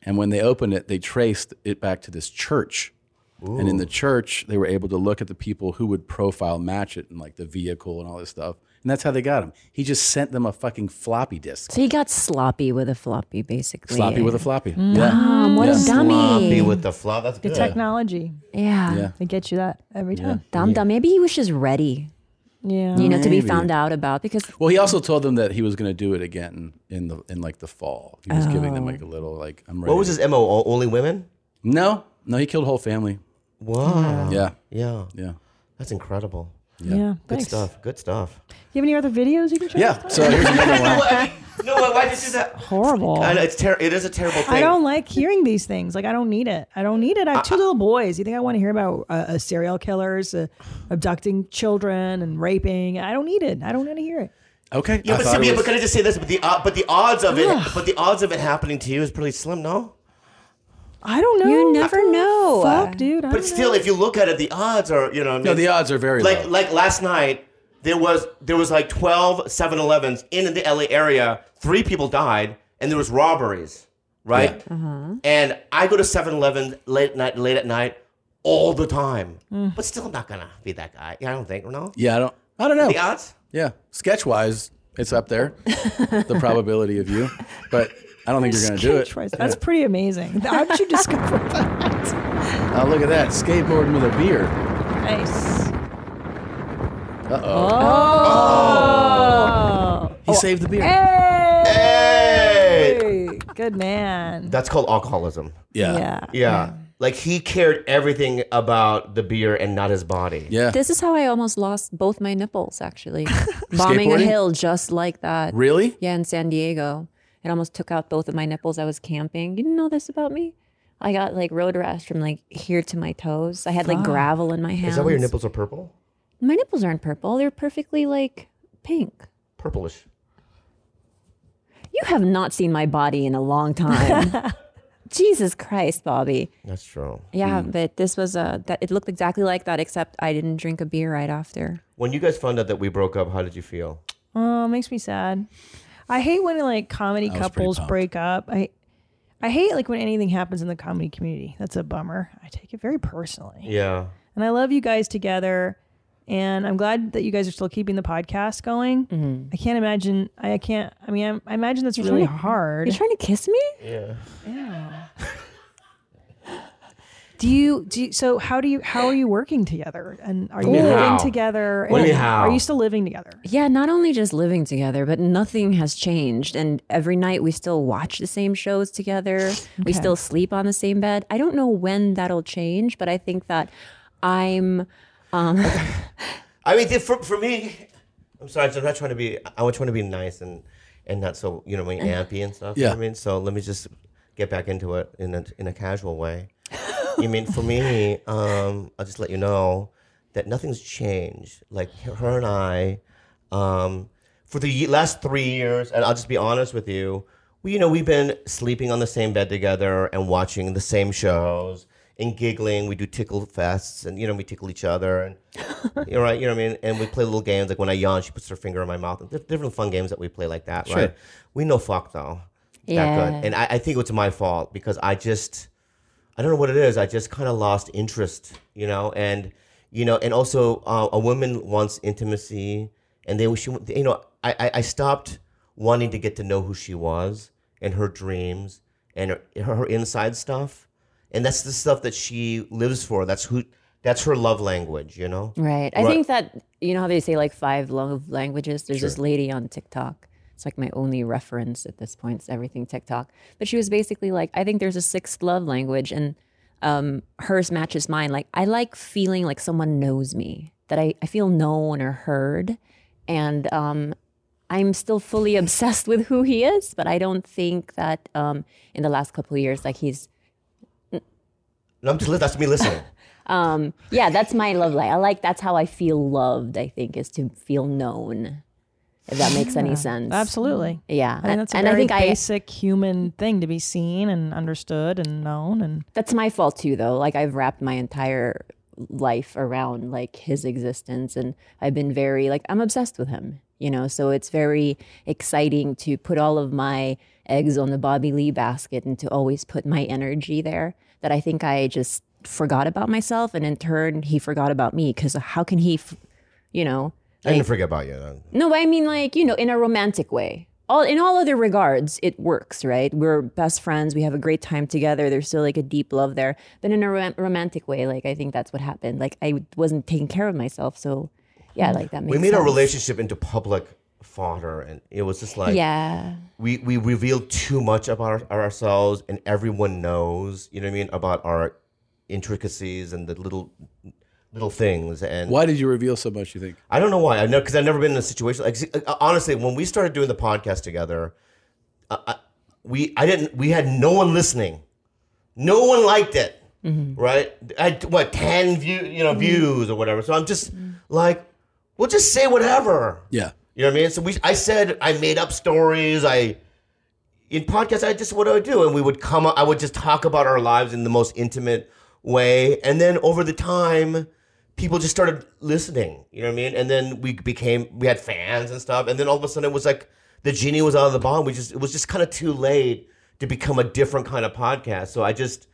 [SPEAKER 6] And when they opened it, they traced it back to this church. And in the church, they were able to look at the people who would profile match it and like the vehicle and all this stuff. And that's how they got him. He just sent them a fucking floppy disk.
[SPEAKER 4] So he got sloppy with a floppy, basically.
[SPEAKER 6] Sloppy with a floppy.
[SPEAKER 4] Mom,
[SPEAKER 6] Yeah.
[SPEAKER 4] what
[SPEAKER 6] Yeah.
[SPEAKER 4] a dummy.
[SPEAKER 6] Sloppy with the flop. That's
[SPEAKER 10] The
[SPEAKER 6] good.
[SPEAKER 10] technology.
[SPEAKER 4] Yeah.
[SPEAKER 6] Yeah.
[SPEAKER 10] They get you that every
[SPEAKER 6] Yeah.
[SPEAKER 10] time.
[SPEAKER 4] Dumb, dumb. Maybe he was just ready.
[SPEAKER 10] Yeah.
[SPEAKER 4] You know, to be
[SPEAKER 6] Maybe.
[SPEAKER 4] found out about because
[SPEAKER 6] Well, he also told them that he was going to do it again in the in like the fall. He was giving them
[SPEAKER 4] Oh.
[SPEAKER 6] like a little like I'm ready.
[SPEAKER 15] What was his mo? O- Only women?
[SPEAKER 6] No, no, he killed a whole family.
[SPEAKER 15] Wow.
[SPEAKER 6] Yeah.
[SPEAKER 15] Yeah.
[SPEAKER 6] Yeah.
[SPEAKER 15] That's incredible.
[SPEAKER 10] Yeah. Yeah,
[SPEAKER 15] Good
[SPEAKER 10] thanks.
[SPEAKER 15] stuff. Good stuff.
[SPEAKER 10] You have any other videos you can show?
[SPEAKER 6] Yeah. So here's another one.
[SPEAKER 15] No, why- why did you do that?
[SPEAKER 10] Horrible.
[SPEAKER 15] I know, it's ter- it is a terrible thing.
[SPEAKER 10] I don't like hearing these things. Like I don't need it. I don't need it. I have two little boys. You think I want to hear about uh, uh, serial killers uh, abducting children and raping? I don't need it. I don't want to hear it.
[SPEAKER 6] Okay.
[SPEAKER 15] Yeah,
[SPEAKER 6] I
[SPEAKER 15] but,
[SPEAKER 6] thought
[SPEAKER 15] some,
[SPEAKER 6] it
[SPEAKER 15] yeah,
[SPEAKER 6] was-
[SPEAKER 15] but can I just say this? But the uh, but the odds of it, but the odds of it happening to you is pretty slim, no?
[SPEAKER 10] I don't know.
[SPEAKER 4] You never know.
[SPEAKER 10] Fuck, dude. I
[SPEAKER 15] But still, if you look at it, the odds are you know. I
[SPEAKER 6] No,
[SPEAKER 15] mean,
[SPEAKER 6] the odds are very
[SPEAKER 15] like
[SPEAKER 6] low.
[SPEAKER 15] like last night there was there was like 12 7-Elevens in the LA area. Three people died, and there was robberies, right? And I go to 7-Eleven late night, late at night, all the time. But still, I'm not gonna be that guy. Yeah, I don't think. No.
[SPEAKER 6] Yeah, I don't. I don't know.
[SPEAKER 15] The odds.
[SPEAKER 6] Yeah, sketch wise, it's up there. the probability of you, but I don't think you're going to do it.
[SPEAKER 10] Sketch-wise,
[SPEAKER 6] Yeah.
[SPEAKER 10] That's pretty amazing. How would you discover that?
[SPEAKER 6] Oh, look at that skateboarding with a beer.
[SPEAKER 10] Nice.
[SPEAKER 6] Uh
[SPEAKER 10] Oh.
[SPEAKER 6] He saved the beer.
[SPEAKER 10] Hey. Good man.
[SPEAKER 15] That's called alcoholism.
[SPEAKER 6] Yeah.
[SPEAKER 10] Yeah.
[SPEAKER 15] Yeah. Like he cared everything about the beer and not his body.
[SPEAKER 6] Yeah.
[SPEAKER 4] this is how I almost lost both my nipples, actually. Bombing a
[SPEAKER 15] Skateboarding?
[SPEAKER 4] hill just like that.
[SPEAKER 6] Really?
[SPEAKER 4] Yeah, in San Diego. It almost took out both of my nipples. I was camping. You didn't know this about me? I got like road rash from like here to my toes. I had like
[SPEAKER 15] Fuck.
[SPEAKER 4] gravel in my hands.
[SPEAKER 15] Is that why your nipples are purple?
[SPEAKER 4] My nipples aren't purple. They're perfectly like pink.
[SPEAKER 15] Purplish.
[SPEAKER 4] You have not seen my body in a long time. Jesus Christ, Bobby.
[SPEAKER 15] That's true.
[SPEAKER 4] Yeah, but this was a that it looked exactly like that, except I didn't drink a beer right after.
[SPEAKER 15] When you guys found out that we broke up, how did you feel?
[SPEAKER 10] Oh, it makes me sad. I hate when like comedy
[SPEAKER 15] I was pretty
[SPEAKER 10] couples
[SPEAKER 15] pumped.
[SPEAKER 10] break up. I I hate like when anything happens in the comedy community. That's a bummer. I take it very personally.
[SPEAKER 15] Yeah.
[SPEAKER 10] And I love you guys together. And I'm glad that you guys are still keeping the podcast going. I can't imagine. I, I can't. I mean, I'm- I, imagine that's
[SPEAKER 4] You're
[SPEAKER 10] Mm-hmm. really
[SPEAKER 4] trying to-
[SPEAKER 10] hard.
[SPEAKER 4] you're trying to kiss me?
[SPEAKER 15] Yeah.
[SPEAKER 10] Do you do you, so? How do you? How are you working together? And are you
[SPEAKER 4] What do you mean
[SPEAKER 10] living
[SPEAKER 4] how?
[SPEAKER 10] together?
[SPEAKER 4] What do you
[SPEAKER 10] And
[SPEAKER 4] mean how?
[SPEAKER 10] Are you still living together?
[SPEAKER 4] Yeah, not only just living together, but nothing has changed. And every night we still watch the same shows together.
[SPEAKER 10] Okay.
[SPEAKER 4] We still sleep on the same bed. I don't know when that'll change, but I think that I'm. Um,
[SPEAKER 15] I mean, th- for, for me, I'm sorry. I'm not trying to be. I was trying to be nice and and not so you know, I mean, ampy and stuff. You know
[SPEAKER 6] Yeah.
[SPEAKER 15] what I mean, so let me just get back into it in a in a casual way. you mean for me? Um, I'll just let you know that nothing's changed. Like her and I, um, for the ye- last three years, and I'll just be honest with you. We, you know, we've been sleeping on the same bed together and watching the same shows and giggling. We do tickle fests, and you know, we tickle each other and you know, right? You know what I mean? And we play little games like when I yawn, she puts her finger in my mouth. Dif- Different fun games that we play like that,
[SPEAKER 6] Sure.
[SPEAKER 15] right? We know fuck though.
[SPEAKER 6] Yeah.
[SPEAKER 15] That good. And I, I think it's my fault because I just, I don't know what it is. I just kind of lost interest, you know? And, you know, and also uh, a woman wants intimacy. And they, she, you know, I, I, I stopped wanting to get to know who she was and her dreams and her, her inside stuff. And that's the stuff that she lives for. That's who, that's her love language, you know?
[SPEAKER 4] right. I think that, you know how they say like five love languages? There's this lady on TikTok. It's like my only reference at this point. It's everything TikTok. But she was basically like, I think there's a sixth love language and um, hers matches mine. Like, I like feeling like someone knows me, that I, I feel known or heard. And um, I'm still fully obsessed with who he is, but I don't think that um, in the last couple of years, like he's
[SPEAKER 15] No, I'm just li- that's me listening.
[SPEAKER 4] Um, yeah, that's my love life. I like that's how I feel loved. I think is to feel known. If that makes
[SPEAKER 10] Yeah,
[SPEAKER 4] any sense.
[SPEAKER 10] Absolutely.
[SPEAKER 4] Yeah,
[SPEAKER 10] I mean, that's a
[SPEAKER 4] and
[SPEAKER 10] very
[SPEAKER 4] I think I
[SPEAKER 10] basic human thing to be seen and understood and known. And
[SPEAKER 4] that's my fault too, though. Like I've wrapped my entire life around like his existence, and I've been very like I'm obsessed with him. You know, so it's very exciting to put all of my eggs on the Bobby Lee basket and to always put my energy there. That I think I just forgot about myself, and in turn, he forgot about me. Because how can he, f- you know?
[SPEAKER 15] I didn't
[SPEAKER 4] like-
[SPEAKER 15] forget about you. Then.
[SPEAKER 4] No, but I mean like, you know, in a romantic way. All in all other regards, it works, right? We're best friends, we have a great time together. There's still like a deep love there. But in a rom- romantic way, like I think that's what happened. Like I wasn't taking care of myself, so yeah, like that makes
[SPEAKER 15] we made our
[SPEAKER 4] sense.
[SPEAKER 15] relationship into public fodder, and it was just like
[SPEAKER 4] Yeah.
[SPEAKER 15] we we revealed too much about our, ourselves, and everyone knows. You know what I mean about our intricacies and the little little things. And
[SPEAKER 6] Why did you reveal so much? You think?
[SPEAKER 15] I don't know why. I know because I've never been in a situation like see, uh, honestly. When we started doing the podcast together, uh, I, we I didn't we had no one listening, no one liked it, right? I had, what ten view you know views or whatever. So I'm just like, we'll just say whatever.
[SPEAKER 6] Yeah.
[SPEAKER 15] You know what I mean? So we I said I made up stories. I in podcasts I just what do I do? And we would come up I would just talk about our lives in the most intimate way. And then over the time, people just started listening. You know what I mean? And then we became we had fans and stuff. And then all of a sudden it was like the genie was out of the bottle. We just it was just kind of too late to become a different kind of podcast. So I just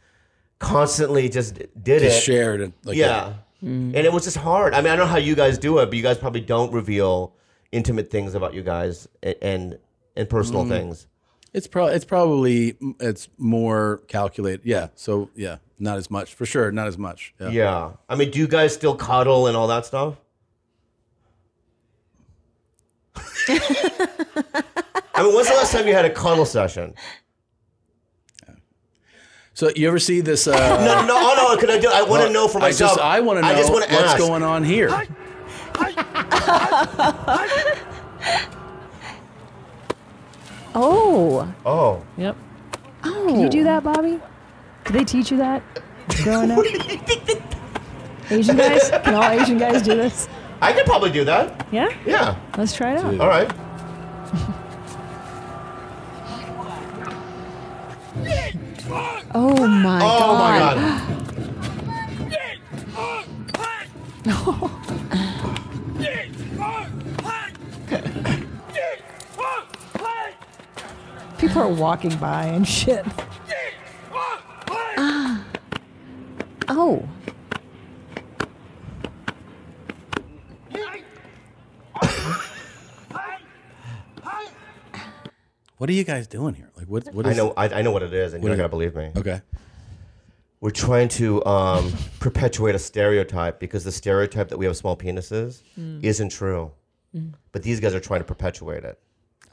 [SPEAKER 15] constantly just did
[SPEAKER 6] Just
[SPEAKER 15] it.
[SPEAKER 6] shared it, Mm-hmm. like
[SPEAKER 15] yeah.
[SPEAKER 6] that.
[SPEAKER 15] And it was just hard. I mean, I don't know how you guys do it, but you guys probably don't reveal intimate things about you guys a- and and personal
[SPEAKER 6] Mm.
[SPEAKER 15] things.
[SPEAKER 6] It's probably it's probably it's more calculated. Yeah. So yeah, not as much for sure. Not as much.
[SPEAKER 15] Yeah. I mean, do you guys still cuddle and all that stuff? I mean, when's the last time you had a cuddle session?
[SPEAKER 6] So you ever see this? Uh,
[SPEAKER 15] no, no, no, oh, no. Could I do? I want to
[SPEAKER 6] Well,
[SPEAKER 15] know for
[SPEAKER 6] I just-
[SPEAKER 15] myself.
[SPEAKER 6] I wanna
[SPEAKER 15] I
[SPEAKER 6] know
[SPEAKER 15] just want to
[SPEAKER 6] what's
[SPEAKER 15] ask.
[SPEAKER 6] going on here.
[SPEAKER 4] Oh.
[SPEAKER 15] Oh.
[SPEAKER 10] Yep. Oh. Can you do that, Bobby? Did they teach you that growing up? Asian guys? Can all Asian guys do this?
[SPEAKER 15] I could probably do that.
[SPEAKER 10] Yeah?
[SPEAKER 15] Yeah.
[SPEAKER 10] Let's try it out.
[SPEAKER 15] All right.
[SPEAKER 10] Oh my
[SPEAKER 15] Oh my
[SPEAKER 10] god. People are walking by and shit.
[SPEAKER 4] Ah. oh.
[SPEAKER 6] What are you guys doing here? Like, what? What
[SPEAKER 15] I
[SPEAKER 6] is?
[SPEAKER 15] know, I, I know what it is, and
[SPEAKER 6] What
[SPEAKER 15] you're
[SPEAKER 6] is
[SPEAKER 15] not
[SPEAKER 6] it?
[SPEAKER 15] gonna believe me.
[SPEAKER 6] Okay.
[SPEAKER 15] We're trying to um, perpetuate a stereotype because the stereotype that we have small penises
[SPEAKER 6] Mm.
[SPEAKER 15] isn't true,
[SPEAKER 6] Mm.
[SPEAKER 15] but these guys are trying to perpetuate it.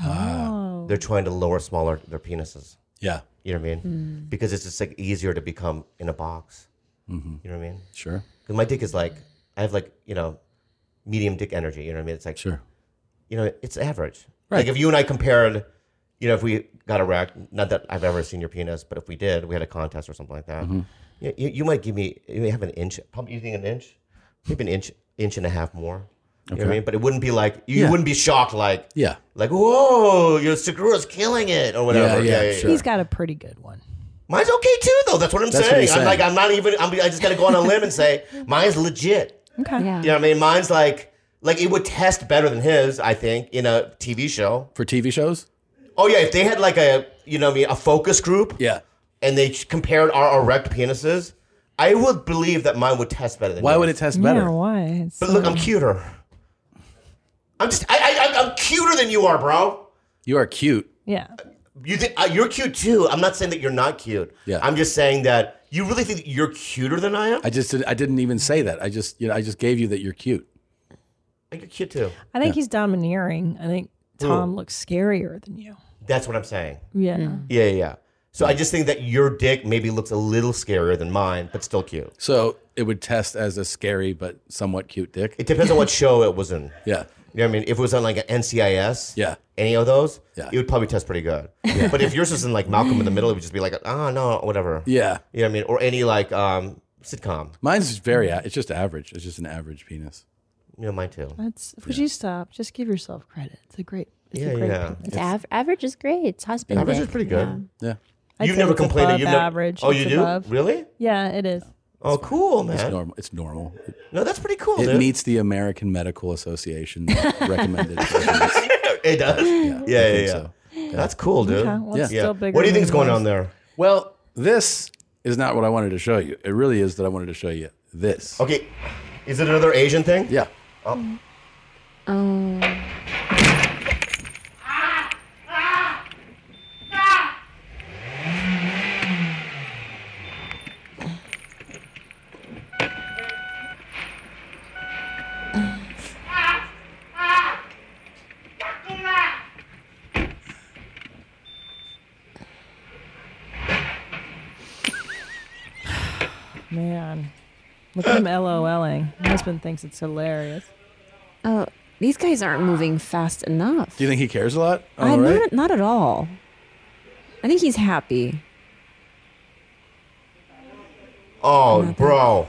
[SPEAKER 6] Oh.
[SPEAKER 15] They're trying to lower smaller their penises.
[SPEAKER 6] Yeah.
[SPEAKER 15] you know what I mean.
[SPEAKER 6] Mm.
[SPEAKER 15] Because it's just like easier to become in a box.
[SPEAKER 6] Mhm.
[SPEAKER 15] You know what I mean?
[SPEAKER 6] Sure.
[SPEAKER 15] Because my dick is like I have like you know medium dick energy. You know what I mean? It's like
[SPEAKER 6] sure.
[SPEAKER 15] You know, it's average.
[SPEAKER 6] Right.
[SPEAKER 15] Like if you and I compared, you know, if we got a rack, not that I've ever seen your penis, but if we did, we had a contest or something like that.
[SPEAKER 6] Mhm.
[SPEAKER 15] You, you, you might give me you may have an inch, probably you think an inch, maybe an inch, inch and a half more. You know what
[SPEAKER 6] Okay.
[SPEAKER 15] I mean? But it wouldn't be like you
[SPEAKER 6] Yeah.
[SPEAKER 15] wouldn't be shocked like
[SPEAKER 6] Yeah.
[SPEAKER 15] like whoa your Sakura's killing it or whatever
[SPEAKER 6] Yeah, yeah,
[SPEAKER 10] He's got a pretty good one.
[SPEAKER 15] Mine's okay too, though. That's what I'm
[SPEAKER 6] That's what
[SPEAKER 15] saying.
[SPEAKER 6] he's
[SPEAKER 15] I'm
[SPEAKER 6] saying.
[SPEAKER 15] like, I'm not even. I'm, I just got to go on a limb and say mine's legit.
[SPEAKER 10] Okay.
[SPEAKER 15] You know what I mean? Mine's like, like it would test better than his. I think in a TV show
[SPEAKER 6] for TV shows.
[SPEAKER 15] Oh yeah, if they had like a, you know, what I mean, a focus group.
[SPEAKER 6] Yeah.
[SPEAKER 15] And they compared our erect penises, I would believe that mine would test better than.
[SPEAKER 6] Why
[SPEAKER 15] yours.
[SPEAKER 6] would it test better?
[SPEAKER 10] Yeah, why? It's
[SPEAKER 15] But look,
[SPEAKER 10] so-
[SPEAKER 15] I'm cuter. I'm just, I, I, I'm- I'm cuter than you are, bro.
[SPEAKER 6] You are cute.
[SPEAKER 10] Yeah.
[SPEAKER 15] You think uh, you're cute too? I'm not saying that you're not cute.
[SPEAKER 6] Yeah.
[SPEAKER 15] I'm just saying that you really think that you're cuter than I am.
[SPEAKER 6] I just did, I didn't even say that. I just you know I just gave you that you're cute.
[SPEAKER 15] You're cute too.
[SPEAKER 10] I think he's domineering. I think Tom
[SPEAKER 15] Ooh.
[SPEAKER 10] looks scarier than you.
[SPEAKER 15] That's what I'm saying.
[SPEAKER 10] Yeah. Mm.
[SPEAKER 15] Yeah, yeah, yeah. So I just think that your dick maybe looks a little scarier than mine, but still cute.
[SPEAKER 6] So it would test as a scary but somewhat cute dick.
[SPEAKER 15] It depends on what show it was in.
[SPEAKER 6] Yeah.
[SPEAKER 15] You know what I mean? If it was on like an NCIS,
[SPEAKER 6] Yeah.
[SPEAKER 15] any of those,
[SPEAKER 6] Yeah.
[SPEAKER 15] it would probably test pretty good. But if yours was in like Malcolm in the Middle, it would just be like, ah, no, whatever.
[SPEAKER 6] Yeah.
[SPEAKER 15] You know what I mean? Or any like um, sitcom.
[SPEAKER 6] Mine's very. a- It's just average. It's just an average penis.
[SPEAKER 15] Yeah, mine too.
[SPEAKER 10] That's would you stop? Just give yourself credit. It's a great it's
[SPEAKER 15] Yeah,
[SPEAKER 10] a great
[SPEAKER 15] yeah.
[SPEAKER 10] penis.
[SPEAKER 4] It's av- average is great. It's husband.
[SPEAKER 15] Average
[SPEAKER 4] dick.
[SPEAKER 15] is pretty good.
[SPEAKER 6] Yeah.
[SPEAKER 10] I'd
[SPEAKER 15] You've
[SPEAKER 10] say
[SPEAKER 15] never
[SPEAKER 10] it's
[SPEAKER 15] complained. that
[SPEAKER 10] above
[SPEAKER 15] You've never
[SPEAKER 10] average.
[SPEAKER 15] Oh,
[SPEAKER 10] It's
[SPEAKER 15] you do?
[SPEAKER 10] above.
[SPEAKER 15] Really?
[SPEAKER 10] Yeah, it is.
[SPEAKER 15] Oh, cool, man.
[SPEAKER 6] It's normal. It's normal.
[SPEAKER 15] No, that's pretty cool.
[SPEAKER 6] It
[SPEAKER 15] dude.
[SPEAKER 6] meets the American Medical Association recommended.
[SPEAKER 15] It does. Yeah, yeah, yeah. That's cool, dude.
[SPEAKER 6] Okay, well, it's Yeah. still bigger
[SPEAKER 15] what do you
[SPEAKER 6] than
[SPEAKER 15] think's going
[SPEAKER 6] yours.
[SPEAKER 15] on there?
[SPEAKER 6] Well, this is not what I wanted to show you. It really is that I wanted to show you this.
[SPEAKER 15] Okay. Is it another Asian thing?
[SPEAKER 6] Yeah.
[SPEAKER 15] Oh.
[SPEAKER 4] Oh.
[SPEAKER 10] Man. Look at him LOLing. My husband thinks it's hilarious.
[SPEAKER 4] Oh, these guys aren't moving fast enough.
[SPEAKER 6] Do you think he cares a lot?
[SPEAKER 4] I,
[SPEAKER 6] All right.
[SPEAKER 4] not, not at all. I think he's happy.
[SPEAKER 15] Oh, bro.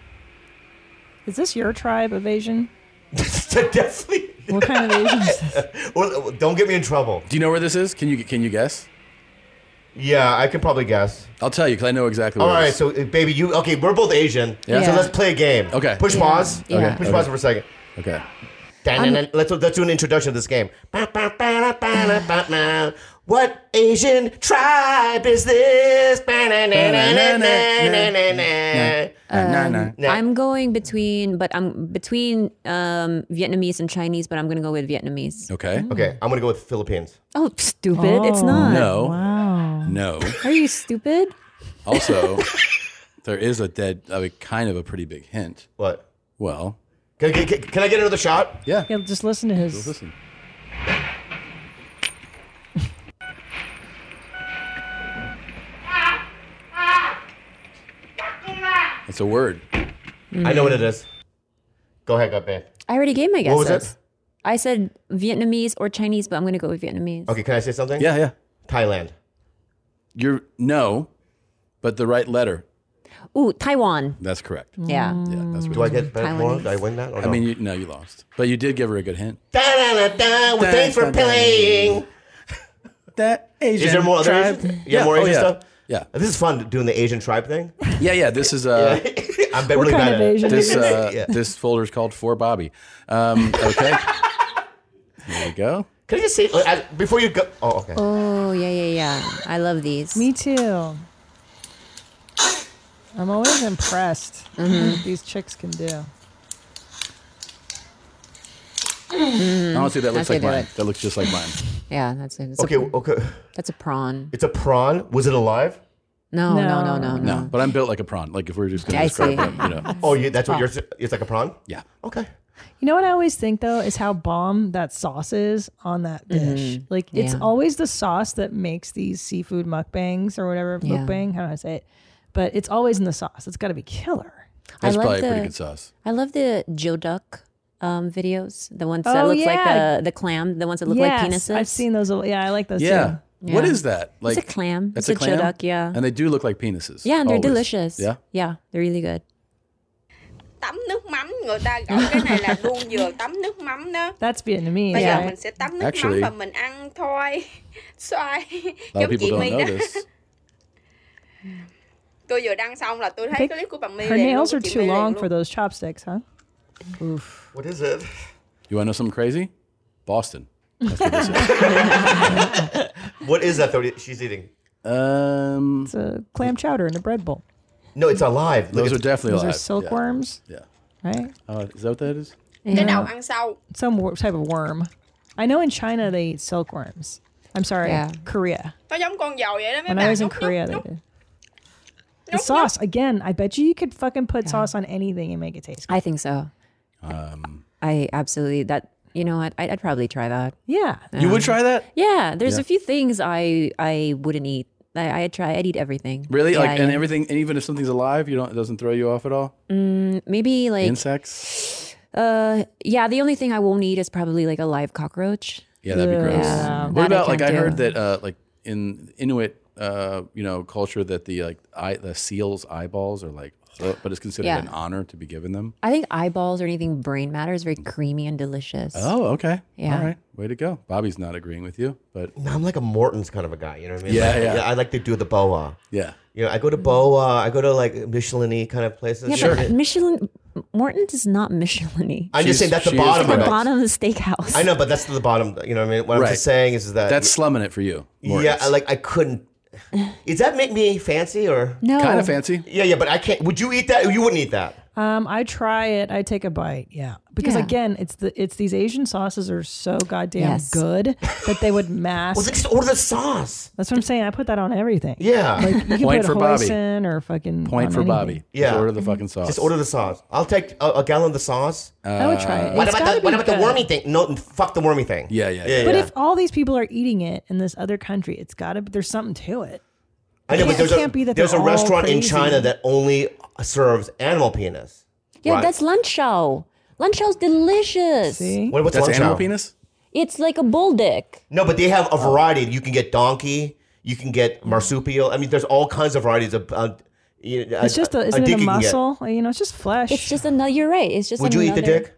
[SPEAKER 10] Is this your tribe of Asian?
[SPEAKER 15] Definitely.
[SPEAKER 10] What kind of Asian is this?
[SPEAKER 15] Well, don't get me in trouble.
[SPEAKER 6] Do you know where this is? Can you can you guess?
[SPEAKER 15] Yeah, I can probably guess.
[SPEAKER 6] I'll tell you because I know exactly.
[SPEAKER 15] All
[SPEAKER 6] where it
[SPEAKER 15] right,
[SPEAKER 6] is.
[SPEAKER 15] so uh, baby, you okay? We're both Asian,
[SPEAKER 6] Yeah.
[SPEAKER 15] so
[SPEAKER 6] Yeah.
[SPEAKER 15] let's play a game.
[SPEAKER 6] Okay.
[SPEAKER 15] Push
[SPEAKER 6] Yeah.
[SPEAKER 15] pause.
[SPEAKER 6] Yeah. Okay.
[SPEAKER 15] Push
[SPEAKER 6] Okay.
[SPEAKER 15] pause for a second.
[SPEAKER 6] Okay.
[SPEAKER 15] Da-na-na. Let's let's do an introduction to this game. Ba-ba-ba-da-ba-da-ba-da. What Asian tribe is this? Ba-na-na-na-na-na-na-na.
[SPEAKER 4] Um, I'm going between, but I'm between um, Vietnamese and Chinese, but I'm going to go with Vietnamese.
[SPEAKER 6] Okay.
[SPEAKER 15] Okay, I'm gonna go with Philippines.
[SPEAKER 4] Oh, stupid! it's
[SPEAKER 10] Oh,
[SPEAKER 4] not.
[SPEAKER 6] No.
[SPEAKER 10] Wow.
[SPEAKER 6] No.
[SPEAKER 4] Are you stupid?
[SPEAKER 6] Also, there is a dead, I mean, kind of a pretty big hint.
[SPEAKER 15] What?
[SPEAKER 6] Well,
[SPEAKER 15] can, can, I get another shot?
[SPEAKER 6] Yeah.
[SPEAKER 10] Yeah, just listen to his.
[SPEAKER 6] Just listen. It's a word.
[SPEAKER 15] I know what it is. Go ahead, go babe.
[SPEAKER 4] I already gave my
[SPEAKER 15] What
[SPEAKER 4] guesses.
[SPEAKER 15] was it?
[SPEAKER 4] I said Vietnamese or Chinese, but I'm going to go with Vietnamese.
[SPEAKER 15] Okay, can I say something?
[SPEAKER 6] Yeah, yeah.
[SPEAKER 15] Thailand.
[SPEAKER 6] You're no, but the right letter.
[SPEAKER 4] Ooh, Taiwan.
[SPEAKER 6] That's correct.
[SPEAKER 4] Yeah.
[SPEAKER 10] Mm.
[SPEAKER 6] Yeah, that's
[SPEAKER 15] Do I get that more?
[SPEAKER 6] Taiwanese.
[SPEAKER 15] Do I win that? Or
[SPEAKER 6] I
[SPEAKER 15] no?
[SPEAKER 6] mean, you, no, you lost, but you did give her a good hint.
[SPEAKER 15] Da-da-da-da. Well,
[SPEAKER 6] Da-
[SPEAKER 15] thanks for
[SPEAKER 6] da- da-
[SPEAKER 15] playing.
[SPEAKER 6] that Asian.
[SPEAKER 15] Is there more other
[SPEAKER 6] tribe.
[SPEAKER 15] Asian? Yeah, more
[SPEAKER 6] oh,
[SPEAKER 15] Asian
[SPEAKER 6] yeah.
[SPEAKER 15] stuff.
[SPEAKER 6] Yeah,
[SPEAKER 15] this is fun doing the Asian tribe thing.
[SPEAKER 6] Yeah, yeah. This is uh,
[SPEAKER 15] I'm What really kind bad of at it. Asian
[SPEAKER 6] This
[SPEAKER 15] is it?
[SPEAKER 6] uh,
[SPEAKER 15] Yeah.
[SPEAKER 6] this folder is called for Bobby. Um, okay, there we go.
[SPEAKER 15] Can I just say uh, I- before you go? Oh, okay.
[SPEAKER 4] Oh yeah, yeah, yeah. I love these.
[SPEAKER 10] Me too. I'm always impressed with what these chicks can do.
[SPEAKER 6] Honestly, that looks
[SPEAKER 4] That's
[SPEAKER 6] like
[SPEAKER 4] how you Mm. do
[SPEAKER 6] mine.
[SPEAKER 4] it.
[SPEAKER 6] That looks just like mine.
[SPEAKER 4] Yeah, that's it. It's
[SPEAKER 15] Okay,
[SPEAKER 4] A,
[SPEAKER 15] okay.
[SPEAKER 4] That's a prawn.
[SPEAKER 15] It's a prawn. Was it alive?
[SPEAKER 4] No, no, no, no, no.
[SPEAKER 6] No, but I'm built like a prawn. Like if we are just going
[SPEAKER 4] Mm. I
[SPEAKER 6] to describe
[SPEAKER 4] see.
[SPEAKER 6] them, you know.
[SPEAKER 15] Oh, yeah. That's what yours. It's like a prawn.
[SPEAKER 6] Yeah.
[SPEAKER 15] Okay.
[SPEAKER 10] You know what I always think though is how bomb that sauce is on that dish.
[SPEAKER 4] Mhm.
[SPEAKER 10] Like it's
[SPEAKER 4] Yeah.
[SPEAKER 10] always the sauce that makes these seafood mukbangs or whatever
[SPEAKER 4] Yeah.
[SPEAKER 10] mukbang. How do I say it? But it's always in the sauce. It's got to be killer.
[SPEAKER 6] That's probably pretty good sauce.
[SPEAKER 4] I love the Joe Duck um, videos. The ones that
[SPEAKER 10] Oh,
[SPEAKER 4] look like
[SPEAKER 10] yeah.
[SPEAKER 4] the the clam. The ones that look like
[SPEAKER 10] Yes,
[SPEAKER 4] penises.
[SPEAKER 10] I've seen those. a- Yeah, I like those
[SPEAKER 6] Yeah.
[SPEAKER 10] too.
[SPEAKER 6] What is that?
[SPEAKER 4] It's a clam. It's
[SPEAKER 6] That's a
[SPEAKER 4] a
[SPEAKER 6] clam?
[SPEAKER 4] chodok, yeah.
[SPEAKER 6] And they do look like penises.
[SPEAKER 4] Yeah, and they're
[SPEAKER 6] always.
[SPEAKER 4] delicious.
[SPEAKER 6] Yeah.
[SPEAKER 4] yeah, they're really good.
[SPEAKER 19] tắm nước mắm người ta gọi cái này là đuông dừa tắm nước mắm đó
[SPEAKER 10] That's Vietnamese.
[SPEAKER 19] bây giờ
[SPEAKER 10] right?
[SPEAKER 19] mình sẽ tắm nước
[SPEAKER 6] Actually-
[SPEAKER 19] mắm và mình ăn thôi xoay
[SPEAKER 6] A lot
[SPEAKER 19] giống
[SPEAKER 6] of people
[SPEAKER 19] chị My
[SPEAKER 6] don't know
[SPEAKER 19] đó
[SPEAKER 6] this.
[SPEAKER 19] tôi vừa đăng xong là tôi
[SPEAKER 10] I
[SPEAKER 19] thấy
[SPEAKER 10] think
[SPEAKER 19] clip của bà My
[SPEAKER 10] her
[SPEAKER 19] liền luôn,
[SPEAKER 10] nails
[SPEAKER 19] của
[SPEAKER 10] are
[SPEAKER 19] chị
[SPEAKER 10] too
[SPEAKER 19] My liền
[SPEAKER 10] long
[SPEAKER 19] luôn.
[SPEAKER 10] for those chopsticks, huh? Oof.
[SPEAKER 15] What is it?
[SPEAKER 6] You want to know something crazy? Boston.
[SPEAKER 15] What is that? Thirty. She's eating.
[SPEAKER 6] Um,
[SPEAKER 10] It's a clam chowder in a bread bowl.
[SPEAKER 15] No, it's alive.
[SPEAKER 6] Those are definitely
[SPEAKER 10] Those
[SPEAKER 6] alive.
[SPEAKER 10] are silkworms.
[SPEAKER 6] Yeah.
[SPEAKER 10] Right?
[SPEAKER 6] Yeah. Uh, is that what that is?
[SPEAKER 19] cái đầu
[SPEAKER 10] Yeah.
[SPEAKER 19] ăn sau
[SPEAKER 10] Some wor- type of worm. I know in China they eat silkworms. I'm sorry,
[SPEAKER 19] Yeah.
[SPEAKER 10] Korea.
[SPEAKER 19] nó giống con dầu vậy đó mấy
[SPEAKER 10] When I
[SPEAKER 19] bạn
[SPEAKER 10] was in
[SPEAKER 19] Nhúc, nhúc,
[SPEAKER 10] Korea, they
[SPEAKER 19] nhúc.
[SPEAKER 10] did. The sauce, again, I bet you you could fucking put sauce on anything and make it taste good.
[SPEAKER 4] I think so.
[SPEAKER 6] Um,
[SPEAKER 4] I absolutely that. You know what? I'd, I'd probably try that.
[SPEAKER 10] Yeah.
[SPEAKER 4] Um,
[SPEAKER 6] You would try that?
[SPEAKER 4] Yeah. There's
[SPEAKER 6] Yeah.
[SPEAKER 4] a few things I I wouldn't eat. I I try. I'd eat everything.
[SPEAKER 6] Really?
[SPEAKER 4] Yeah,
[SPEAKER 6] like, and
[SPEAKER 4] yeah.
[SPEAKER 6] everything, and even if something's alive, you don't. It doesn't throw you off at all.
[SPEAKER 4] Mm, maybe like
[SPEAKER 6] Insects.
[SPEAKER 4] Uh, yeah. The only thing I won't eat is probably like a live cockroach.
[SPEAKER 6] Yeah, that'd be gross.
[SPEAKER 4] Yeah,
[SPEAKER 6] what
[SPEAKER 4] that I
[SPEAKER 6] about like I
[SPEAKER 4] can't do.
[SPEAKER 6] heard that uh, like in Inuit, uh, you know, culture that the like eye, the seals' eyeballs are like, but it's considered
[SPEAKER 4] Yeah.
[SPEAKER 6] an honor to be given them.
[SPEAKER 4] I think eyeballs or anything brain matter is very creamy and delicious.
[SPEAKER 6] Oh, okay.
[SPEAKER 4] Yeah.
[SPEAKER 6] All right. Way to go. Bobby's not agreeing with you, but
[SPEAKER 15] No, I'm like a Morton's kind of a guy. You know what I mean?
[SPEAKER 6] Yeah,
[SPEAKER 15] Like,
[SPEAKER 6] yeah.
[SPEAKER 15] I like to do the boa.
[SPEAKER 6] Yeah.
[SPEAKER 15] You know, I go to boa. I go to like Michelin-y kind of places.
[SPEAKER 4] Yeah, but Michelin Morton is not Michelin.
[SPEAKER 15] I'm just saying that's the bottom
[SPEAKER 4] the
[SPEAKER 15] of it.
[SPEAKER 4] bottom of the steakhouse.
[SPEAKER 15] I know, but that's the bottom. You know what I mean? What I'm
[SPEAKER 6] Right.
[SPEAKER 15] just saying is that
[SPEAKER 6] that's slumming it for you.
[SPEAKER 15] Yeah, I, like I couldn't. Does that make me fancy or
[SPEAKER 4] No. Kinda
[SPEAKER 6] fancy?
[SPEAKER 15] Yeah, yeah, but I can't. Would you eat that? You wouldn't eat that.
[SPEAKER 10] Um, I try it. I take a bite. Yeah, because
[SPEAKER 15] Yeah.
[SPEAKER 10] again, it's the it's these Asian sauces are so goddamn
[SPEAKER 15] Yes.
[SPEAKER 10] good that they would mask.
[SPEAKER 15] Well, then just order the sauce.
[SPEAKER 10] That's what I'm saying. I put that on everything.
[SPEAKER 15] Yeah.
[SPEAKER 10] like you can
[SPEAKER 6] Point
[SPEAKER 10] put
[SPEAKER 6] for Bobby.
[SPEAKER 10] hoisin or fucking
[SPEAKER 6] Point
[SPEAKER 10] on
[SPEAKER 6] for
[SPEAKER 10] anything.
[SPEAKER 6] Bobby.
[SPEAKER 15] Yeah.
[SPEAKER 6] Just order the fucking sauce.
[SPEAKER 15] Just order the sauce. I'll take a, a gallon of the sauce.
[SPEAKER 6] I would try it.
[SPEAKER 15] What
[SPEAKER 10] It's
[SPEAKER 15] about
[SPEAKER 10] gotta
[SPEAKER 15] the, what
[SPEAKER 10] be
[SPEAKER 15] about
[SPEAKER 10] good.
[SPEAKER 15] the wormy thing? No, fuck the wormy thing.
[SPEAKER 6] Yeah, yeah,
[SPEAKER 10] But if all these people are eating it in this other country, it's got to there's something to it.
[SPEAKER 15] I know,
[SPEAKER 10] It
[SPEAKER 15] but there's
[SPEAKER 10] can't
[SPEAKER 15] a
[SPEAKER 10] be that
[SPEAKER 15] there's
[SPEAKER 10] they're
[SPEAKER 15] a
[SPEAKER 10] all
[SPEAKER 15] restaurant in
[SPEAKER 10] crazy.
[SPEAKER 15] China that only serves animal penis.
[SPEAKER 4] yeah,
[SPEAKER 15] Right.
[SPEAKER 4] that's lunch show. Lunch show's delicious.
[SPEAKER 15] What about
[SPEAKER 6] That's
[SPEAKER 15] lunch
[SPEAKER 6] animal
[SPEAKER 15] hour?
[SPEAKER 6] penis? Oh.
[SPEAKER 4] It's like a bull dick.
[SPEAKER 15] No, but they have a variety. You can get donkey. You can get marsupial. I mean, there's all kinds of varieties of. Uh, you know,
[SPEAKER 10] It's just a, isn't
[SPEAKER 15] dick
[SPEAKER 10] it a
[SPEAKER 15] you can get.
[SPEAKER 10] muscle? Like, You know, it's just flesh.
[SPEAKER 4] It's just another. You're right. It's just.
[SPEAKER 15] Would you eat the
[SPEAKER 4] another-
[SPEAKER 15] dick?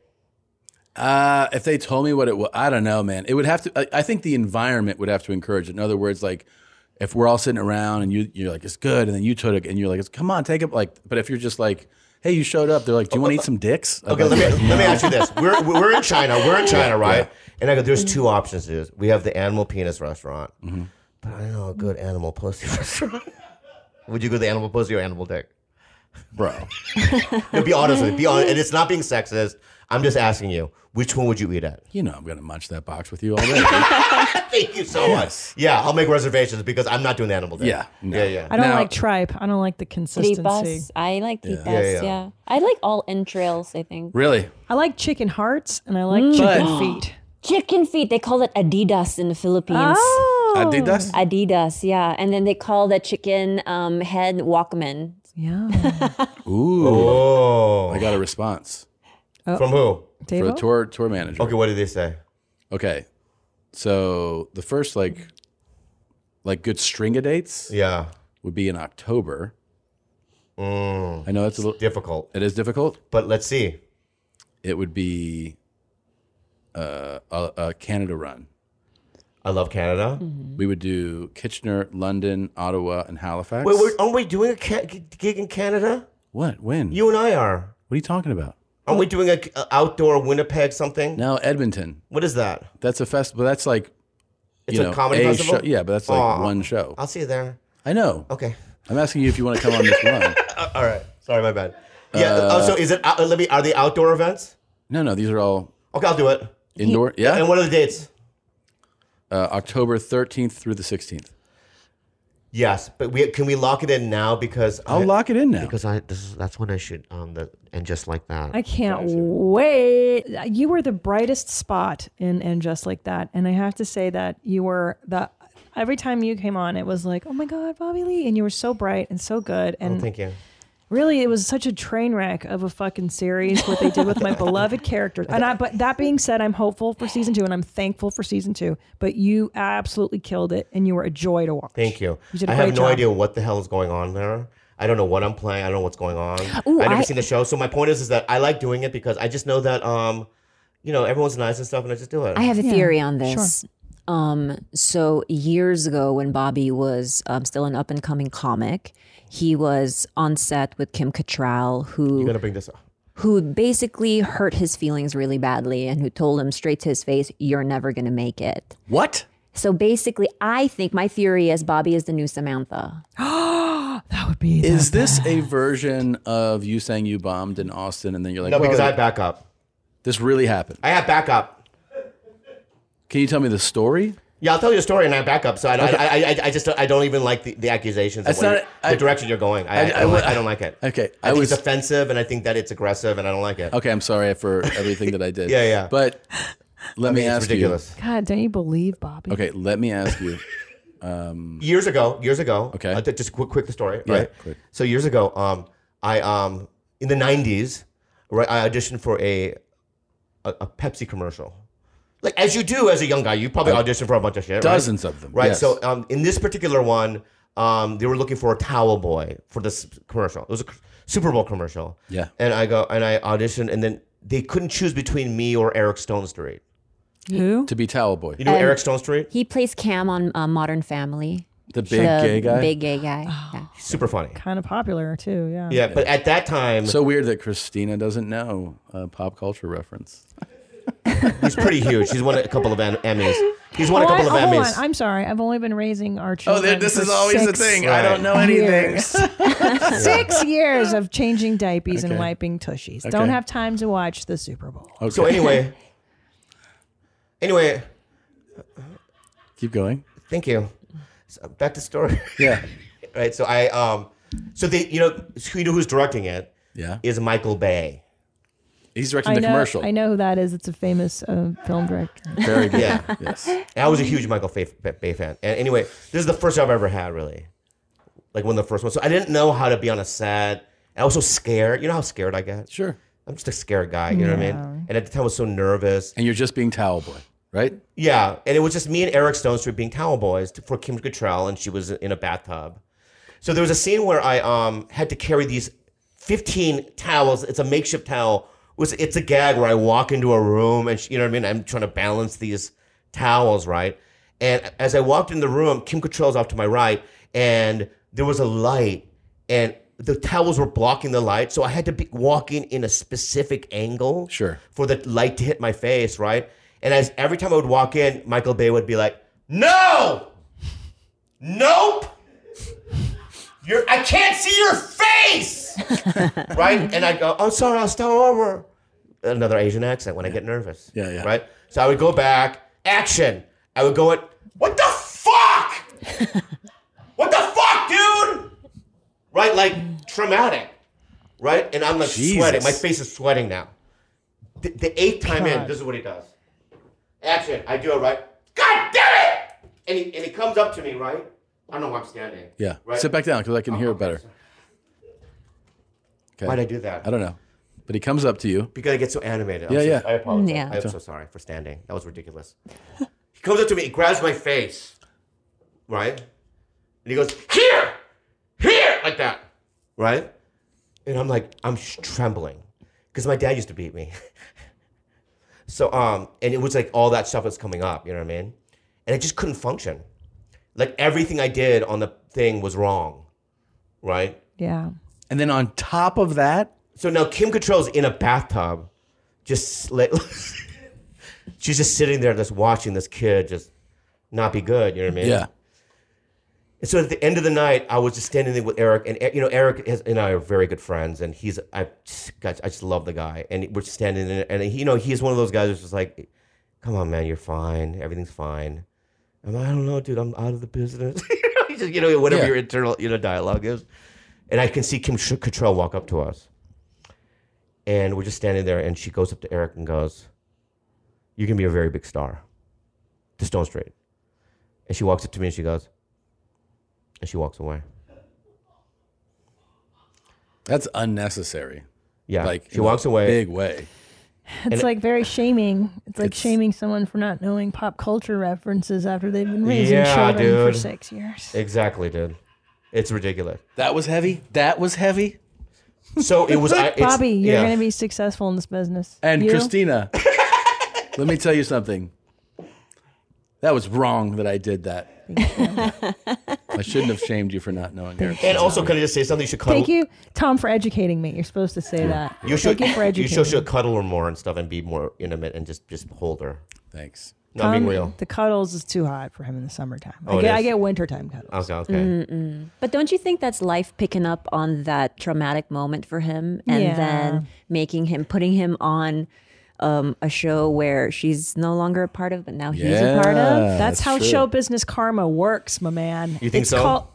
[SPEAKER 6] Uh, if they told me what it was, I don't know, man. It would have to. I, I think the environment would have to encourage it. In other words, like if we're all sitting around and you you're like it's good, and then you took it and you're like it's come on take it. Like, but if you're just like hey you showed up, they're like do you want to eat some dicks?
[SPEAKER 15] Okay, let me, let me ask you this. We're, we're in China. We're in China, right? And I go, there's two options to this. We have the animal penis restaurant, but I know a good animal pussy restaurant. Would you go to the animal pussy or animal dick? Bro. no, be honest with me. Be honest. And it's not being sexist. I'm just asking you, which one would you eat at?
[SPEAKER 6] You know I'm gonna munch that box with you all day.
[SPEAKER 15] Thank you so much. Yeah, I'll make reservations because I'm not doing the animal dick.
[SPEAKER 6] Yeah, no.
[SPEAKER 15] Yeah, yeah.
[SPEAKER 10] I don't like tripe. I don't like the consistency.
[SPEAKER 4] Tripas. I like tripas.
[SPEAKER 15] Yeah,
[SPEAKER 4] Yeah,
[SPEAKER 15] yeah.
[SPEAKER 4] I like all entrails. I think.
[SPEAKER 6] Really?
[SPEAKER 10] I like chicken hearts and I like
[SPEAKER 4] Mm.
[SPEAKER 10] chicken
[SPEAKER 4] But-
[SPEAKER 10] feet.
[SPEAKER 4] Chicken feet. They call it Adidas in the Philippines.
[SPEAKER 15] Ah.
[SPEAKER 10] Oh.
[SPEAKER 6] Adidas?
[SPEAKER 4] Adidas. Yeah, and then they call the chicken um, head Walkman.
[SPEAKER 6] Ooh,
[SPEAKER 15] oh.
[SPEAKER 6] I got a response.
[SPEAKER 4] Oh.
[SPEAKER 15] From who?
[SPEAKER 6] For the tour tour manager.
[SPEAKER 15] Okay, what did they say?
[SPEAKER 6] Okay, so the first like like good string of dates,
[SPEAKER 15] yeah,
[SPEAKER 6] would be in October.
[SPEAKER 15] Mm.
[SPEAKER 6] I know that's a little
[SPEAKER 15] difficult.
[SPEAKER 6] It is difficult,
[SPEAKER 15] but let's see.
[SPEAKER 6] It would be uh, a, a Canada run.
[SPEAKER 15] I love Canada.
[SPEAKER 6] We would do Kitchener, London, Ottawa, and Halifax.
[SPEAKER 15] Wait, wait, aren't we doing a ca- g- gig in Canada?
[SPEAKER 6] What? When?
[SPEAKER 15] You and I are.
[SPEAKER 6] What are you talking about?
[SPEAKER 15] Aren't we doing a, a outdoor Winnipeg something?
[SPEAKER 6] No, Edmonton.
[SPEAKER 15] What is that?
[SPEAKER 6] That's a festival. That's like,
[SPEAKER 15] It's
[SPEAKER 6] you
[SPEAKER 15] a
[SPEAKER 6] know,
[SPEAKER 15] comedy festival?
[SPEAKER 6] show- yeah, but that's like
[SPEAKER 15] Aw.
[SPEAKER 6] one show.
[SPEAKER 15] I'll see you there.
[SPEAKER 6] I know.
[SPEAKER 15] Okay.
[SPEAKER 6] I'm asking you if you want to come on this one.
[SPEAKER 15] Uh, all right. Sorry, my bad. Yeah.
[SPEAKER 6] Uh,
[SPEAKER 15] oh, so is it? out- Uh, let me. Are the outdoor events?
[SPEAKER 6] No, no, these are all
[SPEAKER 15] Okay, I'll do it.
[SPEAKER 6] indoor. Yeah.
[SPEAKER 15] And what are the dates?
[SPEAKER 6] Uh, October 13th through the 16th.
[SPEAKER 15] Yes, but we can we lock it in now because
[SPEAKER 6] I'll lock it in now.
[SPEAKER 15] because I this is that's when I should um the and just like that.
[SPEAKER 10] I can't wait. You were the brightest spot in and just like that. And I have to say that you were the every time you came on, it was like, oh my god, Bobby Lee, and you were so bright and so good. And
[SPEAKER 15] oh, thank you.
[SPEAKER 10] Really, it was such a train wreck of a fucking series what they did with my beloved characters. And I, but that being said, I'm hopeful for season two, and I'm thankful for season two. But you absolutely killed it, and you were a joy to watch.
[SPEAKER 15] Thank you.
[SPEAKER 10] You did a
[SPEAKER 15] I have
[SPEAKER 10] great
[SPEAKER 15] no
[SPEAKER 10] job.
[SPEAKER 15] idea what the hell is going on there. I don't know what I'm playing. I don't know what's going on.
[SPEAKER 10] Ooh,
[SPEAKER 15] I've never
[SPEAKER 10] I-
[SPEAKER 15] seen the show. So my point is, is that I like doing it because I just know that um, you know, everyone's nice and stuff, and I just do it.
[SPEAKER 4] I have a
[SPEAKER 15] Yeah,
[SPEAKER 4] theory on
[SPEAKER 15] sure.
[SPEAKER 4] this. Um, so years ago, when Bobby was um, still an up and coming comic, he was on set with Kim Cattrall,
[SPEAKER 15] You
[SPEAKER 4] who
[SPEAKER 15] gotta bring this up.
[SPEAKER 4] who basically hurt his feelings really badly and who told him straight to his face, "You're never gonna make it."
[SPEAKER 6] What?
[SPEAKER 4] So basically, I think my theory is Bobby is the new Samantha.
[SPEAKER 6] Is this a version of you saying you bombed in Austin and then you're like,
[SPEAKER 15] No, because
[SPEAKER 6] "Well,
[SPEAKER 15] I back up.
[SPEAKER 6] This really happened.
[SPEAKER 15] I have backup.
[SPEAKER 6] Can you tell me the story?
[SPEAKER 15] Yeah, I'll tell you a story and I have backup. So I,
[SPEAKER 6] Okay.
[SPEAKER 15] I, I, I, I just I don't even like the, the accusations.
[SPEAKER 6] That's
[SPEAKER 15] of what
[SPEAKER 6] not-
[SPEAKER 15] you-
[SPEAKER 6] I-
[SPEAKER 15] the direction you're going. I, I,
[SPEAKER 6] I-
[SPEAKER 15] don't
[SPEAKER 6] I-
[SPEAKER 15] like, I don't like it.
[SPEAKER 6] Okay,
[SPEAKER 15] I,
[SPEAKER 6] I
[SPEAKER 15] think
[SPEAKER 6] was-
[SPEAKER 15] it's offensive, and I think that it's aggressive, and I don't like it.
[SPEAKER 6] Okay, I'm sorry for everything that I did.
[SPEAKER 15] Yeah, yeah.
[SPEAKER 6] But let
[SPEAKER 15] I
[SPEAKER 6] me
[SPEAKER 15] mean, it's
[SPEAKER 6] ask
[SPEAKER 15] ridiculous.
[SPEAKER 10] God, don't you believe Bobby?
[SPEAKER 6] you. Okay, let me ask you. Um,
[SPEAKER 15] years ago, years ago. Okay, just quick, quick the story,
[SPEAKER 6] Yeah,
[SPEAKER 15] right? So years ago, um, I um in the '90s, right, I auditioned for a a, a Pepsi commercial. Like as you do as a young guy, you probably
[SPEAKER 6] Uh,
[SPEAKER 15] audition for a bunch of shit, right?
[SPEAKER 6] dozens of them,
[SPEAKER 15] right?
[SPEAKER 6] yes.
[SPEAKER 15] So um, in this particular one, um, they were looking for a towel boy for this commercial. It was a c- Super Bowl commercial.
[SPEAKER 6] Yeah.
[SPEAKER 15] and I go and I auditioned, and then they couldn't choose between me or Eric Stone Street.
[SPEAKER 10] Who?
[SPEAKER 6] To be towel boy.
[SPEAKER 15] You know Eric Stone Street?
[SPEAKER 4] He plays Cam on uh, Modern Family.
[SPEAKER 15] The big gay guy?
[SPEAKER 4] Big gay guy. yeah.
[SPEAKER 15] Super funny.
[SPEAKER 10] Kind of popular too, yeah.
[SPEAKER 15] at that time,
[SPEAKER 6] so weird that Christina doesn't know a pop culture reference.
[SPEAKER 15] He's pretty huge. He's won a couple of Em- Emmys. He's won
[SPEAKER 10] Oh,
[SPEAKER 15] a couple
[SPEAKER 10] I-
[SPEAKER 15] of
[SPEAKER 10] oh, hold
[SPEAKER 15] Emmys.
[SPEAKER 10] on. I'm sorry. I've only been raising our
[SPEAKER 6] Oh,
[SPEAKER 10] children.
[SPEAKER 6] there, this
[SPEAKER 10] for
[SPEAKER 6] is always the
[SPEAKER 10] six
[SPEAKER 6] thing. I don't know anything.
[SPEAKER 10] years. six years of changing diapers and
[SPEAKER 15] Okay.
[SPEAKER 10] wiping tushies.
[SPEAKER 15] Okay.
[SPEAKER 10] Don't have time to watch the Super Bowl.
[SPEAKER 15] So anyway, anyway,
[SPEAKER 6] Keep going.
[SPEAKER 15] thank you. So back to story.
[SPEAKER 6] Yeah.
[SPEAKER 15] right. So I um, so they you know so you know who's directing it?
[SPEAKER 6] Yeah.
[SPEAKER 15] Is Michael Bay.
[SPEAKER 6] He's
[SPEAKER 10] I know, I know who that is. It's a famous uh, film director.
[SPEAKER 15] Yeah. And I was a huge Michael Bay, Bay fan. And anyway, this is the first job I've ever had, really. Like one of the first ones. So I didn't know how to be on a set. I was so scared. You know how scared I get?
[SPEAKER 6] Sure.
[SPEAKER 15] I'm just a scared guy. You know what I mean? And at the time, I was so nervous.
[SPEAKER 6] And you're just being towel boy, right?
[SPEAKER 15] Yeah, and it was just me and Eric Stone Street being towel boys to, for Kim Cattrall, and she was in a bathtub. So there was a scene where I um had to carry these fifteen towels. It's a makeshift towel. It was it's a gag where I walk into a room and she, you know what I mean? I'm trying to balance these towels, right? And as I walked in the room, Kim Cattrall's off to my right, and there was a light, and the towels were blocking the light, so I had to be walking in a specific angle, sure, for the light to hit my face, right? And as every time I would walk in, Michael Bay would be like, "No, nope, you're, I can't see your face, right?" And I go, "I'm sorry, I'll start over." Another Asian accent when I get nervous. Yeah, yeah. Right. So I would go back, action. I would go in, "What the fuck? what the fuck, dude?" Right, like traumatic. Right, and I'm like sweating.
[SPEAKER 6] Jesus.
[SPEAKER 15] My face is sweating now. The, the eighth time in,
[SPEAKER 6] God.
[SPEAKER 15] this is what he does. Action. I do it right. God damn it! And he, and he comes up to me, right? I don't know why I'm standing.
[SPEAKER 6] Yeah.
[SPEAKER 15] Right.
[SPEAKER 6] Sit back down because I can hear it better. Okay.
[SPEAKER 15] Why'd I do that?
[SPEAKER 6] I don't know. But he comes up to you.
[SPEAKER 15] Because I get so animated. I'm
[SPEAKER 6] Yeah,
[SPEAKER 15] so-
[SPEAKER 6] yeah.
[SPEAKER 15] I apologize.
[SPEAKER 6] Yeah.
[SPEAKER 15] I'm so sorry for standing. That was ridiculous. he comes up to me, he grabs my face, right? And he goes, here, here, like that, right? And I'm like, I'm sh- trembling because my dad used to beat me. so, um, and it was like all that stuff was coming up, you know what I mean? and I just couldn't function. Like everything I did on the thing was wrong, right?
[SPEAKER 10] Yeah.
[SPEAKER 15] And then on top of that, so now Kim Cattrall's in a bathtub, just like she's just sitting there, just watching this kid just not be good. You know what I mean?
[SPEAKER 6] Yeah.
[SPEAKER 15] And so at the end of the night, I was just standing there with Eric, and you know Eric has, and I are very good friends, and he's I just, God, I just love the guy, and we're just standing there, and he, you know he's one of those guys who's just like, "Come on, man, you're fine, everything's fine." I'm like, I don't know, dude, I'm out of the business. He's just, you know, whatever
[SPEAKER 7] Yeah.
[SPEAKER 15] your internal you know dialogue is, and I can see Kim Sh- Cattrall walk up to us, and we're just standing there, and she goes up to Eric and goes, "You're gonna be a very big star, to Stone Street," and she walks up to me and she goes, and she walks away.
[SPEAKER 6] That's unnecessary.
[SPEAKER 15] Yeah,
[SPEAKER 6] Like
[SPEAKER 15] she
[SPEAKER 6] in a
[SPEAKER 15] walks away.
[SPEAKER 6] Big way.
[SPEAKER 10] It's like very shaming. It's like shaming someone for not knowing pop culture references after they've been raising children for six years.
[SPEAKER 15] Exactly, dude. It's ridiculous.
[SPEAKER 6] That was heavy. That was heavy.
[SPEAKER 15] So it was. I, it's,
[SPEAKER 10] Bobby, you're
[SPEAKER 6] yeah.
[SPEAKER 10] going to be successful in this business.
[SPEAKER 6] And
[SPEAKER 10] You?
[SPEAKER 6] Christina, let me tell you something. That was wrong that I did that. I shouldn't have shamed you for not knowing her.
[SPEAKER 15] And also, can I just say something? You should cuddle.
[SPEAKER 10] Thank you, Tom, for educating me. You're supposed to say that.
[SPEAKER 15] You should.
[SPEAKER 10] Thank you for
[SPEAKER 15] you
[SPEAKER 10] educating
[SPEAKER 15] should,
[SPEAKER 10] me.
[SPEAKER 15] should cuddle her more and stuff, and be more intimate, and just just hold her.
[SPEAKER 6] Thanks.
[SPEAKER 15] No, I'm being
[SPEAKER 10] Tom,
[SPEAKER 15] real.
[SPEAKER 10] The cuddles is too hot for him in the summertime.
[SPEAKER 15] Oh,
[SPEAKER 10] I,
[SPEAKER 15] it
[SPEAKER 10] get,
[SPEAKER 15] is?
[SPEAKER 10] I get wintertime cuddles.
[SPEAKER 15] Okay. Okay.
[SPEAKER 10] mm.
[SPEAKER 4] Mm-mm. But don't you think that's life picking up on that traumatic moment for him and
[SPEAKER 10] Yeah.
[SPEAKER 4] then making him, putting him on um, a show where she's no longer a part of, but now he's a part of?
[SPEAKER 10] That's, how show business karma works, my man.
[SPEAKER 4] You think
[SPEAKER 10] it's
[SPEAKER 4] so?
[SPEAKER 10] Called,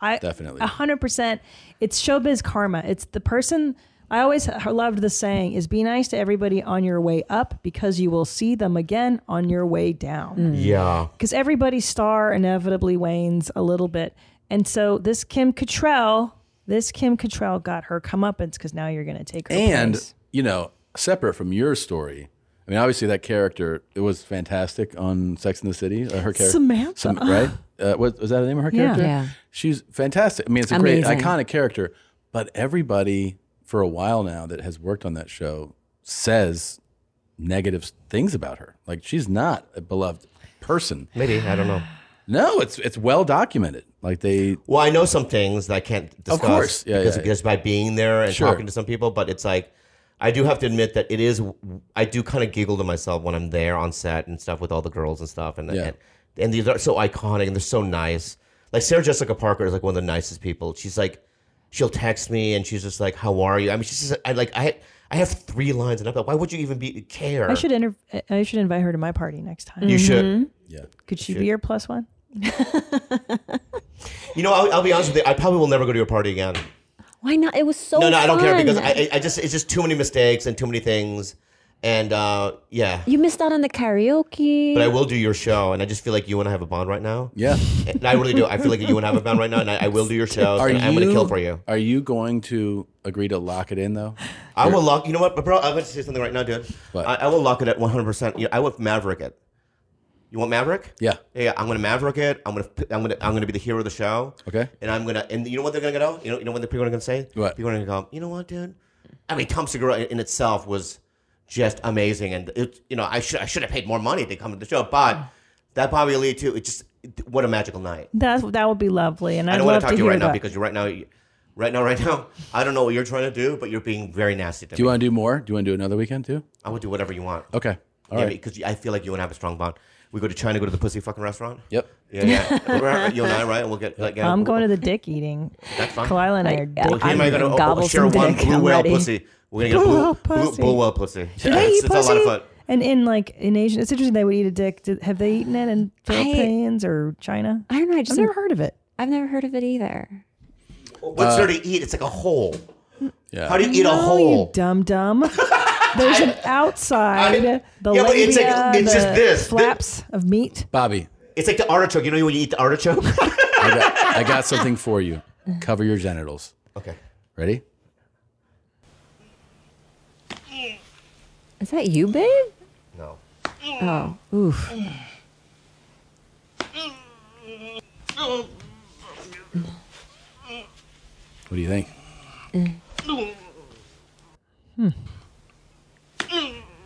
[SPEAKER 10] I
[SPEAKER 6] Definitely.
[SPEAKER 10] a hundred percent. It's showbiz karma. It's the person. I always h- loved the saying: "Is be nice to everybody on your way up because you will see them again on your way down."
[SPEAKER 6] Mm.
[SPEAKER 15] Yeah.
[SPEAKER 10] because everybody's star inevitably wanes a little bit. And so this Kim Cattrall, this Kim Cattrall got her comeuppance because now you're going to take her
[SPEAKER 6] And
[SPEAKER 10] place.
[SPEAKER 6] you know, separate from your story, I mean, obviously that character it was fantastic on Sex in the City. Uh, her character,
[SPEAKER 10] Samantha.
[SPEAKER 6] right? Uh, what was that the name of her
[SPEAKER 10] Yeah.
[SPEAKER 6] character?
[SPEAKER 10] Yeah.
[SPEAKER 6] she's fantastic. I mean, it's a
[SPEAKER 10] Amazing.
[SPEAKER 6] great iconic character. But everybody for a while now that has worked on that show says negative things about her. Like she's not a beloved person.
[SPEAKER 15] Maybe I don't know.
[SPEAKER 6] No, it's it's well documented. Like they.
[SPEAKER 15] Well, I know some things that I can't discuss
[SPEAKER 6] Of course, yeah,
[SPEAKER 15] because
[SPEAKER 6] yeah.
[SPEAKER 15] just by being there and
[SPEAKER 6] Sure.
[SPEAKER 15] talking to some people. But it's like I do have to admit that it is. I do kind of giggle to myself when I'm there on set and stuff with all the girls and stuff, and
[SPEAKER 6] Yeah.
[SPEAKER 15] and, and these are so iconic and they're so nice. Like Sarah Jessica Parker is like one of the nicest people. She's like, she'll text me and she's just like, "How are you?" I mean, she's just, I like I I have three lines and I'm like, why would you even be care?
[SPEAKER 10] I should inter- I should invite her to my party next time. Mm.
[SPEAKER 15] You should. Mhm.
[SPEAKER 6] Mm-hmm.
[SPEAKER 15] Yeah.
[SPEAKER 10] Could
[SPEAKER 15] You
[SPEAKER 10] she
[SPEAKER 15] should.
[SPEAKER 10] be your plus one?
[SPEAKER 15] You know, I'll, I'll be honest with you. I probably will never go to your party again.
[SPEAKER 4] Why not? It was so
[SPEAKER 15] no, no, I don't care
[SPEAKER 4] fun.
[SPEAKER 15] because I, I- I just it's just too many mistakes and too many things, and uh, yeah.
[SPEAKER 4] you missed out on the karaoke.
[SPEAKER 15] But I will do your show, and I just feel like you and I have a bond right now.
[SPEAKER 6] Yeah,
[SPEAKER 15] and I really do. I feel like you and I have a bond right now, and I, I will do your show.
[SPEAKER 6] Are
[SPEAKER 15] and I'm going to
[SPEAKER 6] you-
[SPEAKER 15] kill for you.
[SPEAKER 6] Are you going to agree to lock it in though?
[SPEAKER 15] I will lock. You know what, bro? I'm going to say something right now, dude. I, I will lock it at 100. percent I would Maverick it. You want Maverick?
[SPEAKER 6] Yeah.
[SPEAKER 15] Yeah, yeah, I'm going to Maverick it. I'm going to I'm going to I'm going to be the hero of the show.
[SPEAKER 6] Okay.
[SPEAKER 15] And I'm going to and you know what they're going to go? You know you know what the people are going to say?
[SPEAKER 6] What?
[SPEAKER 15] People are going to go. You know what, dude? I mean, Tom Segura in itself was just amazing, and it, you know, I should I should have paid more money to come to the show, but that Bobby Lee too. It just what a magical night.
[SPEAKER 10] That that would be lovely, and I'd
[SPEAKER 15] I don't
[SPEAKER 10] love
[SPEAKER 15] want to talk to you
[SPEAKER 10] hear
[SPEAKER 15] right now
[SPEAKER 10] about.
[SPEAKER 15] because you right now, you- right now, right now, I don't know what you're trying to do, but you're being very nasty to
[SPEAKER 6] Do you
[SPEAKER 15] me.
[SPEAKER 6] want to do more? Do you want to do another weekend too?
[SPEAKER 15] I would do whatever you want.
[SPEAKER 6] Okay. All
[SPEAKER 15] yeah,
[SPEAKER 6] right.
[SPEAKER 15] Because I feel like you and I have a strong bond. We go to China, go to the pussy fucking restaurant.
[SPEAKER 6] Yep.
[SPEAKER 15] Yeah, yeah. Right, you and I, right? We'll get. Like, yeah,
[SPEAKER 10] I'm
[SPEAKER 15] we'll-
[SPEAKER 10] going to the dick eating.
[SPEAKER 15] That's fine.
[SPEAKER 10] Kalila and I are dick
[SPEAKER 15] Well, he and I are
[SPEAKER 10] eating.
[SPEAKER 15] gonna oh, share one blue whale pussy. We're gonna get a
[SPEAKER 10] Blue
[SPEAKER 15] blue,
[SPEAKER 10] whale
[SPEAKER 15] blue,
[SPEAKER 10] pussy.
[SPEAKER 15] blue whale pussy.
[SPEAKER 10] Do
[SPEAKER 15] Yeah,
[SPEAKER 10] they
[SPEAKER 15] it's,
[SPEAKER 10] eat
[SPEAKER 15] it's a lot of
[SPEAKER 10] pussy?
[SPEAKER 15] fun.
[SPEAKER 10] And in like in Asia, it's interesting they would eat a dick. Did, have they eaten it in Philippines or China?
[SPEAKER 4] I don't know. I just
[SPEAKER 10] have never heard of it.
[SPEAKER 4] I've never heard of it either.
[SPEAKER 15] What's
[SPEAKER 10] Uh,
[SPEAKER 15] there to eat? It's like a hole.
[SPEAKER 6] Yeah.
[SPEAKER 15] How do you eat a
[SPEAKER 10] No,
[SPEAKER 15] hole?
[SPEAKER 10] You dumb dumb. There's an outside. the
[SPEAKER 15] Yeah, but
[SPEAKER 10] labia,
[SPEAKER 15] it's like- it's
[SPEAKER 10] the
[SPEAKER 15] just this. Thi-
[SPEAKER 10] flaps of meat.
[SPEAKER 6] Bobby,
[SPEAKER 15] It's like the artichoke. You know when you eat the artichoke?
[SPEAKER 6] I got, I got something for you. Cover your genitals.
[SPEAKER 15] Okay.
[SPEAKER 6] Ready?
[SPEAKER 4] Is that you, babe?
[SPEAKER 15] No.
[SPEAKER 4] Oh, oof.
[SPEAKER 6] What do you think?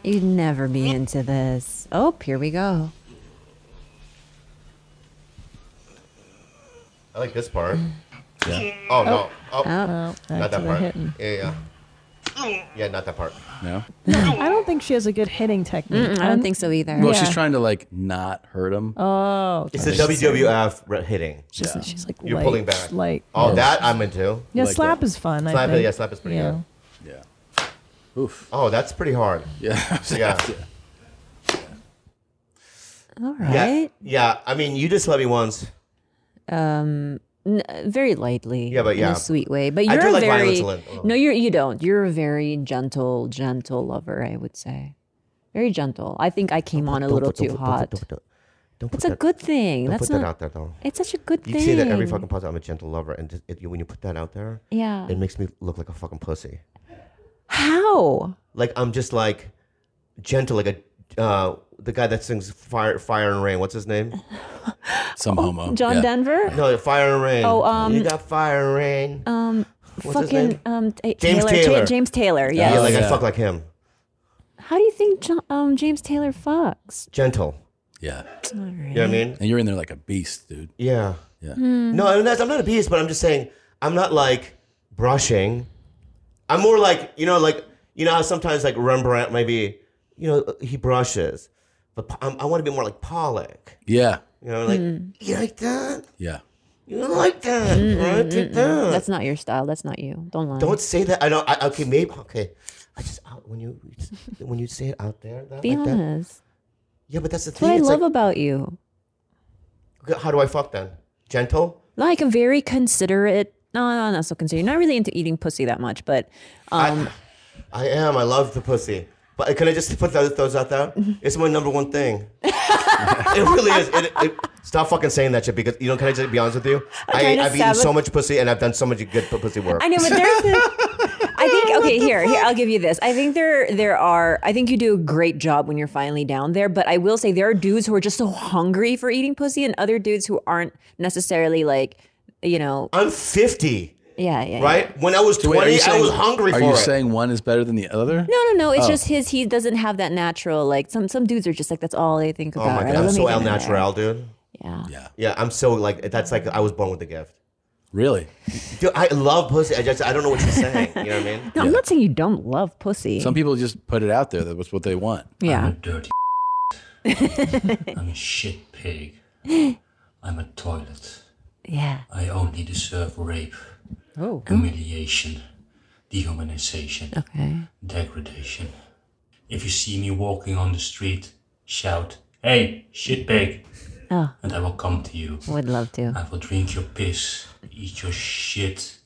[SPEAKER 4] You'd never be into this. Oh, here we go.
[SPEAKER 15] I like this part.
[SPEAKER 6] Yeah.
[SPEAKER 15] Oh, no.
[SPEAKER 10] Oh, oh,
[SPEAKER 15] Oh,
[SPEAKER 10] back
[SPEAKER 15] not
[SPEAKER 10] to
[SPEAKER 15] that
[SPEAKER 10] the
[SPEAKER 15] part.
[SPEAKER 10] hitting.
[SPEAKER 15] Yeah, yeah. Yeah, not that part.
[SPEAKER 6] No.
[SPEAKER 10] I don't think she has a good hitting technique.
[SPEAKER 4] Mm-mm, mm, I don't think so either.
[SPEAKER 6] Well,
[SPEAKER 10] Yeah.
[SPEAKER 6] she's trying to like not hurt him.
[SPEAKER 10] Oh,
[SPEAKER 15] It's the
[SPEAKER 6] the
[SPEAKER 15] WWF re- hitting.
[SPEAKER 10] She's- she's like
[SPEAKER 15] You're
[SPEAKER 10] light-
[SPEAKER 15] pulling back.
[SPEAKER 10] light-
[SPEAKER 15] oh,
[SPEAKER 10] Yeah.
[SPEAKER 15] that I'm into.
[SPEAKER 10] Yeah,
[SPEAKER 15] You like
[SPEAKER 10] slap
[SPEAKER 15] that.
[SPEAKER 10] is fun, I
[SPEAKER 15] Slap,
[SPEAKER 10] think.
[SPEAKER 15] yeah, slap is pretty
[SPEAKER 10] Yeah.
[SPEAKER 15] good.
[SPEAKER 6] Yeah. Oof.
[SPEAKER 15] Oh, that's pretty hard.
[SPEAKER 6] Yeah.
[SPEAKER 15] yeah.
[SPEAKER 4] All
[SPEAKER 15] Yeah.
[SPEAKER 4] right.
[SPEAKER 15] Yeah. I mean, you just let me once.
[SPEAKER 4] Um, n- very lightly.
[SPEAKER 15] Yeah, but yeah.
[SPEAKER 4] in a sweet way. But
[SPEAKER 15] I
[SPEAKER 4] you're
[SPEAKER 15] do
[SPEAKER 4] a
[SPEAKER 15] like
[SPEAKER 4] very
[SPEAKER 15] violence a little.
[SPEAKER 4] no, you you don't. You're a very gentle, gentle lover. I would say, very gentle. I think I came on a little too hot. It's a good thing.
[SPEAKER 15] Don't
[SPEAKER 4] That's not-
[SPEAKER 15] put that out there, though.
[SPEAKER 4] It's such a good
[SPEAKER 15] you
[SPEAKER 4] thing.
[SPEAKER 15] say that every fucking podcast. I'm a gentle lover, and just, it, when you put that out there,
[SPEAKER 4] Yeah.
[SPEAKER 15] it makes me look like a fucking pussy.
[SPEAKER 4] How?
[SPEAKER 15] Like I'm just like gentle, like a uh, the guy that sings Fire, Fire and Rain. What's his name?
[SPEAKER 6] Some homo.
[SPEAKER 4] Oh, John Denver.
[SPEAKER 15] No, Fire and Rain.
[SPEAKER 4] Oh, um,
[SPEAKER 15] you got Fire and Rain.
[SPEAKER 4] Um,
[SPEAKER 15] What's his
[SPEAKER 4] fucking
[SPEAKER 15] name?
[SPEAKER 4] um, Ta-
[SPEAKER 15] James
[SPEAKER 4] Taylor,
[SPEAKER 15] Taylor.
[SPEAKER 4] Ta- James Taylor. Yes.
[SPEAKER 15] Yeah, like I
[SPEAKER 6] Yeah.
[SPEAKER 15] fuck like him.
[SPEAKER 4] How do you think John, um James Taylor fucks?
[SPEAKER 15] Gentle.
[SPEAKER 4] All
[SPEAKER 6] Yeah.
[SPEAKER 4] right.
[SPEAKER 15] You know what I mean?
[SPEAKER 6] And you're in there like a beast, dude.
[SPEAKER 15] Yeah.
[SPEAKER 6] Yeah.
[SPEAKER 4] Hmm.
[SPEAKER 15] No, I mean, that's, I'm not a beast, but I'm just saying I'm not like brushing. I'm more like you know, like you know how sometimes like Rembrandt maybe you know he brushes, but i I want to be more like Pollock.
[SPEAKER 6] Yeah.
[SPEAKER 15] You know, like
[SPEAKER 4] Mm.
[SPEAKER 15] you like that?
[SPEAKER 6] Yeah.
[SPEAKER 15] You don't like that, right? Take that.
[SPEAKER 4] That's not your style. That's not you. Don't lie.
[SPEAKER 15] Don't say that. I don't. I, okay, maybe. Okay, I just I- when you when you say it out there, that,
[SPEAKER 4] Be
[SPEAKER 15] like that-
[SPEAKER 4] honest.
[SPEAKER 15] Yeah, but that's the
[SPEAKER 4] That's
[SPEAKER 15] thing.
[SPEAKER 4] what I
[SPEAKER 15] it's
[SPEAKER 4] love
[SPEAKER 15] like,
[SPEAKER 4] about you.
[SPEAKER 15] okay, how do I fuck then? Gentle.
[SPEAKER 4] Like a very considerate. No, no, not so considerate. You're not really into eating pussy that much, but um,
[SPEAKER 15] I am. I love the pussy. But can I just put those, those out there? It's my number one thing. it really is. It, it, stop fucking saying that shit because you know. Can I just be honest with you?
[SPEAKER 4] trying to
[SPEAKER 15] I, I've eaten so
[SPEAKER 4] sabot-
[SPEAKER 15] much pussy and I've done so much good pu- pussy work.
[SPEAKER 4] I know, but there's. this- I think okay. Here, here, I'll give you this. I think there, there are. I think you do a great job when you're finally down there. But I will say there are dudes who are just so hungry for eating pussy, and other dudes who aren't necessarily like, you know,
[SPEAKER 15] I'm 50,
[SPEAKER 4] yeah, yeah, yeah.
[SPEAKER 15] right? When I was
[SPEAKER 6] So wait, are
[SPEAKER 15] 20,
[SPEAKER 6] you
[SPEAKER 15] I was
[SPEAKER 6] saying-
[SPEAKER 15] hungry
[SPEAKER 6] are
[SPEAKER 15] for
[SPEAKER 6] you
[SPEAKER 15] it.
[SPEAKER 6] saying one is better than the other?
[SPEAKER 4] No, no, no. It's
[SPEAKER 6] Oh.
[SPEAKER 4] just his. He doesn't have that natural. Like some, some dudes are just like that's all they think
[SPEAKER 15] oh
[SPEAKER 4] about.
[SPEAKER 15] my
[SPEAKER 4] right?
[SPEAKER 15] god, I'm
[SPEAKER 4] Let me
[SPEAKER 15] so
[SPEAKER 4] get
[SPEAKER 15] el
[SPEAKER 4] in there.
[SPEAKER 15] natural, dude.
[SPEAKER 4] Yeah.
[SPEAKER 6] Yeah.
[SPEAKER 15] Yeah, I'm so like that's like I was born with the gift.
[SPEAKER 6] Really?
[SPEAKER 15] Dude, I love pussy. I just I don't know what she's saying. You know what I mean?
[SPEAKER 4] No, I'm not saying you don't love pussy.
[SPEAKER 6] Some people just put it out there. That's what they want.
[SPEAKER 4] Yeah.
[SPEAKER 11] I'm a shit pig. I'm a toilet.
[SPEAKER 4] Yeah.
[SPEAKER 11] I only deserve rape,
[SPEAKER 4] Oh.
[SPEAKER 11] humiliation, dehumanization,
[SPEAKER 4] Okay.
[SPEAKER 11] degradation. If you see me walking on the street, shout, "Hey, shit pig!"
[SPEAKER 4] Oh.
[SPEAKER 11] and I will come to you.
[SPEAKER 4] Would love to.
[SPEAKER 11] I will drink your piss, eat your shit,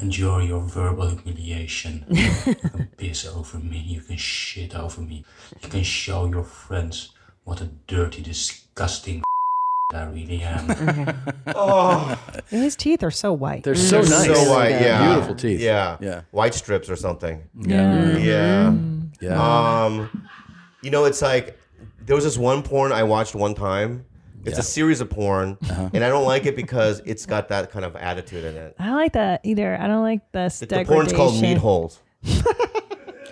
[SPEAKER 11] endure your verbal humiliation. you can piss over me, you can shit over me, you can show your friends what a dirty, disgusting I really am.
[SPEAKER 15] Oh.
[SPEAKER 10] And his teeth are so white.
[SPEAKER 6] They're
[SPEAKER 15] They're So white, yeah.
[SPEAKER 6] Beautiful teeth.
[SPEAKER 15] Yeah.
[SPEAKER 6] Yeah.
[SPEAKER 15] White strips or something.
[SPEAKER 6] Yeah.
[SPEAKER 4] Mm-hmm.
[SPEAKER 15] Yeah.
[SPEAKER 6] Yeah.
[SPEAKER 15] Um, you know, it's like there was this one porn I watched one time. It's a series of porn,
[SPEAKER 6] Uh-huh.
[SPEAKER 15] and I don't like it because it's got that kind of attitude in it.
[SPEAKER 10] I don't like that either. I don't like this.
[SPEAKER 15] The, the porn's called Meat Holes.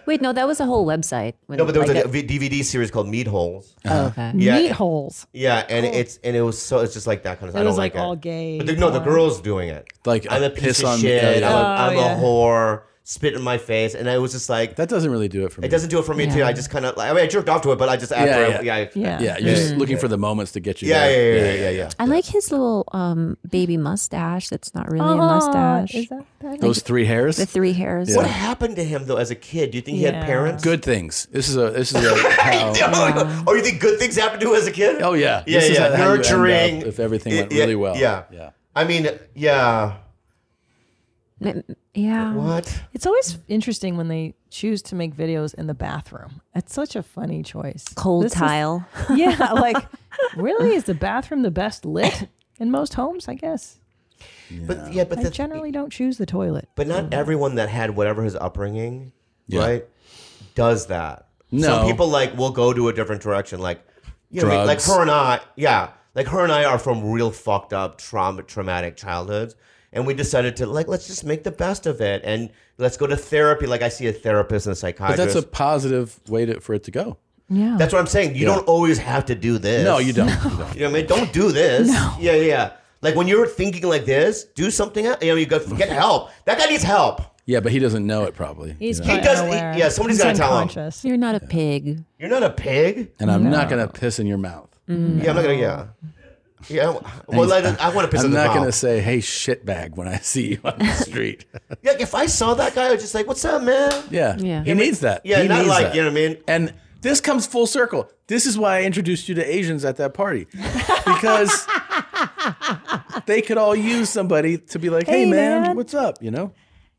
[SPEAKER 4] Wait, no, that was a whole website. When,
[SPEAKER 15] No, but there was
[SPEAKER 4] like
[SPEAKER 15] a, v- DVD series called Meat Holes.
[SPEAKER 4] Oh, okay.
[SPEAKER 15] Yeah.
[SPEAKER 10] Meat holes.
[SPEAKER 15] Yeah, and it's and it was so it's just like that kind of.
[SPEAKER 10] It
[SPEAKER 15] I don't
[SPEAKER 10] was, like,
[SPEAKER 15] like,
[SPEAKER 10] all
[SPEAKER 15] it.
[SPEAKER 10] gay
[SPEAKER 15] But the, no, the
[SPEAKER 10] porn.
[SPEAKER 15] girls doing it.
[SPEAKER 6] Like,
[SPEAKER 15] I'm
[SPEAKER 6] uh,
[SPEAKER 15] a piece
[SPEAKER 6] piss
[SPEAKER 15] of
[SPEAKER 6] on-
[SPEAKER 15] shit.
[SPEAKER 6] yeah, yeah.
[SPEAKER 15] I'm, a,
[SPEAKER 10] Oh,
[SPEAKER 15] I'm
[SPEAKER 10] yeah.
[SPEAKER 15] a whore. Spit in my face, and I was just like,
[SPEAKER 6] That doesn't really do it for me.
[SPEAKER 15] It doesn't do it for me too.
[SPEAKER 6] Yeah.
[SPEAKER 15] I just kind of, like, I mean, I jerked off to it, but I just after, yeah, I,
[SPEAKER 6] Yeah. You're just
[SPEAKER 15] yeah,
[SPEAKER 6] looking
[SPEAKER 15] yeah.
[SPEAKER 6] for the moments to get you.
[SPEAKER 15] Mm. Yeah,
[SPEAKER 6] there.
[SPEAKER 15] yeah, yeah, yeah, yeah,
[SPEAKER 4] I like his little um, baby mustache. That's not really a
[SPEAKER 10] Oh,
[SPEAKER 4] mustache.
[SPEAKER 10] is that- that-
[SPEAKER 6] Those three hairs.
[SPEAKER 4] The three hairs.
[SPEAKER 15] What happened to him though? As a kid, do you think he had
[SPEAKER 4] Yeah.
[SPEAKER 15] parents?
[SPEAKER 6] Good things. This is a. This is a. How,
[SPEAKER 15] oh, you think good things happened to him as a kid?
[SPEAKER 6] oh yeah.
[SPEAKER 15] yeah,
[SPEAKER 6] This is
[SPEAKER 15] yeah.
[SPEAKER 6] how you end up
[SPEAKER 15] Nurturing.
[SPEAKER 6] If everything
[SPEAKER 15] Yeah,
[SPEAKER 6] went really
[SPEAKER 15] yeah,
[SPEAKER 6] well.
[SPEAKER 15] yeah,
[SPEAKER 6] Yeah.
[SPEAKER 15] I mean, yeah.
[SPEAKER 4] M- m- Yeah.
[SPEAKER 15] What?
[SPEAKER 10] It's always interesting when they choose to make videos in the bathroom. It's such a funny choice.
[SPEAKER 4] Cold
[SPEAKER 10] This is-
[SPEAKER 4] tile.
[SPEAKER 10] yeah, like really, is the bathroom the best lit in most homes? I guess.
[SPEAKER 15] But yeah, but
[SPEAKER 10] I
[SPEAKER 15] the,
[SPEAKER 10] generally don't choose the toilet.
[SPEAKER 15] but not everyone that had whatever his upbringing,
[SPEAKER 6] Yeah.
[SPEAKER 15] right, does that.
[SPEAKER 6] No.
[SPEAKER 15] Some people like will go to a different direction, like you know, what I mean? like
[SPEAKER 6] Drugs.
[SPEAKER 15] her and I, yeah, like her and I are from real fucked up trauma, traumatic childhoods, and we decided to like let's just make the best of it and let's go to therapy. Like I see a therapist and a
[SPEAKER 6] But
[SPEAKER 15] psychiatrist.
[SPEAKER 6] that's a positive way to, for it to go.
[SPEAKER 10] Yeah.
[SPEAKER 15] That's what I'm saying. You
[SPEAKER 6] Yeah.
[SPEAKER 15] don't always have to do this.
[SPEAKER 6] No, you don't. You don't.
[SPEAKER 15] You know what I mean? Don't do this. Yeah, yeah, yeah. Like when you're thinking like this, do something. else. You know, you go get help. That guy needs help.
[SPEAKER 6] Yeah, but he doesn't know it probably.
[SPEAKER 15] He's He probably does- unaware. he- yeah, somebody's He's gotta tell him.
[SPEAKER 4] him. You're not a pig.
[SPEAKER 15] You're not a pig.
[SPEAKER 6] And I'm not
[SPEAKER 15] No.
[SPEAKER 6] gonna piss in your mouth.
[SPEAKER 15] Yeah, I'm not gonna. Yeah. Yeah. Well, I, I want to piss
[SPEAKER 6] I'm
[SPEAKER 15] in the
[SPEAKER 6] not
[SPEAKER 15] mouth.
[SPEAKER 6] gonna say, "Hey, shitbag," when I see you on the street.
[SPEAKER 15] Yeah, if I saw that guy, I was just like, "What's up, man?"
[SPEAKER 6] Yeah.
[SPEAKER 15] Yeah.
[SPEAKER 6] He needs that.
[SPEAKER 15] Yeah,
[SPEAKER 6] He
[SPEAKER 15] not
[SPEAKER 6] needs
[SPEAKER 15] like,
[SPEAKER 6] that.
[SPEAKER 15] you know what I mean?
[SPEAKER 6] And this comes full circle. This is why I introduced you to Asians at that party because they could all use somebody to be like, hey,
[SPEAKER 10] Hey,
[SPEAKER 6] man,
[SPEAKER 10] man."
[SPEAKER 6] what's up? You know?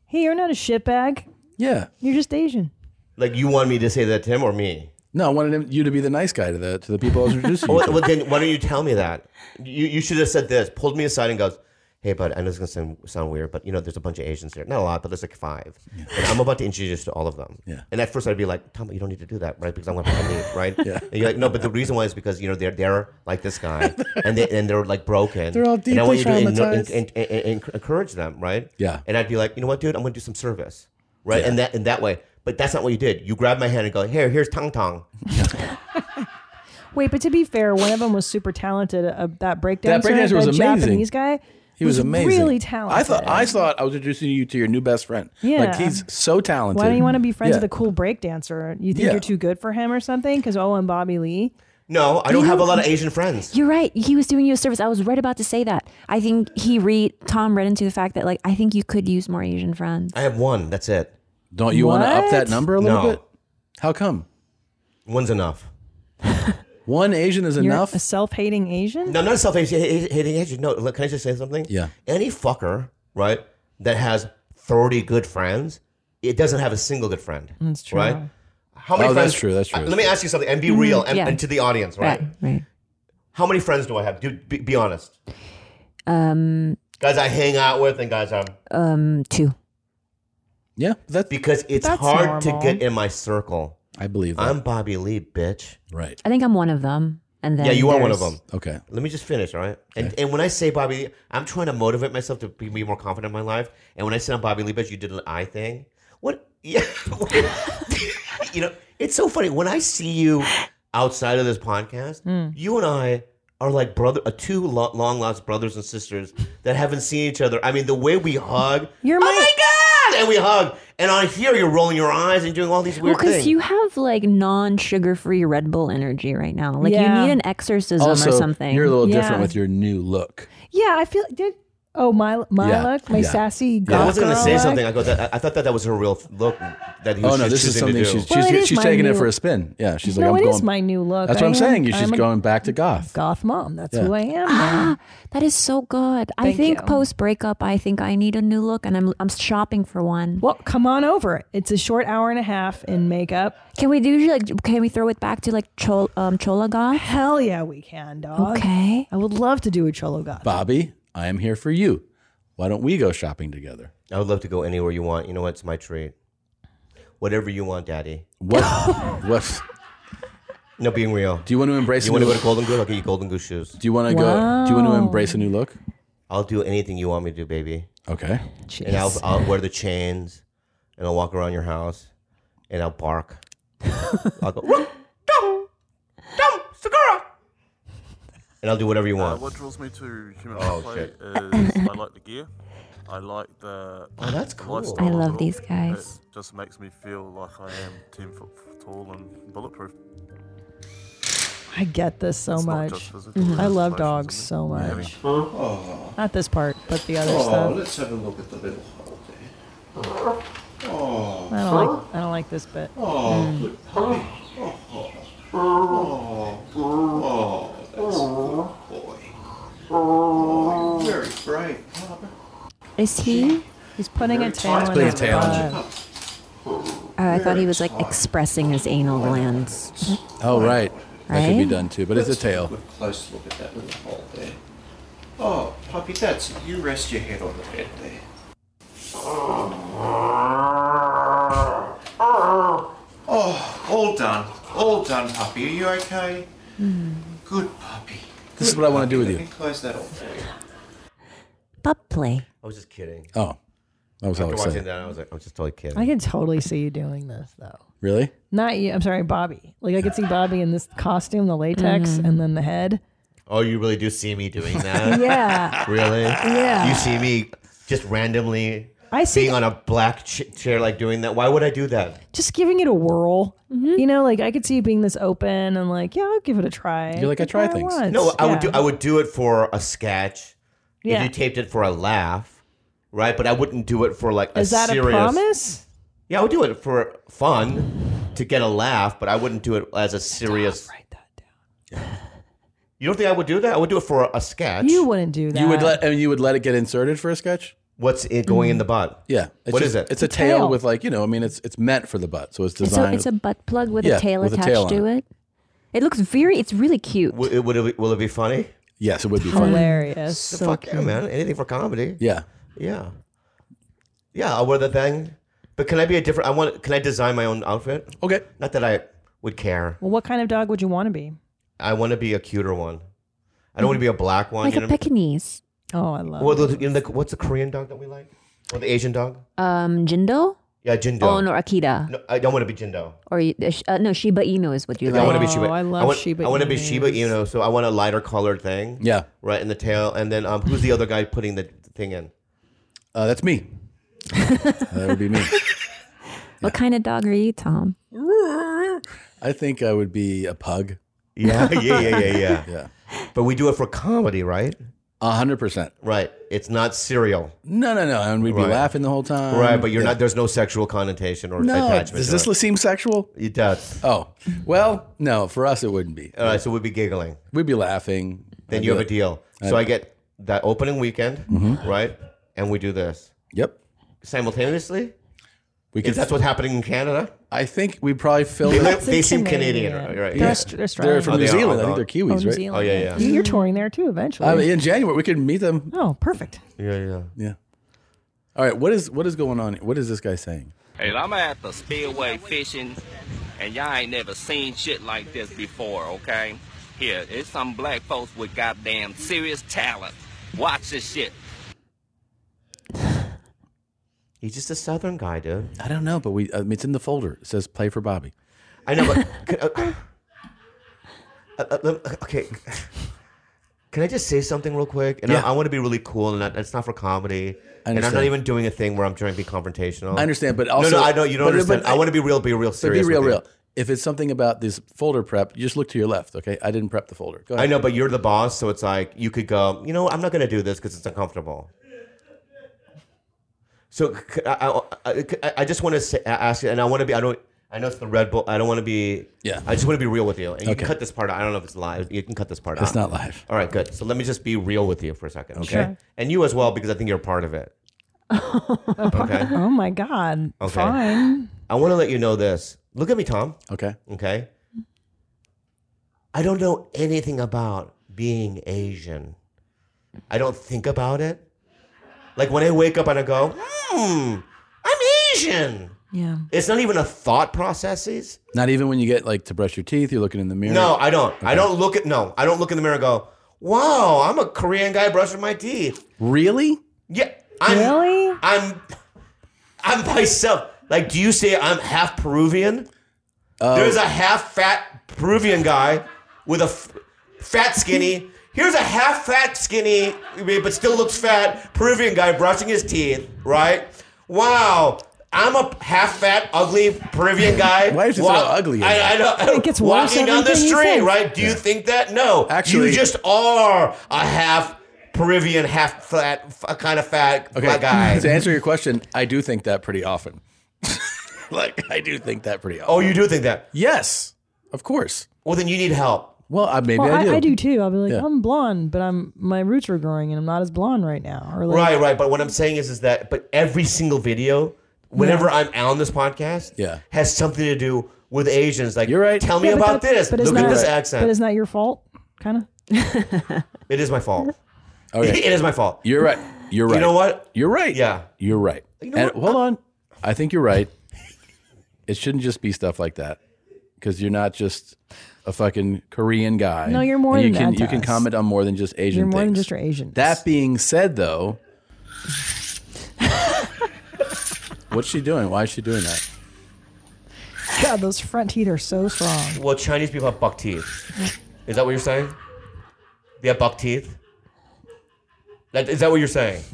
[SPEAKER 10] Hey, you're not a shitbag.
[SPEAKER 6] Yeah.
[SPEAKER 10] You're just Asian.
[SPEAKER 15] Like you want me to say that to him or me?
[SPEAKER 6] No, I wanted him, you to be the nice guy to the to the people I was introducing you
[SPEAKER 15] well,
[SPEAKER 6] to.
[SPEAKER 15] well, then why don't you tell me that? You you should have said this. Pulled me aside and goes, "Hey, bud, I know it's gonna sound, sound weird, but you know, there's a bunch of Asians here. Not a lot, but there's like five, and I'm about to introduce you to all of them."
[SPEAKER 6] Yeah.
[SPEAKER 15] And at first, I'd be like, "Tom, you don't need to do that, right? Because I'm gonna have to leave, right?" Yeah. And you're like, "No, but the reason why is because you know they're they're like this guy, and they and they're like broken.
[SPEAKER 6] They're all
[SPEAKER 15] and I want you to
[SPEAKER 6] deeply
[SPEAKER 15] en-
[SPEAKER 6] traumatized.
[SPEAKER 15] en- en- en- en- encourage them, right?
[SPEAKER 6] Yeah.
[SPEAKER 15] And I'd be like, you know what, dude, I'm gonna do some service, right?
[SPEAKER 6] Yeah.
[SPEAKER 15] And that in that way. But that's not what you did. You grabbed my hand and go, "Here, here's Tong Tong."
[SPEAKER 10] Wait, but to be fair, one of them was super talented. Uh, that breakdancer,
[SPEAKER 6] That breakdancer was
[SPEAKER 10] the
[SPEAKER 6] amazing.
[SPEAKER 10] Japanese guy,
[SPEAKER 6] He was amazing.
[SPEAKER 10] really
[SPEAKER 6] I
[SPEAKER 10] talented.
[SPEAKER 6] thought I thought I was introducing you to your new best friend.
[SPEAKER 10] Yeah.
[SPEAKER 6] Like he's so talented.
[SPEAKER 10] Why don't you want to be friends
[SPEAKER 6] Yeah.
[SPEAKER 10] with a cool breakdancer? You think
[SPEAKER 6] Yeah.
[SPEAKER 10] you're too good for him or something? Because oh, and Bobby Lee.
[SPEAKER 15] No, I don't have a lot of Asian friends.
[SPEAKER 4] You're right. He was doing you a service. I was right about to say that. I think he read Tom read into the fact that like I think you could use more Asian friends.
[SPEAKER 15] I have one. That's it.
[SPEAKER 6] Don't you wanna up that What? number a little bit? How come?
[SPEAKER 15] One's enough.
[SPEAKER 6] One Asian is
[SPEAKER 10] You're
[SPEAKER 6] enough.
[SPEAKER 10] A self-hating Asian.
[SPEAKER 15] No, I'm not a self-hating Asian. No, look, can I just say something?
[SPEAKER 6] Yeah.
[SPEAKER 15] Any fucker, right, that has 30 good friends, it doesn't have a single good friend.
[SPEAKER 10] That's true.
[SPEAKER 15] Right? How many
[SPEAKER 6] Oh,
[SPEAKER 15] friends?
[SPEAKER 6] that's true, that's true.
[SPEAKER 15] Uh, let me ask you something and be
[SPEAKER 6] Mhm,
[SPEAKER 15] real and,
[SPEAKER 6] yeah.
[SPEAKER 15] and to the audience, right?
[SPEAKER 4] Right, right.
[SPEAKER 15] How many friends do I have? Do, be, be honest.
[SPEAKER 4] Um,
[SPEAKER 15] Guys I hang out with and guys I'm.
[SPEAKER 4] um, two.
[SPEAKER 6] Yeah. That's,
[SPEAKER 15] because it's
[SPEAKER 4] That's
[SPEAKER 15] hard
[SPEAKER 4] normal.
[SPEAKER 15] to get in my circle.
[SPEAKER 6] I believe
[SPEAKER 15] that. I'm Bobby Lee, bitch.
[SPEAKER 6] Right.
[SPEAKER 4] I think I'm one of them. And then
[SPEAKER 15] yeah, you are one of
[SPEAKER 4] there's-
[SPEAKER 15] them.
[SPEAKER 6] Okay.
[SPEAKER 15] Let me just finish, all right? And, and when I say Bobby Lee, I'm trying to motivate myself to be be more confident in my life. And when I said I'm Bobby Lee, but you did an I thing. What? Yeah. you know, it's so funny. When I see you outside of this podcast,
[SPEAKER 6] Mm.
[SPEAKER 15] you and I are like brother, uh, two lo- long lost brothers and sisters that haven't seen each other. I mean, the way we hug,
[SPEAKER 10] You're
[SPEAKER 15] my, oh my God! And we hug. And on here, you're rolling your eyes and doing all these
[SPEAKER 4] Well,
[SPEAKER 15] weird
[SPEAKER 4] because
[SPEAKER 15] things.
[SPEAKER 4] you have like non-sugar-free Red Bull energy right now. Like
[SPEAKER 10] Yeah.
[SPEAKER 4] you need an exorcism
[SPEAKER 6] also,
[SPEAKER 4] or something.
[SPEAKER 6] you're a little different
[SPEAKER 10] Yeah.
[SPEAKER 6] with your new look.
[SPEAKER 10] Yeah, I feel did. Oh my my
[SPEAKER 6] Yeah.
[SPEAKER 10] look, my
[SPEAKER 6] Yeah.
[SPEAKER 10] sassy.
[SPEAKER 15] Yeah, I
[SPEAKER 10] goth
[SPEAKER 15] was going to
[SPEAKER 10] girl
[SPEAKER 15] say
[SPEAKER 10] look.
[SPEAKER 15] something. I go. That, I- I thought that that was her real f- look. That he was
[SPEAKER 6] Oh no,
[SPEAKER 15] choo-
[SPEAKER 6] this is
[SPEAKER 15] choosing
[SPEAKER 6] something
[SPEAKER 15] to do.
[SPEAKER 6] she's she's,
[SPEAKER 10] Well, it is
[SPEAKER 6] she's
[SPEAKER 10] my
[SPEAKER 6] taking it
[SPEAKER 10] new-
[SPEAKER 6] for a spin. Yeah, she's like
[SPEAKER 10] no,
[SPEAKER 6] I'm
[SPEAKER 10] it
[SPEAKER 6] going.
[SPEAKER 10] is my new look.
[SPEAKER 6] That's what
[SPEAKER 10] I
[SPEAKER 6] I'm
[SPEAKER 10] am-
[SPEAKER 6] saying. You
[SPEAKER 10] I'm
[SPEAKER 6] she's
[SPEAKER 10] a
[SPEAKER 6] going back to goth.
[SPEAKER 10] goth mom. That's
[SPEAKER 6] Yeah.
[SPEAKER 10] who I am. now.
[SPEAKER 4] Ah, that is so good. I
[SPEAKER 10] Thank
[SPEAKER 4] think
[SPEAKER 10] you.
[SPEAKER 4] post breakup, I think I need a new look, and I'm I'm shopping for one.
[SPEAKER 10] Well, come on over. It's a short hour and a half in makeup.
[SPEAKER 4] Can we do like? Can we throw it back to like chol, um, chola goth?
[SPEAKER 10] Hell yeah, we can, dog.
[SPEAKER 4] Okay.
[SPEAKER 10] I would love to do a cholo goth.
[SPEAKER 6] Bobby, I am here for you. Why don't we go shopping together?
[SPEAKER 15] I would love to go anywhere you want. You know what? It's my treat. Whatever you want, Daddy.
[SPEAKER 6] What? what?
[SPEAKER 15] No, being real.
[SPEAKER 6] Do you want to embrace? a
[SPEAKER 15] You want to
[SPEAKER 6] new-
[SPEAKER 15] go to Golden Goose? I'll get you Golden Goose shoes.
[SPEAKER 6] Do you want to go? Do you want to
[SPEAKER 15] Wow.
[SPEAKER 6] embrace a new look?
[SPEAKER 15] I'll do anything you want me to do, baby.
[SPEAKER 6] Okay.
[SPEAKER 15] And I'll,
[SPEAKER 6] Jeez.
[SPEAKER 15] I'll wear the chains, and I'll walk around your house, and I'll bark. I'll go, "Rook," Tom Segura. and I'll do whatever you
[SPEAKER 20] Uh,
[SPEAKER 15] want.
[SPEAKER 20] what draws me to human
[SPEAKER 15] Oh,
[SPEAKER 20] play
[SPEAKER 15] shit.
[SPEAKER 20] is I like the gear. I like the.
[SPEAKER 15] Oh, that's cool.
[SPEAKER 20] lifestyle
[SPEAKER 4] I love
[SPEAKER 20] of it all.
[SPEAKER 4] these guys.
[SPEAKER 20] It just makes me feel like I am ten foot tall and bulletproof.
[SPEAKER 10] I get this so
[SPEAKER 20] It's not
[SPEAKER 10] much. Mm-hmm.
[SPEAKER 20] just physical, Mhm.
[SPEAKER 10] I
[SPEAKER 20] it's
[SPEAKER 10] love
[SPEAKER 20] emotions,
[SPEAKER 10] dogs
[SPEAKER 20] isn't it?
[SPEAKER 10] so
[SPEAKER 20] Yeah.
[SPEAKER 10] much.
[SPEAKER 20] Oh.
[SPEAKER 10] Not this part, but the other
[SPEAKER 20] Oh,
[SPEAKER 10] stuff.
[SPEAKER 20] let's
[SPEAKER 7] have a look at the little hole
[SPEAKER 10] Oh.
[SPEAKER 7] Oh.
[SPEAKER 10] I don't like. I don't like this bit. Mm.
[SPEAKER 7] good puppy. Oh, oh, oh, that's a good boy. Oh, you're very brave, Papa.
[SPEAKER 4] Is he?
[SPEAKER 10] He's putting a tail.
[SPEAKER 4] He's
[SPEAKER 10] in
[SPEAKER 4] putting
[SPEAKER 10] his
[SPEAKER 4] a tail in
[SPEAKER 10] butt.
[SPEAKER 4] Oh, I thought he was like expressing his anal glands.
[SPEAKER 6] Oh right. That could be
[SPEAKER 4] Right?
[SPEAKER 6] done too, but it's a
[SPEAKER 7] Let's
[SPEAKER 6] tail.
[SPEAKER 7] Have a close look at that little hole there. Oh, puppy, that's it. You rest your head on the bed there. Oh, all done. All done, puppy. Are you okay? Good puppy.
[SPEAKER 6] This is what I want to do with
[SPEAKER 7] Let me
[SPEAKER 6] you.
[SPEAKER 7] close that off for you.
[SPEAKER 4] Pup play.
[SPEAKER 15] I was just kidding.
[SPEAKER 6] Oh, that was
[SPEAKER 15] After
[SPEAKER 6] how
[SPEAKER 15] watching
[SPEAKER 6] excited.
[SPEAKER 15] that, I was like, I'm just totally kidding.
[SPEAKER 10] I can totally see you doing this though.
[SPEAKER 6] Really?
[SPEAKER 10] Not you. I'm sorry, Bobby. Like I could see Bobby in this costume, the latex,
[SPEAKER 4] Mhm.
[SPEAKER 10] and then the head.
[SPEAKER 15] Oh, you really do see me doing that?
[SPEAKER 10] Yeah.
[SPEAKER 15] Really?
[SPEAKER 10] Yeah.
[SPEAKER 15] You see me just randomly
[SPEAKER 10] I see-
[SPEAKER 15] being on a black ch- chair like doing that? Why would I do that?
[SPEAKER 10] Just giving it a whirl. You know, like I could see it being this open and like, yeah, I'll give it a try. "Yeah, once."
[SPEAKER 15] No, I would do.
[SPEAKER 10] Yeah.
[SPEAKER 15] I would do it for a sketch.
[SPEAKER 10] Yeah.
[SPEAKER 15] If you taped it for a laugh, right? But I wouldn't do it for like a
[SPEAKER 10] Is that
[SPEAKER 15] serious.
[SPEAKER 10] a promise?
[SPEAKER 15] Yeah, I would do it for fun to get a laugh, but I wouldn't do it as a serious. write that down. You don't think I would do that? I would do it for a sketch.
[SPEAKER 10] You wouldn't do that.
[SPEAKER 6] You would let, I mean, you would let it get inserted for a sketch.
[SPEAKER 15] What's it going in the butt?
[SPEAKER 10] Mm.
[SPEAKER 6] Yeah. It's
[SPEAKER 15] What
[SPEAKER 6] just-
[SPEAKER 15] is it?
[SPEAKER 6] It's a
[SPEAKER 15] The
[SPEAKER 6] tail.
[SPEAKER 15] tail.
[SPEAKER 6] with like you know. I mean, it's it's meant for the butt, so it's
[SPEAKER 4] And so
[SPEAKER 6] designed.
[SPEAKER 4] it's a butt plug with
[SPEAKER 6] Yeah,
[SPEAKER 4] a tail
[SPEAKER 6] with a
[SPEAKER 4] attached
[SPEAKER 6] tail on
[SPEAKER 4] to it. It looks very. It's really cute.
[SPEAKER 15] Would it, would it, be- will it be funny?
[SPEAKER 6] Yes, it would be
[SPEAKER 15] funny.
[SPEAKER 10] Hilarious.
[SPEAKER 15] The fuck yeah, man. Anything for comedy.
[SPEAKER 6] Yeah.
[SPEAKER 15] Yeah. Yeah, I'll wear the thing. But can I be a different I want can I design my own outfit?
[SPEAKER 6] Okay.
[SPEAKER 15] Not that I would care.
[SPEAKER 10] Well, what kind of dog would you want to be?
[SPEAKER 15] I want to be a cuter one. I don't want to be a black one.
[SPEAKER 4] like
[SPEAKER 15] you
[SPEAKER 4] a
[SPEAKER 15] know what
[SPEAKER 4] Pekingese.
[SPEAKER 10] Oh, I
[SPEAKER 15] I
[SPEAKER 10] love
[SPEAKER 15] mean? Well, the, you know, the- what's the Korean dog that we like? Or the Asian dog?
[SPEAKER 4] Um, Jindo.
[SPEAKER 15] Yeah, Jindo.
[SPEAKER 4] Oh, no, Akita.
[SPEAKER 15] No, I don't want to be Jindo.
[SPEAKER 4] Or uh, sh- uh, no, Shiba Inu is what you
[SPEAKER 15] I
[SPEAKER 4] like.
[SPEAKER 15] want to be Shiba. want,
[SPEAKER 4] Oh, Shiba.
[SPEAKER 15] I want to be Shiba Inu, so I want a lighter colored thing.
[SPEAKER 6] Yeah.
[SPEAKER 15] Right in the tail, and then um, who's the other guy putting the thing in?
[SPEAKER 6] Uh, that's me. that would be me.
[SPEAKER 4] What kind of dog are you, Tom?
[SPEAKER 6] I think I would be a pug.
[SPEAKER 15] Yeah, yeah, yeah, yeah, yeah.
[SPEAKER 6] yeah.
[SPEAKER 15] But we do it for comedy, right?
[SPEAKER 6] A hundred percent.
[SPEAKER 15] Right. It's not serial.
[SPEAKER 6] No, no, no. And we'd be
[SPEAKER 15] Right.
[SPEAKER 6] laughing the whole time.
[SPEAKER 15] right, but you're
[SPEAKER 6] Um, Yeah.
[SPEAKER 15] not. There's no sexual connotation or
[SPEAKER 6] No,
[SPEAKER 15] attachment.
[SPEAKER 6] does
[SPEAKER 15] to
[SPEAKER 6] this
[SPEAKER 15] it.
[SPEAKER 6] seem sexual?
[SPEAKER 15] It does.
[SPEAKER 6] Oh, well, no. For us, it wouldn't be.
[SPEAKER 15] All right, so we'd be giggling.
[SPEAKER 6] We'd be laughing.
[SPEAKER 15] Oh. Then
[SPEAKER 6] I'd
[SPEAKER 15] you
[SPEAKER 6] be
[SPEAKER 15] have a
[SPEAKER 6] like-
[SPEAKER 15] deal.
[SPEAKER 6] I'd-
[SPEAKER 15] so I get that opening weekend,
[SPEAKER 6] Mhm.
[SPEAKER 15] right? And we do this.
[SPEAKER 6] Yep.
[SPEAKER 15] Simultaneously.
[SPEAKER 6] We
[SPEAKER 15] We
[SPEAKER 6] could-
[SPEAKER 15] can. That's what's happening in Canada.
[SPEAKER 6] I think we probably filmed.
[SPEAKER 15] They,
[SPEAKER 6] it-
[SPEAKER 15] look- they seem Canadian, right? right?
[SPEAKER 10] They're Aust- they're Australian.
[SPEAKER 6] from
[SPEAKER 15] Oh,
[SPEAKER 6] New
[SPEAKER 15] they are.
[SPEAKER 6] Zealand. I
[SPEAKER 15] Oh,
[SPEAKER 6] think they're Kiwis,
[SPEAKER 10] Oh,
[SPEAKER 6] right?
[SPEAKER 10] New Zealand.
[SPEAKER 15] Oh, yeah, yeah.
[SPEAKER 10] You- You're touring there too eventually.
[SPEAKER 6] I mean, in January, we could meet them.
[SPEAKER 10] oh, perfect.
[SPEAKER 15] Yeah, yeah.
[SPEAKER 6] Yeah. All right. What is what is going on? What is this guy saying?
[SPEAKER 21] Hey, I'm at the spillway fishing, and y'all ain't never seen shit like this before, okay? Here, it's some black folks with goddamn serious talent. Watch this shit.
[SPEAKER 15] He's just a Southern guy, dude.
[SPEAKER 6] I don't know, but we I mean, it's in the folder. It says play for Bobby.
[SPEAKER 15] I know, but uh, uh, uh, lem- okay. Can I just say something real quick? And
[SPEAKER 6] Yeah.
[SPEAKER 15] I, I want to be really cool, and not, it's not for comedy.
[SPEAKER 6] I
[SPEAKER 15] And I'm not
[SPEAKER 6] understand.
[SPEAKER 15] even doing a thing where I'm trying to be confrontational.
[SPEAKER 6] I understand, but also
[SPEAKER 15] no, no, I know you don't
[SPEAKER 6] but- but
[SPEAKER 15] understand. I, want to be real, be real
[SPEAKER 6] But be
[SPEAKER 15] serious.
[SPEAKER 6] real,
[SPEAKER 15] with you.
[SPEAKER 6] real. If it's something about this folder prep, you just look to your left. Okay, I didn't prep the folder. Go ahead.
[SPEAKER 15] I know, but you're the boss, so it's like you could go. You know, what? I'm not going to do this because it's uncomfortable. So c- I, I, I- I just want to say, ask you, and I want to be. I don't. I know it's the Red Bull. I don't want to be.
[SPEAKER 6] Yeah.
[SPEAKER 15] I just want to be real with you, and you
[SPEAKER 6] Okay.
[SPEAKER 15] can cut this part. out. I don't know if it's live. You can cut this part out.
[SPEAKER 6] It's not live.
[SPEAKER 15] All right, good. So let me just be real with you for a second, okay?
[SPEAKER 10] Sure.
[SPEAKER 15] And you as well, because I think you're a part of it. okay.
[SPEAKER 10] Oh my God.
[SPEAKER 15] Okay.
[SPEAKER 10] Fine.
[SPEAKER 15] I want to let you know this. Look at me, Tom.
[SPEAKER 6] Okay.
[SPEAKER 15] Okay. I don't know anything about being Asian. I don't think about it. Like when I wake up and I go, hmm, I'm Asian.
[SPEAKER 10] Yeah.
[SPEAKER 15] It's not even a thought processes.
[SPEAKER 6] Not even when you get like to brush your teeth, you're looking in the mirror.
[SPEAKER 15] No, I don't. I don't look at no. I don't look in the mirror and go, "Wow, I'm a Korean guy brushing my teeth."
[SPEAKER 6] Really?
[SPEAKER 15] Yeah. I'm,
[SPEAKER 10] really?
[SPEAKER 15] I'm. I'm myself. Like, do you say I'm half Peruvian?
[SPEAKER 6] Oh.
[SPEAKER 15] There's a half fat Peruvian guy with a f- fat skinny. Here's a half fat skinny, but still looks fat Peruvian guy brushing his teeth. Right? Wow. I'm a half fat, ugly Peruvian guy.
[SPEAKER 6] Why is it so ugly?
[SPEAKER 15] I, I don't,
[SPEAKER 10] It gets worse
[SPEAKER 15] walking down the
[SPEAKER 10] everything he
[SPEAKER 15] street,
[SPEAKER 10] says.
[SPEAKER 15] right? Do you think that? No,
[SPEAKER 6] Actually-
[SPEAKER 15] you just are a half Peruvian, half fat, f- kind of fat
[SPEAKER 6] Okay.
[SPEAKER 15] black guy.
[SPEAKER 6] To answer your question, I do think that pretty often. like I do think that pretty often.
[SPEAKER 15] Oh, you do think that?
[SPEAKER 6] Yes, of course.
[SPEAKER 15] Well, then you need help.
[SPEAKER 6] Well, I, maybe
[SPEAKER 10] well,
[SPEAKER 6] I do.
[SPEAKER 10] I, do too. I'll be like,
[SPEAKER 6] Yeah.
[SPEAKER 10] I'm blonde, but I'm my roots are growing, and I'm not as blonde right now. Or like,
[SPEAKER 15] Right, right. But what I'm saying is, is that but every single video, whenever I'm on this podcast,
[SPEAKER 6] Yeah.
[SPEAKER 15] has something to do with Asians. Like
[SPEAKER 6] You're right.
[SPEAKER 15] Tell me
[SPEAKER 10] Yeah, but
[SPEAKER 15] about
[SPEAKER 10] that-
[SPEAKER 15] this.
[SPEAKER 10] but it's
[SPEAKER 15] Look at
[SPEAKER 10] not-
[SPEAKER 15] this
[SPEAKER 10] But
[SPEAKER 15] accent.
[SPEAKER 10] it's not your fault, kind of.
[SPEAKER 15] It is my fault.
[SPEAKER 6] Okay.
[SPEAKER 15] it is my fault.
[SPEAKER 6] You're right. You're right.
[SPEAKER 15] You know what?
[SPEAKER 6] You're right.
[SPEAKER 15] Yeah.
[SPEAKER 6] You're right. and hold on. I think you're right. It shouldn't just be stuff like that because you're not just a fucking Korean guy.
[SPEAKER 10] No, you're more
[SPEAKER 6] And you
[SPEAKER 10] than
[SPEAKER 6] can,
[SPEAKER 10] that to
[SPEAKER 6] You can
[SPEAKER 10] us.
[SPEAKER 6] comment on more than just Asian
[SPEAKER 10] You're more than
[SPEAKER 6] things.
[SPEAKER 10] just your Asian.
[SPEAKER 6] That being said, though, what's she doing? Why is she doing that?
[SPEAKER 10] God, those front teeth are so strong.
[SPEAKER 15] Well, Chinese people have buck teeth. Is that what you're saying? They have buck teeth. That, is that what you're saying?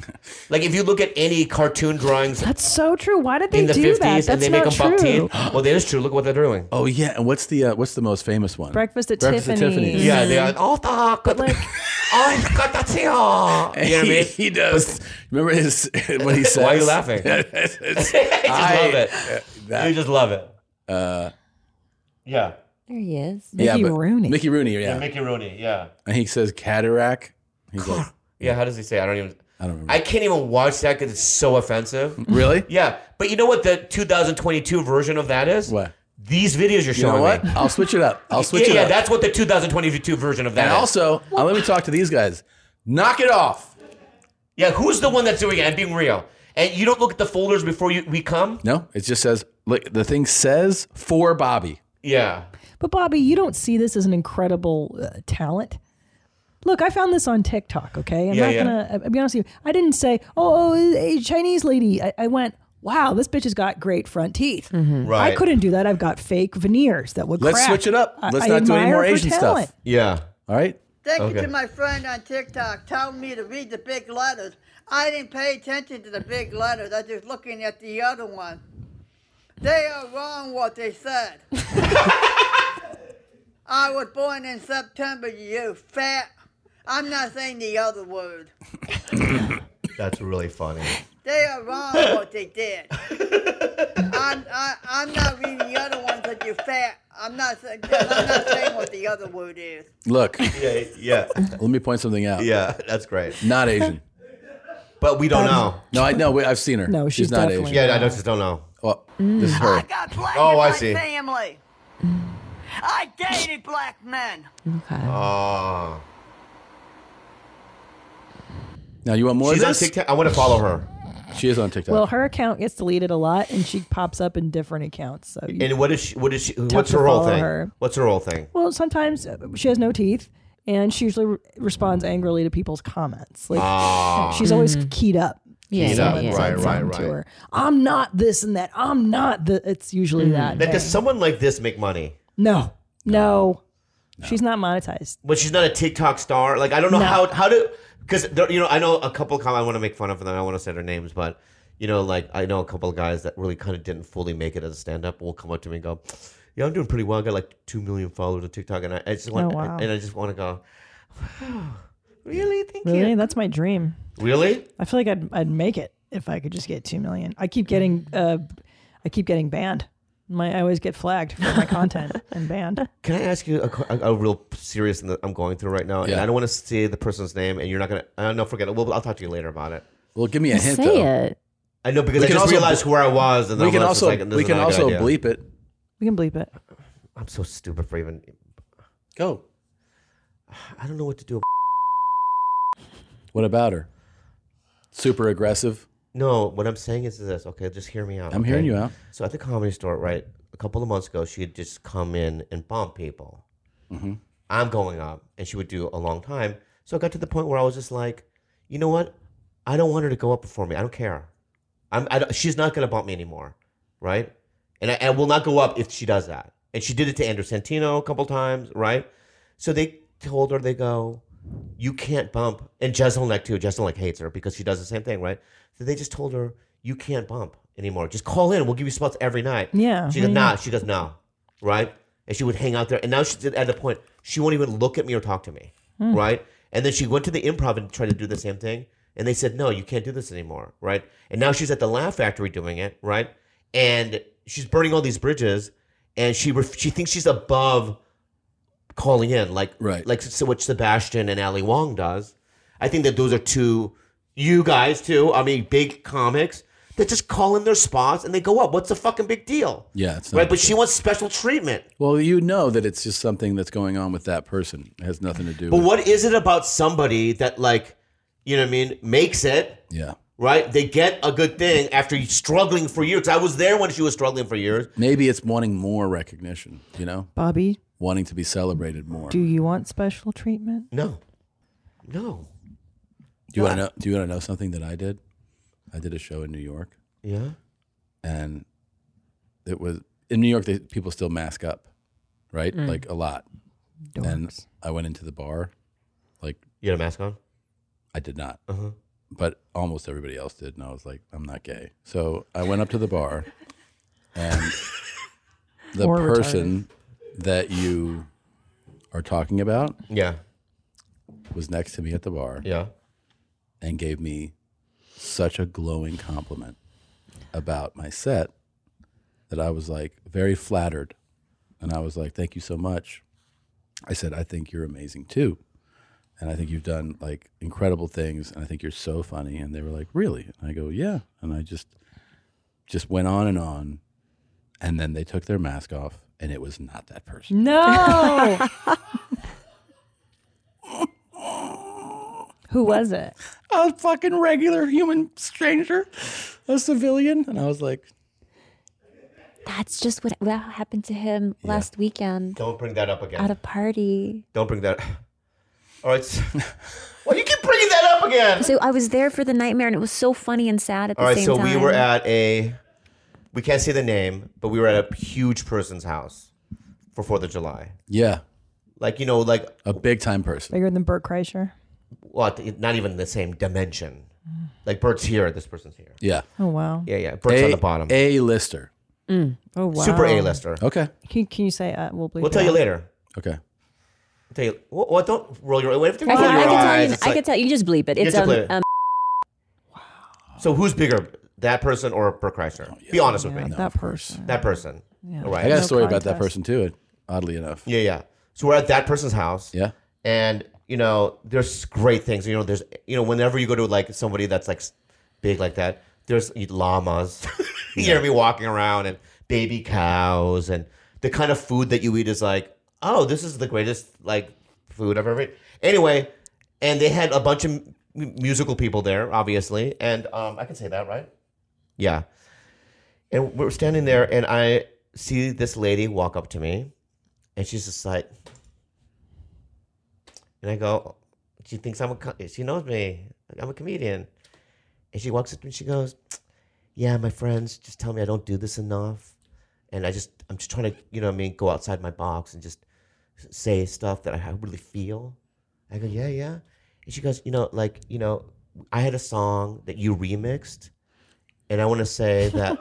[SPEAKER 15] like if you look at any cartoon drawings
[SPEAKER 10] That's so true. Why did they
[SPEAKER 15] in the
[SPEAKER 10] do that? That's
[SPEAKER 15] and they make
[SPEAKER 10] not
[SPEAKER 15] them buck
[SPEAKER 10] true.
[SPEAKER 15] teeth, well, that is true. Look what they're doing.
[SPEAKER 6] Oh yeah, and what's the uh, what's the most famous one?
[SPEAKER 10] Breakfast at Tiffany's.
[SPEAKER 6] Yeah, they are.
[SPEAKER 15] Oh, but like, oh, God, that's here. You know what I mean?
[SPEAKER 6] He does. Remember his what he says.
[SPEAKER 15] Why are you laughing?
[SPEAKER 6] I
[SPEAKER 15] love it. You just love it.
[SPEAKER 6] Uh,
[SPEAKER 15] yeah.
[SPEAKER 4] There he is.
[SPEAKER 6] yeah, but- Mickey Rooney. Yeah.
[SPEAKER 15] Yeah, Mickey Rooney. Yeah.
[SPEAKER 6] and he says cataract. He's like,
[SPEAKER 15] Yeah. How does he say? I don't even.
[SPEAKER 6] I don't
[SPEAKER 15] I can't even watch that because it's so offensive.
[SPEAKER 6] Really?
[SPEAKER 15] Yeah. But you know what the 2022 version of that is?
[SPEAKER 6] What?
[SPEAKER 15] These videos you're
[SPEAKER 6] You know
[SPEAKER 15] showing
[SPEAKER 6] what?
[SPEAKER 15] me.
[SPEAKER 6] I'll switch it up. I'll switch
[SPEAKER 15] yeah,
[SPEAKER 6] it
[SPEAKER 15] yeah,
[SPEAKER 6] up.
[SPEAKER 15] that's what the 2022 version of that
[SPEAKER 6] and
[SPEAKER 15] is.
[SPEAKER 6] also, uh, let me talk to these guys. Knock it off.
[SPEAKER 15] Yeah, who's the one that's doing it? I'm being real. And you don't look at the folders before you we come?
[SPEAKER 6] No, it just says look. The thing says for Bobby.
[SPEAKER 15] Yeah.
[SPEAKER 10] But Bobby, you don't see this as an incredible uh, talent. Look, I found this on TikTok. Okay, I'm
[SPEAKER 6] Yeah,
[SPEAKER 10] not
[SPEAKER 6] yeah.
[SPEAKER 10] gonna. I- I'll be honest with you. I didn't say, "Oh, oh, a Chinese lady." I, I went, "Wow, this bitch has got great front teeth." I
[SPEAKER 15] Right.
[SPEAKER 10] couldn't do that. I've got fake veneers that would.
[SPEAKER 6] Mm-hmm. Let's
[SPEAKER 10] crack.
[SPEAKER 6] switch it up.
[SPEAKER 10] I-
[SPEAKER 6] Let's
[SPEAKER 10] I
[SPEAKER 6] not do any
[SPEAKER 10] admire
[SPEAKER 6] more
[SPEAKER 10] her
[SPEAKER 6] Asian
[SPEAKER 10] talent.
[SPEAKER 6] stuff.
[SPEAKER 15] Yeah.
[SPEAKER 6] All right.
[SPEAKER 22] Thank you
[SPEAKER 6] Okay.
[SPEAKER 22] to my friend on TikTok telling me to read the big letters. I didn't pay attention to the big letters. I was just looking at the other one. They are wrong what they said. I was born in September, you fat. I'm not saying the other word.
[SPEAKER 15] That's really funny.
[SPEAKER 22] They are wrong what they did. I'm, I, I'm not reading the other ones that you fat. I'm not, sa- I'm not saying what the other word is.
[SPEAKER 6] Look.
[SPEAKER 15] Yeah. Yeah.
[SPEAKER 6] Let me point something out.
[SPEAKER 15] Yeah, that's great.
[SPEAKER 6] Not Asian.
[SPEAKER 15] But we
[SPEAKER 10] Um,
[SPEAKER 15] don't know.
[SPEAKER 6] No, I know. I've seen her.
[SPEAKER 15] No, she's
[SPEAKER 6] not Asian.
[SPEAKER 15] definitely Yeah, I not. don't- just don't know.
[SPEAKER 6] Well, this is her.
[SPEAKER 15] Oh, I
[SPEAKER 22] my
[SPEAKER 15] see.
[SPEAKER 22] family. I dated black men.
[SPEAKER 15] Oh.
[SPEAKER 6] Now you want more
[SPEAKER 15] She's
[SPEAKER 6] of
[SPEAKER 15] on
[SPEAKER 6] this?
[SPEAKER 15] TikTok. I wanna follow her.
[SPEAKER 6] She is on TikTok.
[SPEAKER 10] Well, her account gets deleted a lot, and she pops up in different accounts. So, you-
[SPEAKER 15] And what is she? What is she?
[SPEAKER 10] Tough
[SPEAKER 15] What's
[SPEAKER 10] to
[SPEAKER 15] her whole
[SPEAKER 10] follow
[SPEAKER 15] thing?
[SPEAKER 10] her.
[SPEAKER 15] What's her whole thing?
[SPEAKER 10] well, sometimes uh, she has no teeth, and she usually re- responds angrily to people's comments. Like
[SPEAKER 15] Ah.
[SPEAKER 10] she's always
[SPEAKER 15] Mhm.
[SPEAKER 10] keyed up.
[SPEAKER 15] Yeah,
[SPEAKER 10] If
[SPEAKER 15] yeah,
[SPEAKER 10] someone
[SPEAKER 15] yeah.
[SPEAKER 10] said
[SPEAKER 15] Right, right,
[SPEAKER 10] something to
[SPEAKER 15] right.
[SPEAKER 10] her, I'm not this and that. I'm not the. It's usually that.
[SPEAKER 15] That
[SPEAKER 10] thing.
[SPEAKER 15] does someone like this make money?
[SPEAKER 10] no, no, she's not monetized.
[SPEAKER 15] But she's not a TikTok star. Like I don't know
[SPEAKER 10] No.
[SPEAKER 15] how how to because you know I know a couple. Of, com- I want to make fun of them. I want to say their names, but you know, like I know a couple of guys that really kind of didn't fully make it as a stand up. Will come up to me and go, "Yeah, I'm doing pretty well. I got like two million followers on TikTok, and I, I just want
[SPEAKER 10] Oh, wow.
[SPEAKER 15] and I just want to go.
[SPEAKER 10] Really?
[SPEAKER 15] Thank
[SPEAKER 10] really?
[SPEAKER 15] you.
[SPEAKER 10] That's my dream.
[SPEAKER 15] Really?
[SPEAKER 10] I feel like I'd I'd make it if I could just get two million. I keep getting uh, I keep getting banned. My I always get flagged for my content and banned.
[SPEAKER 15] Can I ask you a, qu- a, a real serious thing that I'm going through right now? And
[SPEAKER 6] Yeah.
[SPEAKER 15] I don't want to say the person's name, and you're not gonna. I don't know. Forget it. Well, I'll talk to you later about it.
[SPEAKER 6] Well, give me a hint.
[SPEAKER 15] Say
[SPEAKER 6] though.
[SPEAKER 15] it. I know because
[SPEAKER 6] We
[SPEAKER 15] I
[SPEAKER 6] can
[SPEAKER 15] just
[SPEAKER 6] also
[SPEAKER 15] realized
[SPEAKER 6] ble-
[SPEAKER 15] where I was, and
[SPEAKER 6] we
[SPEAKER 15] I'm
[SPEAKER 6] can
[SPEAKER 15] like,
[SPEAKER 6] also
[SPEAKER 15] this
[SPEAKER 6] we
[SPEAKER 15] is not
[SPEAKER 6] can
[SPEAKER 15] a good
[SPEAKER 6] also
[SPEAKER 15] idea.
[SPEAKER 6] bleep it.
[SPEAKER 10] We can bleep it.
[SPEAKER 15] I'm so stupid for even.
[SPEAKER 6] Go.
[SPEAKER 15] I don't know what to do.
[SPEAKER 6] What about her? Super aggressive.
[SPEAKER 15] No, what I'm saying is this. Okay, just hear me out.
[SPEAKER 6] I'm hearing you
[SPEAKER 15] okay?
[SPEAKER 6] out.
[SPEAKER 15] So at the comedy store, right, a couple of months ago, she would just come in and bump people.
[SPEAKER 6] Mhm.
[SPEAKER 15] I'm going up, and she would do a long time. So I got to the point where I was just like, you know what? I don't want her to go up before me. I don't care. I'm. I don't, she's not going to bump me anymore, right? And I, I will not go up if she does that. And she did it to Andrew Santino a couple times, right? So they told her, they go, you can't bump. And Jezelnik too. Jezelnik hates her because she does the same thing, right? So they just told her, you can't bump anymore. Just call in. We'll give you spots every night.
[SPEAKER 10] Yeah,
[SPEAKER 15] She
[SPEAKER 10] why
[SPEAKER 15] goes,
[SPEAKER 10] not?
[SPEAKER 15] nah. She goes, no. Right? And she would hang out there. And now she's at the point, she won't even look at me or talk to me.
[SPEAKER 23] Hmm.
[SPEAKER 15] Right? And then she went to the improv and tried to do the same thing. And they said, no, you can't do this anymore. Right? And now she's at the Laugh Factory doing it. Right? And she's burning all these bridges. And she ref- she thinks she's above calling in, like right. like so what Sebastian and Ali Wong does. I think that those are two you guys too. I mean, big comics that just call in their spots and they go up. What's the fucking big deal?
[SPEAKER 6] Yeah, it's not.
[SPEAKER 15] Right, but she wants special treatment.
[SPEAKER 6] Well, you know that it's just something that's going on with that person. It has nothing to do.
[SPEAKER 15] But
[SPEAKER 6] with
[SPEAKER 15] what is it about somebody that like, you know what I mean, makes it?
[SPEAKER 6] Yeah.
[SPEAKER 15] Right? They get a good thing after struggling for years. I was there when she was struggling for years.
[SPEAKER 6] Maybe it's wanting more recognition. You know,
[SPEAKER 10] Bobby,
[SPEAKER 6] wanting to be celebrated more.
[SPEAKER 10] do you want special treatment?
[SPEAKER 15] No. No.
[SPEAKER 6] Do you want to know? Do you want to know something that I did? I did a show in New York.
[SPEAKER 15] Yeah.
[SPEAKER 6] and it was in New York. They, people still mask up, right?
[SPEAKER 15] Mm.
[SPEAKER 6] Like a lot. And I went into the bar, like
[SPEAKER 15] You had a mask on?
[SPEAKER 6] I did not. But almost everybody else did. And I was like, I'm not gay. So I went up to the bar and the
[SPEAKER 15] Or retarded.
[SPEAKER 6] person that you are talking about.
[SPEAKER 15] Yeah.
[SPEAKER 6] Was next to me at the bar.
[SPEAKER 15] Yeah.
[SPEAKER 6] And gave me such a glowing compliment about my set that I was like very flattered. And I was like, thank you so much. I said, I think you're amazing too. And I think you've done like incredible things. And I think you're so funny. And they were like, really? And I go, yeah. And I just, just went on and on. And then they took their mask off and it was not that person.
[SPEAKER 10] No. Who was it?
[SPEAKER 6] A fucking regular human stranger, a civilian. And I was like,
[SPEAKER 3] That's just what, what happened to him last weekend
[SPEAKER 15] Don't bring that up again.
[SPEAKER 3] at a party.
[SPEAKER 15] Don't bring that. All right. s- Why you keep bringing that up again?
[SPEAKER 3] So I was there for the nightmare, and it was so funny and sad at the
[SPEAKER 15] All right.
[SPEAKER 3] same
[SPEAKER 15] So
[SPEAKER 3] time.
[SPEAKER 15] we were at a. We can't say the name, but we were at a huge person's house for Fourth of July.
[SPEAKER 6] yeah,
[SPEAKER 15] Like you know, like
[SPEAKER 6] a big time person.
[SPEAKER 10] Bigger than Burt Kreischer.
[SPEAKER 15] What? Not even the same dimension. Like Bert's here. This person's here.
[SPEAKER 6] Mm. Yeah.
[SPEAKER 10] Oh wow.
[SPEAKER 15] Yeah, yeah. Bert's on the bottom.
[SPEAKER 6] A lister.
[SPEAKER 10] Mm. Oh wow.
[SPEAKER 15] Super A-lister.
[SPEAKER 6] Okay.
[SPEAKER 10] Can, can you say uh, we'll bleep
[SPEAKER 15] We'll
[SPEAKER 10] it
[SPEAKER 15] tell you
[SPEAKER 10] out.
[SPEAKER 15] later.
[SPEAKER 6] Okay.
[SPEAKER 15] I'll tell you. What? what don't roll your. What if they
[SPEAKER 10] I
[SPEAKER 15] roll
[SPEAKER 10] can-
[SPEAKER 15] your
[SPEAKER 10] I can
[SPEAKER 15] eyes?
[SPEAKER 10] tell you-
[SPEAKER 15] it's
[SPEAKER 10] I
[SPEAKER 15] like-
[SPEAKER 10] can
[SPEAKER 3] tell you just bleep it.
[SPEAKER 15] You
[SPEAKER 3] It's
[SPEAKER 15] have
[SPEAKER 3] um,
[SPEAKER 15] to bleep it.
[SPEAKER 3] um
[SPEAKER 15] So who's bigger, that person or Bert Kreischer?
[SPEAKER 6] Oh,
[SPEAKER 15] Be honest with me.
[SPEAKER 10] that person.
[SPEAKER 15] That person.
[SPEAKER 10] Yeah.
[SPEAKER 15] All right.
[SPEAKER 6] I got a story about that person too, oddly enough.
[SPEAKER 15] Yeah, yeah. So we're at that person's house.
[SPEAKER 6] Yeah.
[SPEAKER 15] And you know, there's great things. You know, there's you know, whenever you go to like somebody that's like s- big like that, there's llamas. you hear me walking around and baby cows and the kind of food that you eat is like, oh, this is the greatest like food I've ever eaten. Anyway, and they had a bunch of m- musical people there, obviously, and um, I can say that, right? Yeah. And we're standing there, and I see this lady walk up to me, and she's just like, and I go, she thinks I'm a, co- she knows me, I'm a comedian. And she walks up to me, she goes, yeah, my friends just tell me I don't do this enough. And I just, I'm just trying to, you know what I mean, go outside my box and just say stuff that I really feel. I go, yeah, yeah. And she goes, you know, like, you know, I had a song that you remixed, and I want to say that.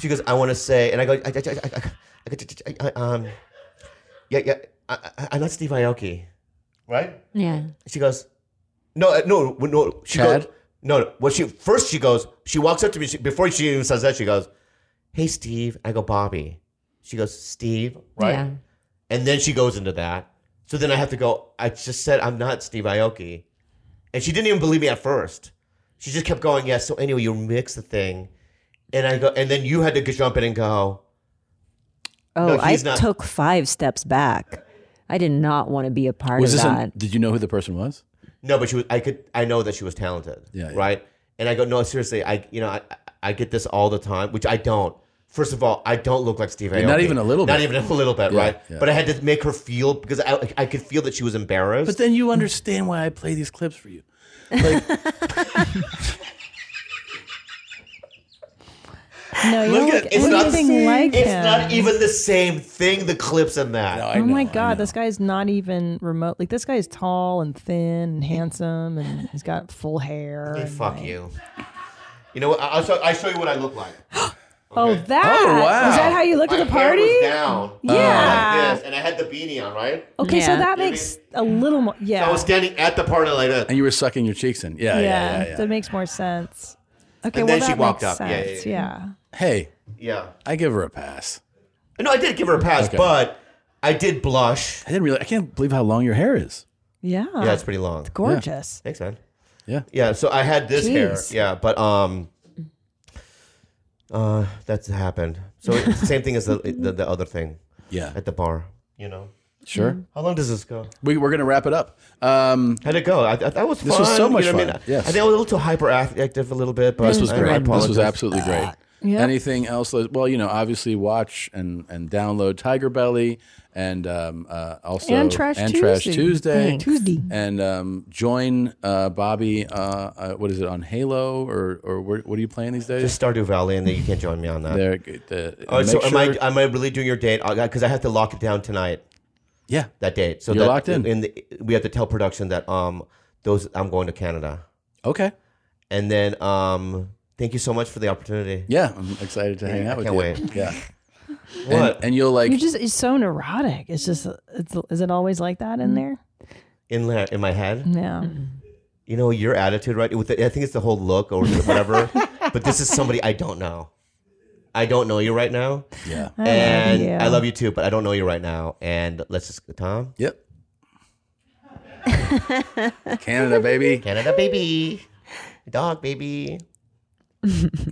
[SPEAKER 15] she goes, I want to say, and I go, I, I, I, I, I, I, I, um, yeah, yeah, I, I, I'm not Steve Aoki, right?
[SPEAKER 3] Yeah.
[SPEAKER 15] She goes, no, uh, no, w- no. She
[SPEAKER 6] Chad?
[SPEAKER 15] goes, no, no. Well, she first she goes, she walks up to me she, before she even says that. She goes, hey Steve. I go Bobby. She goes Steve, right?
[SPEAKER 3] Yeah.
[SPEAKER 15] And then she goes into that. So then I have to go. I just said I'm not Steve Aoki, and she didn't even believe me at first. She just kept going. Yeah. So anyway, you mix the thing, and I go, and then you had to jump in and go.
[SPEAKER 4] Oh,
[SPEAKER 15] No,
[SPEAKER 4] I
[SPEAKER 15] he's not-
[SPEAKER 4] took five steps back. I did not want to be a part
[SPEAKER 6] Was
[SPEAKER 4] of
[SPEAKER 6] this
[SPEAKER 4] that.
[SPEAKER 6] a, did you know who the person was?
[SPEAKER 15] No, but she was. I could. I know that she was talented.
[SPEAKER 6] Yeah, yeah.
[SPEAKER 15] Right. And I go, no, seriously. I, you know, I, I- I get this all the time, which I don't. First of all, I don't look like Steve.
[SPEAKER 6] Yeah, not
[SPEAKER 15] Aoki.
[SPEAKER 6] even a little
[SPEAKER 15] Not
[SPEAKER 6] bit.
[SPEAKER 15] even a little bit.
[SPEAKER 6] Yeah,
[SPEAKER 15] right.
[SPEAKER 6] yeah.
[SPEAKER 15] But I had to make her feel because I, I could feel that she was embarrassed.
[SPEAKER 6] But then you understand why I play these clips for you.
[SPEAKER 10] No, you
[SPEAKER 15] Look
[SPEAKER 10] don't
[SPEAKER 15] at
[SPEAKER 10] look
[SPEAKER 15] it's not
[SPEAKER 10] anything like
[SPEAKER 15] It's
[SPEAKER 10] him.
[SPEAKER 15] not e- even the same thing. The clips in that.
[SPEAKER 10] oh my god, this guy's not even remote. Like this guy is tall and thin and handsome, and he's got full hair.
[SPEAKER 15] Hey,
[SPEAKER 10] and,
[SPEAKER 15] fuck
[SPEAKER 10] like-
[SPEAKER 15] you. You know what? I- I'll show, I show you what I look like.
[SPEAKER 10] Oh, that.
[SPEAKER 15] Oh, wow.
[SPEAKER 10] Is that how you looked
[SPEAKER 15] My
[SPEAKER 10] at the
[SPEAKER 15] hair
[SPEAKER 10] party?
[SPEAKER 15] was down. Oh,
[SPEAKER 10] Yeah.
[SPEAKER 15] Like this, and I had the beanie on, right?
[SPEAKER 10] Okay, so that
[SPEAKER 15] You know what I
[SPEAKER 10] makes a little more. Yeah.
[SPEAKER 15] I was standing at the party like that.
[SPEAKER 6] And you were sucking your cheeks in. Yeah, yeah, yeah. yeah,
[SPEAKER 10] That makes more sense. Okay,
[SPEAKER 15] And
[SPEAKER 10] well
[SPEAKER 15] then
[SPEAKER 10] that
[SPEAKER 15] she walked
[SPEAKER 10] makes
[SPEAKER 15] up. Yeah, yeah,
[SPEAKER 10] sense.
[SPEAKER 15] yeah.
[SPEAKER 6] Hey,
[SPEAKER 15] Yeah.
[SPEAKER 6] I give her a pass.
[SPEAKER 15] No, I did give her a pass,
[SPEAKER 6] Okay.
[SPEAKER 15] but I did blush.
[SPEAKER 6] I didn't really. I can't believe how long your hair is.
[SPEAKER 10] Yeah.
[SPEAKER 15] yeah, it's pretty long.
[SPEAKER 10] gorgeous.
[SPEAKER 15] Thanks, man.
[SPEAKER 6] Yeah.
[SPEAKER 15] Yeah. So I had this
[SPEAKER 10] Jeez.
[SPEAKER 15] hair. Yeah, but um, uh, that's happened. So it's the same thing as the, the the other thing.
[SPEAKER 6] Yeah.
[SPEAKER 15] At the bar, you know.
[SPEAKER 6] Sure.
[SPEAKER 10] Mm-hmm.
[SPEAKER 15] How long does this go?
[SPEAKER 6] We, we're going to wrap it up. Um,
[SPEAKER 15] How'd it go? I, I, that was
[SPEAKER 6] This was
[SPEAKER 15] fun,
[SPEAKER 6] so
[SPEAKER 15] you
[SPEAKER 6] much
[SPEAKER 15] know what
[SPEAKER 6] fun.
[SPEAKER 15] I mean?
[SPEAKER 6] Yes.
[SPEAKER 15] I think I was a little too hyperactive a little bit, but
[SPEAKER 6] this was
[SPEAKER 15] I-
[SPEAKER 6] great.
[SPEAKER 15] I
[SPEAKER 6] this was
[SPEAKER 15] apologize.
[SPEAKER 6] absolutely
[SPEAKER 15] Ah.
[SPEAKER 6] great.
[SPEAKER 15] Yeah.
[SPEAKER 6] Anything else? Liz? Well, you know, obviously watch and, and download Tiger Belly and um, uh, also
[SPEAKER 10] And Trash Tuesday.
[SPEAKER 6] Tuesday.
[SPEAKER 10] Thanks. Tuesday.
[SPEAKER 6] And um, join uh, Bobby, uh, uh, what is it, on Halo or, or where, what are you playing these days?
[SPEAKER 15] Just Stardew Valley, and then you can join me on that.
[SPEAKER 6] There, good, uh,
[SPEAKER 15] All right, so
[SPEAKER 6] make
[SPEAKER 15] am I
[SPEAKER 6] sure-
[SPEAKER 15] am I really doing your date? Because I have to lock it down tonight.
[SPEAKER 6] Yeah.
[SPEAKER 15] that date. So
[SPEAKER 6] You're
[SPEAKER 15] that,
[SPEAKER 6] locked in.
[SPEAKER 15] And the, we have to tell production that um those I'm going to Canada.
[SPEAKER 6] Okay.
[SPEAKER 15] And then um thank you so much for the opportunity.
[SPEAKER 6] Yeah, I'm excited to hang
[SPEAKER 15] Yeah,
[SPEAKER 6] out with
[SPEAKER 15] I can't
[SPEAKER 6] you.
[SPEAKER 15] wait.
[SPEAKER 6] Yeah.
[SPEAKER 15] What?
[SPEAKER 6] And, and you'll like
[SPEAKER 10] You're just it's so neurotic. It's just it's is it always like that
[SPEAKER 15] Mm.
[SPEAKER 10] in there?
[SPEAKER 15] in la- in my head.
[SPEAKER 10] No.
[SPEAKER 15] You know your attitude, right? With the, I think it's the whole look or whatever. but this is somebody I don't know. I don't know you right now.
[SPEAKER 6] Yeah.
[SPEAKER 10] I love
[SPEAKER 15] and
[SPEAKER 10] you.
[SPEAKER 15] I love you too, but I don't know you right now. And let's just Tom.
[SPEAKER 6] Yep. Canada, baby.
[SPEAKER 15] Canada, baby. Dog, baby.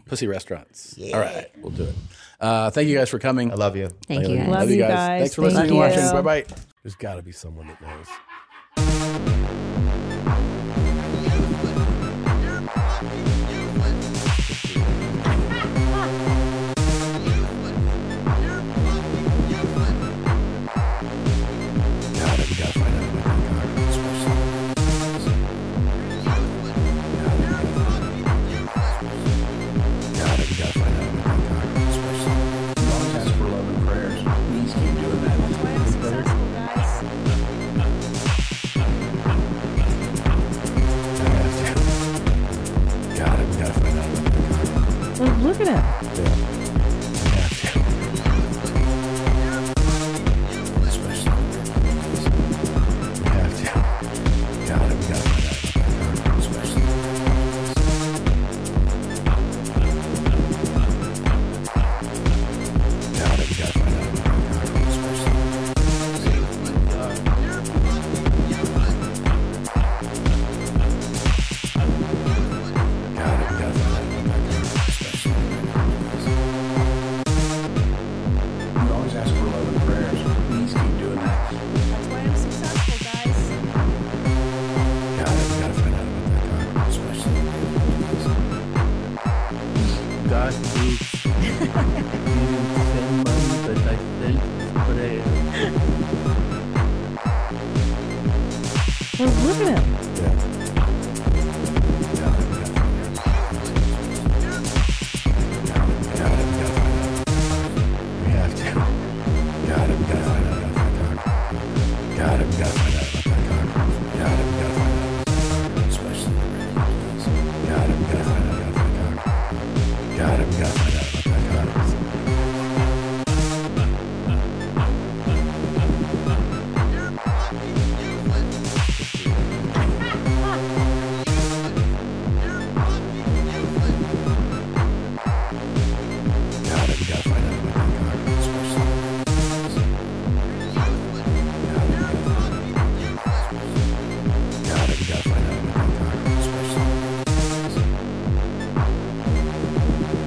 [SPEAKER 6] Pussy restaurants.
[SPEAKER 15] Yeah.
[SPEAKER 6] All right, we'll do it. Uh, thank you guys for coming. I
[SPEAKER 15] love you.
[SPEAKER 3] Thank you guys.
[SPEAKER 6] Love you guys. Thanks for listening and watching. Bye bye.
[SPEAKER 7] There's got to be someone that knows.
[SPEAKER 10] Well, look at him.
[SPEAKER 8] God who didn't send money, but I sent prayer.
[SPEAKER 10] Well, look at him.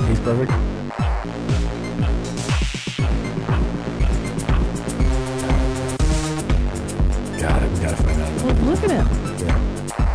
[SPEAKER 8] He's perfect.
[SPEAKER 10] Well, look at him.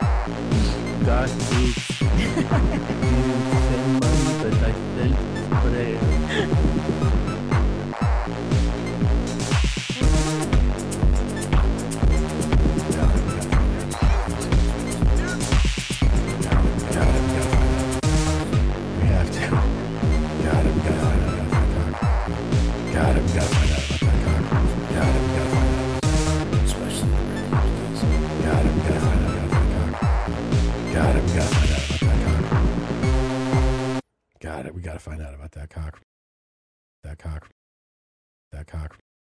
[SPEAKER 8] God who didn't send money, but I sent prayer.
[SPEAKER 6] Got it. We gotta find out about that cock. Got it. We gotta find out about that cock. That cock. That cock.